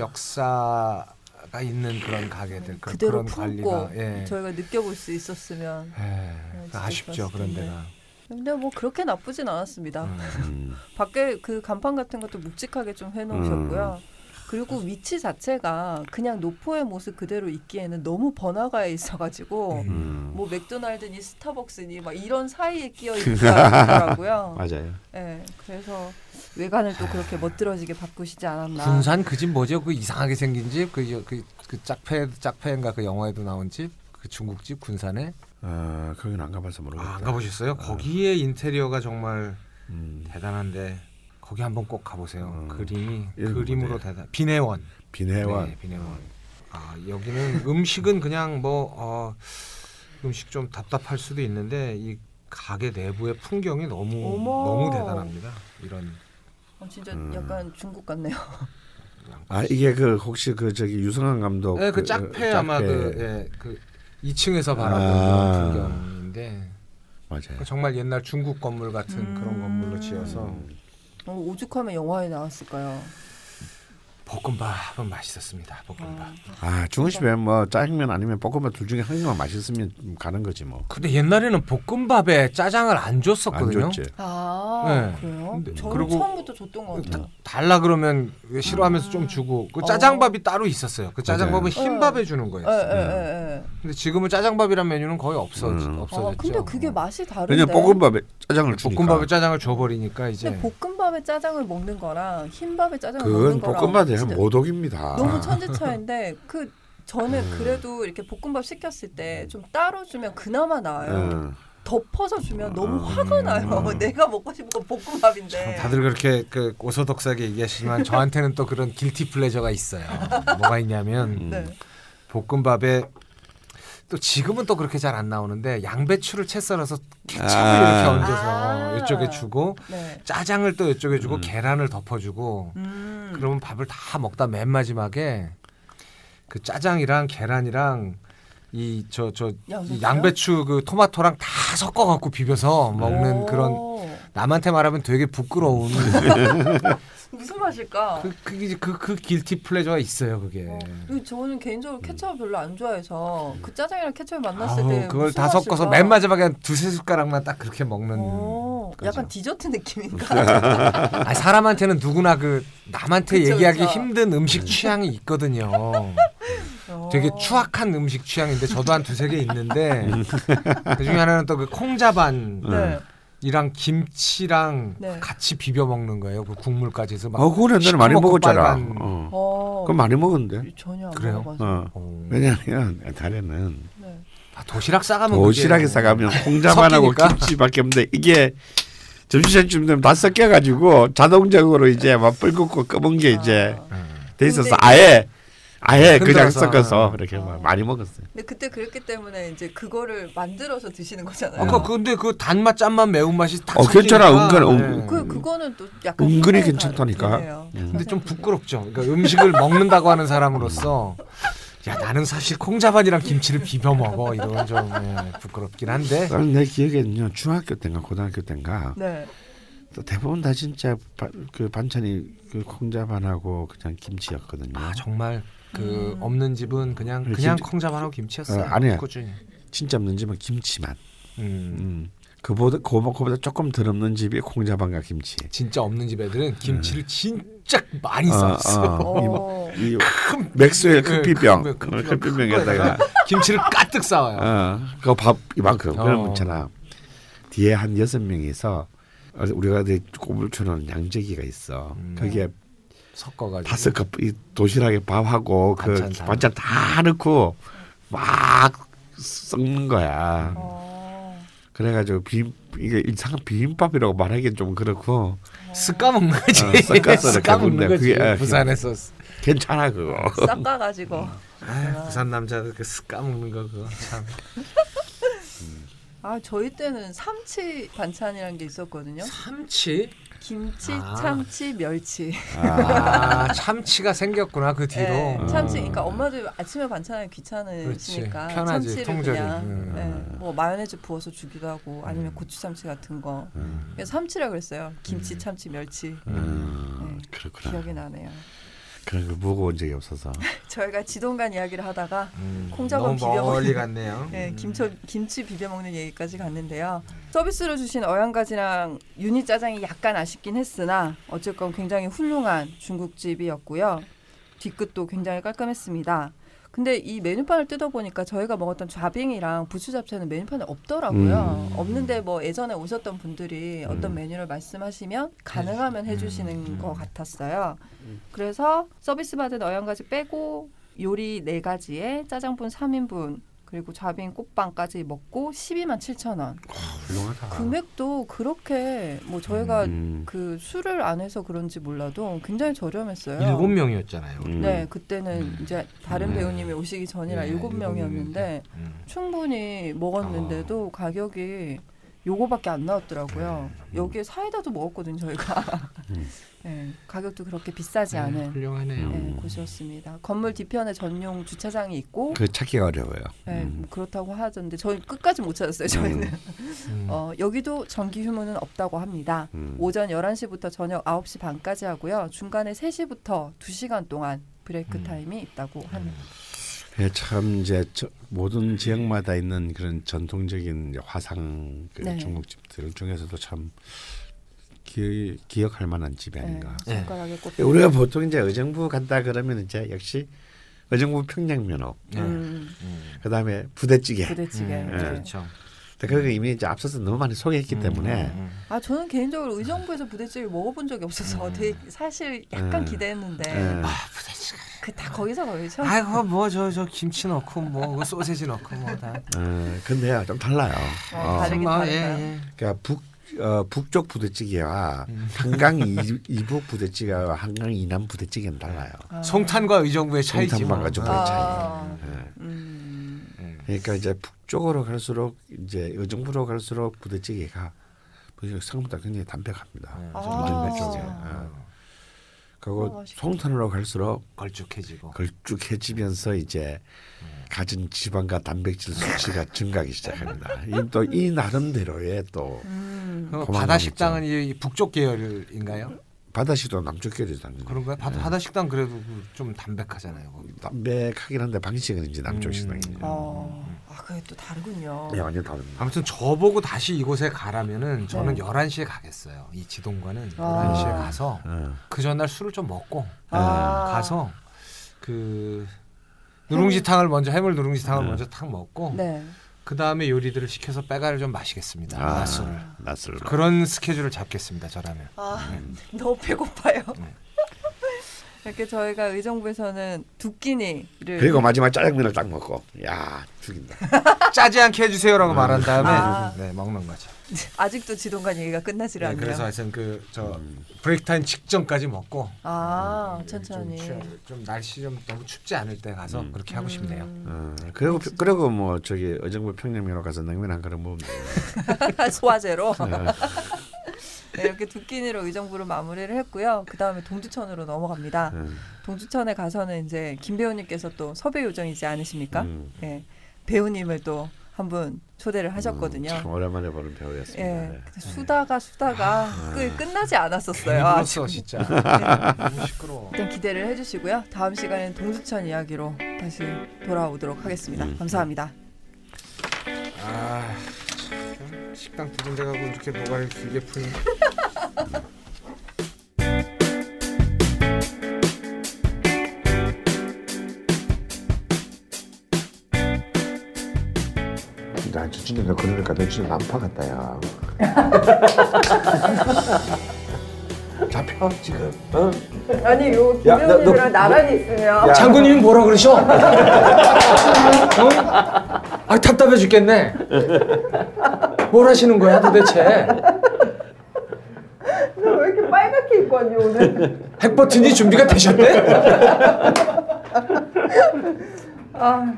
역사가 있는 그런 가게들 그, 그대로 그런 품고 관리가 예. 저희가 느껴볼 수 있었으면 예, 진짜 아쉽죠 좋았을 그런 텐데. 데가. 근데 뭐 그렇게 나쁘진 않았습니다. 음. 밖에 그 간판 같은 것도 묵직하게 좀 해놓으셨고요. 음. 그리고 위치 자체가 그냥 노포의 모습 그대로 있기에는 너무 번화가에 있어가지고 음. 뭐 맥도날드니 스타벅스니 막 이런 사이에 끼어 있더라고요. 맞아요. 예, 그래서 외관을 또 아. 그렇게 멋들어지게 바꾸시지 않았나. 군산 그 집 뭐죠? 그 이상하게 생긴 집, 그, 그, 그 짝패 짝패인가 그 영화에도 나온 집, 그 중국집 군산에. 아 거기는 안 가봐서 모르겠다. 안 가보셨어요? 거기에 인테리어가 정말 음. 대단한데 거기 한번 꼭 가보세요. 그림이 이름이 그림으로 대단. 비내원. 네. 비내원. 네, 비내원. 아 여기는 음식은 그냥 뭐 어, 음식 좀 답답할 수도 있는데 이 가게 내부의 풍경이 너무 어머. 너무 대단합니다. 이런 어, 진짜 음. 약간 중국 같네요. 아 이게 그 혹시 그 저기 유성한 감독 네, 그 짝패 아마 그, 예, 그 2층에서 바라보는 아. 네. 풍경인데 맞아요. 그 정말 옛날 중국 건물 음. 음. 같은 그런 건물로 지어서 어, 오죽하면 영화에 나왔을까요? 볶음밥은 맛있었습니다. 볶음밥. 아 중식집에 뭐 짜장면 아니면 볶음밥 둘 중에 한 개만 맛있으면 가는 거지 뭐. 근데 옛날에는 볶음밥에 짜장을 안 줬었거든요. 안 줬지. 아 네. 그래요? 근데 저는 그리고 처음부터 줬던 것 같아요. 달라 그러면 왜 싫어하면서 좀 주고 그 짜장밥이 따로 있었어요. 그 짜장밥은 네. 흰밥에 주는 거였어요. 예, 예, 예. 근데 지금은 짜장밥이란 메뉴는 거의 없어 아, 없어졌죠. 근데 그게 맛이 다른데. 왜냐 볶음밥에 짜장을 주니까. 볶음밥에 짜장을 줘버리니까 이제 근데 볶음밥에 짜장을 먹는 거랑 흰밥에 짜장을 그건 먹는 거랑 볶음밥에 진짜 모독입니다. 어. 너무 천지차인데 그 저는 그래도 이렇게 볶음밥 시켰을 때 좀 따로 주면 그나마 나아요. 네. 음. 덮어서 주면 너무 화가 나요. 내가 먹고 싶은 건 볶음밥인데. 어, 다들 그렇게 그 오소독하게 얘기하시지만 저한테는 또 그런 길티 플레저가 있어요. 뭐가 있냐면 네. 볶음밥에 또 지금은 또 그렇게 잘 안 나오는데 양배추를 채 썰어서 케첩을 아. 이렇게 얹어서 이쪽에 주고 네. 짜장을 또 이쪽에 주고 계란을 덮어주고 음. 음. 그러면 밥을 다 먹다 맨 마지막에 그 짜장이랑 계란이랑 이 저 저 양배추요? 양배추 그 토마토랑 다 섞어 갖고 비벼서 먹는 그런 남한테 말하면 되게 부끄러운 무슨 맛일까? 그 그게 이제 그, 그 길티 플레저가 있어요 그게 그리고 저는 개인적으로 케첩을 별로 안 좋아해서 그 짜장이랑 케첩을 만났을 음. 아우, 때 그걸 무슨 다 섞어서 맛일까? 맨 마지막에 한 두세 숟가락만 딱 그렇게 먹는 어, 약간 디저트 느낌인가? 아 사람한테는 누구나 그 남한테 그쵸, 얘기하기 그쵸. 네. 힘든 음식 취향이 있거든요. 어. 되게 추악한 음식 취향인데 저도 한 두세 개 있는데 그중에 하나는 또 그 콩자반 음. 네. 이랑 김치랑 네. 같이 비벼 먹는 거예요. 그 국물까지 해서 막 어, 그건 옛날에 많이 시커멓고 먹었잖아. 빨간 음. 어. 어. 그건 많이 먹었는데. 전혀 안 그래요? 먹어서. 네. 어. 왜냐하면 옛날에는 아, 도시락 싸가면 도시락에 싸가면 콩자반하고 섞이니까. 김치밖에 없는데 이게 점심시간쯤 되면 다 섞여가지고 자동적으로 이제 막 붉고 검은 게 이제 아. 돼 있어서 아예 아예 그냥 네, 흔들어서. 섞어서 그렇게 막 많이 먹었어요. 근데 그때 그랬기 때문에 이제 그거를 만들어서 드시는 거잖아요. 아까 근데 그 단맛 짠맛 매운맛이 다 음. 어, 괜찮아. 섞이니까. 은근, 음. 네. 은- 그 그거는 또 약간 은근히 희망이 괜찮다니까. 가네요. 음. 근데 좀 부끄럽죠. 그러니까 음식을 먹는다고 하는 사람으로서 야 나는 사실 콩자반이랑 김치를 비벼 먹어 이런 좀 예, 부끄럽긴 한데 아, 내 기억에는요 중학교 때인가 고등학교 때인가 네. 또 대부분 다 진짜 바- 그 반찬이 그 콩자반하고 그냥 김치였거든요. 아 정말 음. 그 없는 집은 그냥 김치- 그냥 콩자반하고 김치였어요. 어, 아니야. 꾸준히. 진짜 없는 집은 김치만. 음. 음. 그보다 그보- 그보다 조금 덜 없는 집이 콩자반과 김치. 진짜 없는 집 애들은 김치를 진짜 많이 음. 어, 그 쌌어. 네, 그 어. 이- 이 맥스웰 커피병, 커피병에다가 김치를 가득 싸와요. 어, 그밥 이만큼 어. 그러면 있잖아. 뒤에 한 여섯 명이서 어, 우리가 이제 꼽을 주는 양재기가 있어. 거기에 섞어가지고 다섯 컵 이 도시락에 밥하고 그 반찬 다. 반찬 다 넣고 막 썩는 거야. 어. 그래가지고 비빔 이게 일상 비빔밥이라고 말하기엔 좀 그렇고 쓱까 먹는 거지. 어, 섞어서 이렇게 쓱까 먹는 먹는데 거지. 그게, 아, 부산에서 괜찮아 그거. 싹가 가지고. 아, 부산 남자들 그 쓱까 먹는 거 그거 참. 아 저희 때는 삼치 반찬이라는 게 있었거든요. 삼치? 김치, 아. 참치, 멸치. 아 참치가 생겼구나 그 뒤로. 네, 참치. 그러니까 엄마들 아침에 반찬이 귀찮으시니까 그렇지. 편하지. 참치를 통조림. 그냥 음. 네, 뭐 마요네즈 부어서 주기도 하고 아니면 고추 참치 같은 거. 음. 그래서 삼치라 그랬어요. 김치, 참치, 멸치. 음, 네, 그렇구나. 기억이 나네요. 그런 걸 보고 온 적이 없어서. 저희가 지동간 이야기를 하다가 음, 콩자반 너무 비벼 먹는 멀리 갔네요. 네, 김치 김치 비벼 먹는 얘기까지 갔는데요. 서비스로 주신 어양가지랑 유니 짜장이 약간 아쉽긴 했으나 어쨌건 굉장히 훌륭한 중국집이었고요. 뒤끝도 굉장히 깔끔했습니다. 근데 이 메뉴판을 뜯어보니까 저희가 먹었던 좌빙이랑 부추 잡채는 메뉴판에 없더라고요. 없는데 뭐 예전에 오셨던 분들이 어떤 메뉴를 말씀하시면 네. 가능하면 해주시는 음, 것 같았어요. 그래서 서비스 받은 어양가지 빼고 요리 네가지에 짜장분 3인분 그리고 좌빙 꽃빵까지 먹고 12만 7천 원. 훌륭하다. 아. 금액도 그렇게 뭐 저희가 음. 그 술을 안 해서 그런지 몰라도 굉장히 저렴했어요. 일곱 명이었잖아요. 음. 네, 그때는 이제 다른 음. 배우님이 오시기 전이라 네, 일곱 일곱 명이었는데 충분히 먹었는데도 가격이 요거밖에 안 나왔더라고요. 여기에 사이다도 먹었거든요 저희가. 네, 가격도 그렇게 비싸지 네, 않은 훌륭하네요. 네, 곳이었습니다. 건물 뒤편에 전용 주차장이 있고 그 찾기가 어려워요. 네, 뭐 그렇다고 하던데 저희 끝까지 못 찾았어요. 저희는 음. 어, 여기도 전기 휴무는 없다고 합니다. 음. 오전 11시부터 저녁 9시 반까지 하고요. 중간에 3시부터 2시간 동안 브레이크 타임이 있다고 합니다. 예, 참 이제 저- 모든 지역마다 있는 그런 전통적인 이제 화상 그 네. 중국집들 중에서도 참 기, 기억할 만한 집이 아닌가. 네, 손가락에 꼽히는- 예, 우리가 보통 이제 의정부 간다 그러면 이제 역시 의정부 평양면옥, 네. 음. 그다음에 부대찌개, 부대찌개, 음, 예. 그렇죠. 음. 근데 그거 이미 이제 앞서서 너무 많이 음. 소개했기 때문에 아 저는 개인적으로 의정부에서 부대찌개 먹어본 적이 없어서 되게 사실 약간 음. 기대했는데 예, 음. 아, 그다 거기서 거기서 아이고 뭐 저 저 김치 넣고 뭐 그 소세지 넣고 뭐다 어, 근데요 좀 달라요. 어, 다르긴 정말, 다르다. 예, 예. 그러니까 북 어, 북쪽 부대찌개와 한강 이, 이북 부대찌개와 한강 이남 부대찌개는 달라요. 아. 송탄과 의정부의 차이지 뭐. 송탄과 의정부의 차이. 아. 네. 예. 음. 그러니까 이제 북쪽으로 갈수록 이제 의정부로 갈수록 부대찌개가 보시면 생각보다 굉장히 담백합니다. 아. 부대찌개. 어. 그리고 어, 맛있겠다. 송탄으로 갈수록 걸쭉해지고 그 걸쭉해지면서 이제 가진 지방과 단백질 수치가 증가하기 시작합니다. 또 이 나름대로의 또 음. 고마운 바다 거죠. 식당은 이 이 북쪽 계열인가요? 바다시도 남쪽 계열이 당연히 그런가요? 바, 네. 바다 식당 그래도 그좀 담백하잖아요. 거기. 담백하긴 한데 방식은 이제 남쪽 음. 식당이죠. 어. 아 그게 또 다르군요. 네, 완전 다릅니다. 아무튼 저보고 다시 이곳에 가라면은 저는 네. 11시에 가겠어요. 이 지동관은 아. 11시에 가서 네. 그 전날 술을 좀 먹고 네. 아. 음. 가서 그 누룽지탕을 먼저 해물 누룽지탕을 먼저 탁 먹고 네. 그 다음에 요리들을 시켜서 빼가를 좀 마시겠습니다. 아, 낮술을. 낮술로. 그런 스케줄을 잡겠습니다. 저라면. 네. 아 음. 너무 배고파요. 이렇게 저희가 의정부에서는 두 끼니를 그리고 마지막 짜장면을 딱 먹고 야 죽인다. 짜지 않게 해주세요라고 말한 다음에 아. 네, 먹는 거죠. 아직도 지동관 얘기가 끝나지를 네, 않네요. 그래서 하여튼 그 저 브레이크 타임 직전까지 먹고 아 천천히. 음, 좀, 추- 좀 날씨 좀 너무 춥지 않을 때 가서 그렇게 하고 싶네요. 음. 어, 그리고 그리고 뭐 저기 의정부 평양면으로 가서 냉면 한 그릇 먹으면 돼요. 소화제로. 네. 네, 이렇게 두 끼니로 의정부로 마무리를 했고요. 그 다음에 동두천으로 넘어갑니다. 네. 동두천에 가서는 이제 김 배우님께서 또 섭외 요정이지 않으십니까? 음. 예, 배우님을 또 한 분 초대를 하셨거든요. 음, 참 오랜만에 보는 배우였습니다. 네. 아, 예, 근데 수다가 수다가 그 끝나지 않았었어요. 괜히 아주. 네. 불렀어, 진짜. 너무 시끄러워. 일단 기대를 해주시고요. 다음 시간엔 동두천 이야기로 다시 돌아오도록 하겠습니다. 음. 감사합니다. 아, 참, 식당 두 군데 가고 이렇게 모발 길게 푸니. 나 진짜 너 그러니까 너 진짜 난파 같다야. 잡혀 지금. 어? 아니 요 야, 나- 너- 김정은이랑 나란히 있으면 야. 장군님 뭐라 그러셔? 어? 아 답답해 죽겠네. 뭘 하시는 거야 도대체? 너 왜 이렇게 빨갛게 입고 왔니 오늘? 핵 버튼이 준비가 되셨대? 아.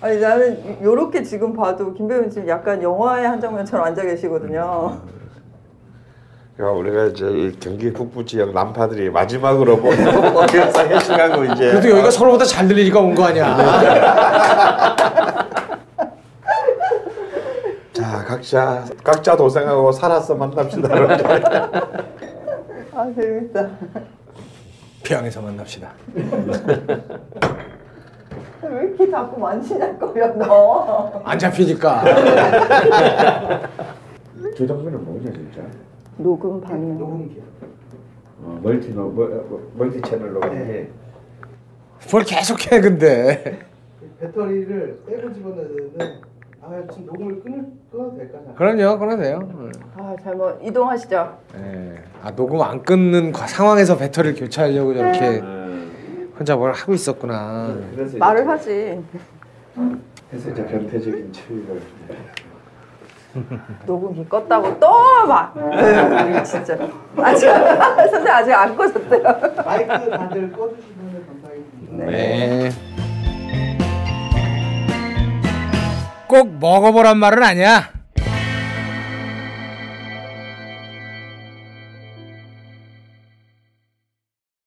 아니 나는 요렇게 지금 봐도 김배우님 지금 약간 영화의 한 장면처럼 앉아 계시거든요. 음. 그러니까 우리가 이제 이 경기 북부 지역 난파들이 마지막으로 보는 역사 회식하고 이제 어? 그래도 여기가 서로보다 잘 들리니까 온 거 아니야? 자 각자 각자 도생하고 살아서 만납시다. 아 재밌다. 평양에서 만납시다. 왜 이렇게 자꾸 만지작거려 너? 안 잡히니까. 저 장면은 뭐냐 진짜. 녹음 방향. 어, 멀티 노 멀- 멀- 멀티 채널로 해. 뭘 계속해 근데. 배터리를 빼고 집어넣어야 되는데 아 지금 녹음을 끊을 끊어도 될까요? 그럼요, 그러세요. 아 잘못 이동하시죠. 예. 아 녹음 안 끊는 과- 상황에서 배터리를 교체하려고 저렇게 혼자 뭘 하고 있었구나. 그래서 말을 하지. 그래서 이제 변태적인 추위를. 녹음기 껐다고 또 막. 네. 에휴, 진짜. 아직 선생 아직 안 꺼졌대요. 마이크 다들 꺼주시면 감사하겠습니다. 네. 꼭 먹어보란 말은 아니야.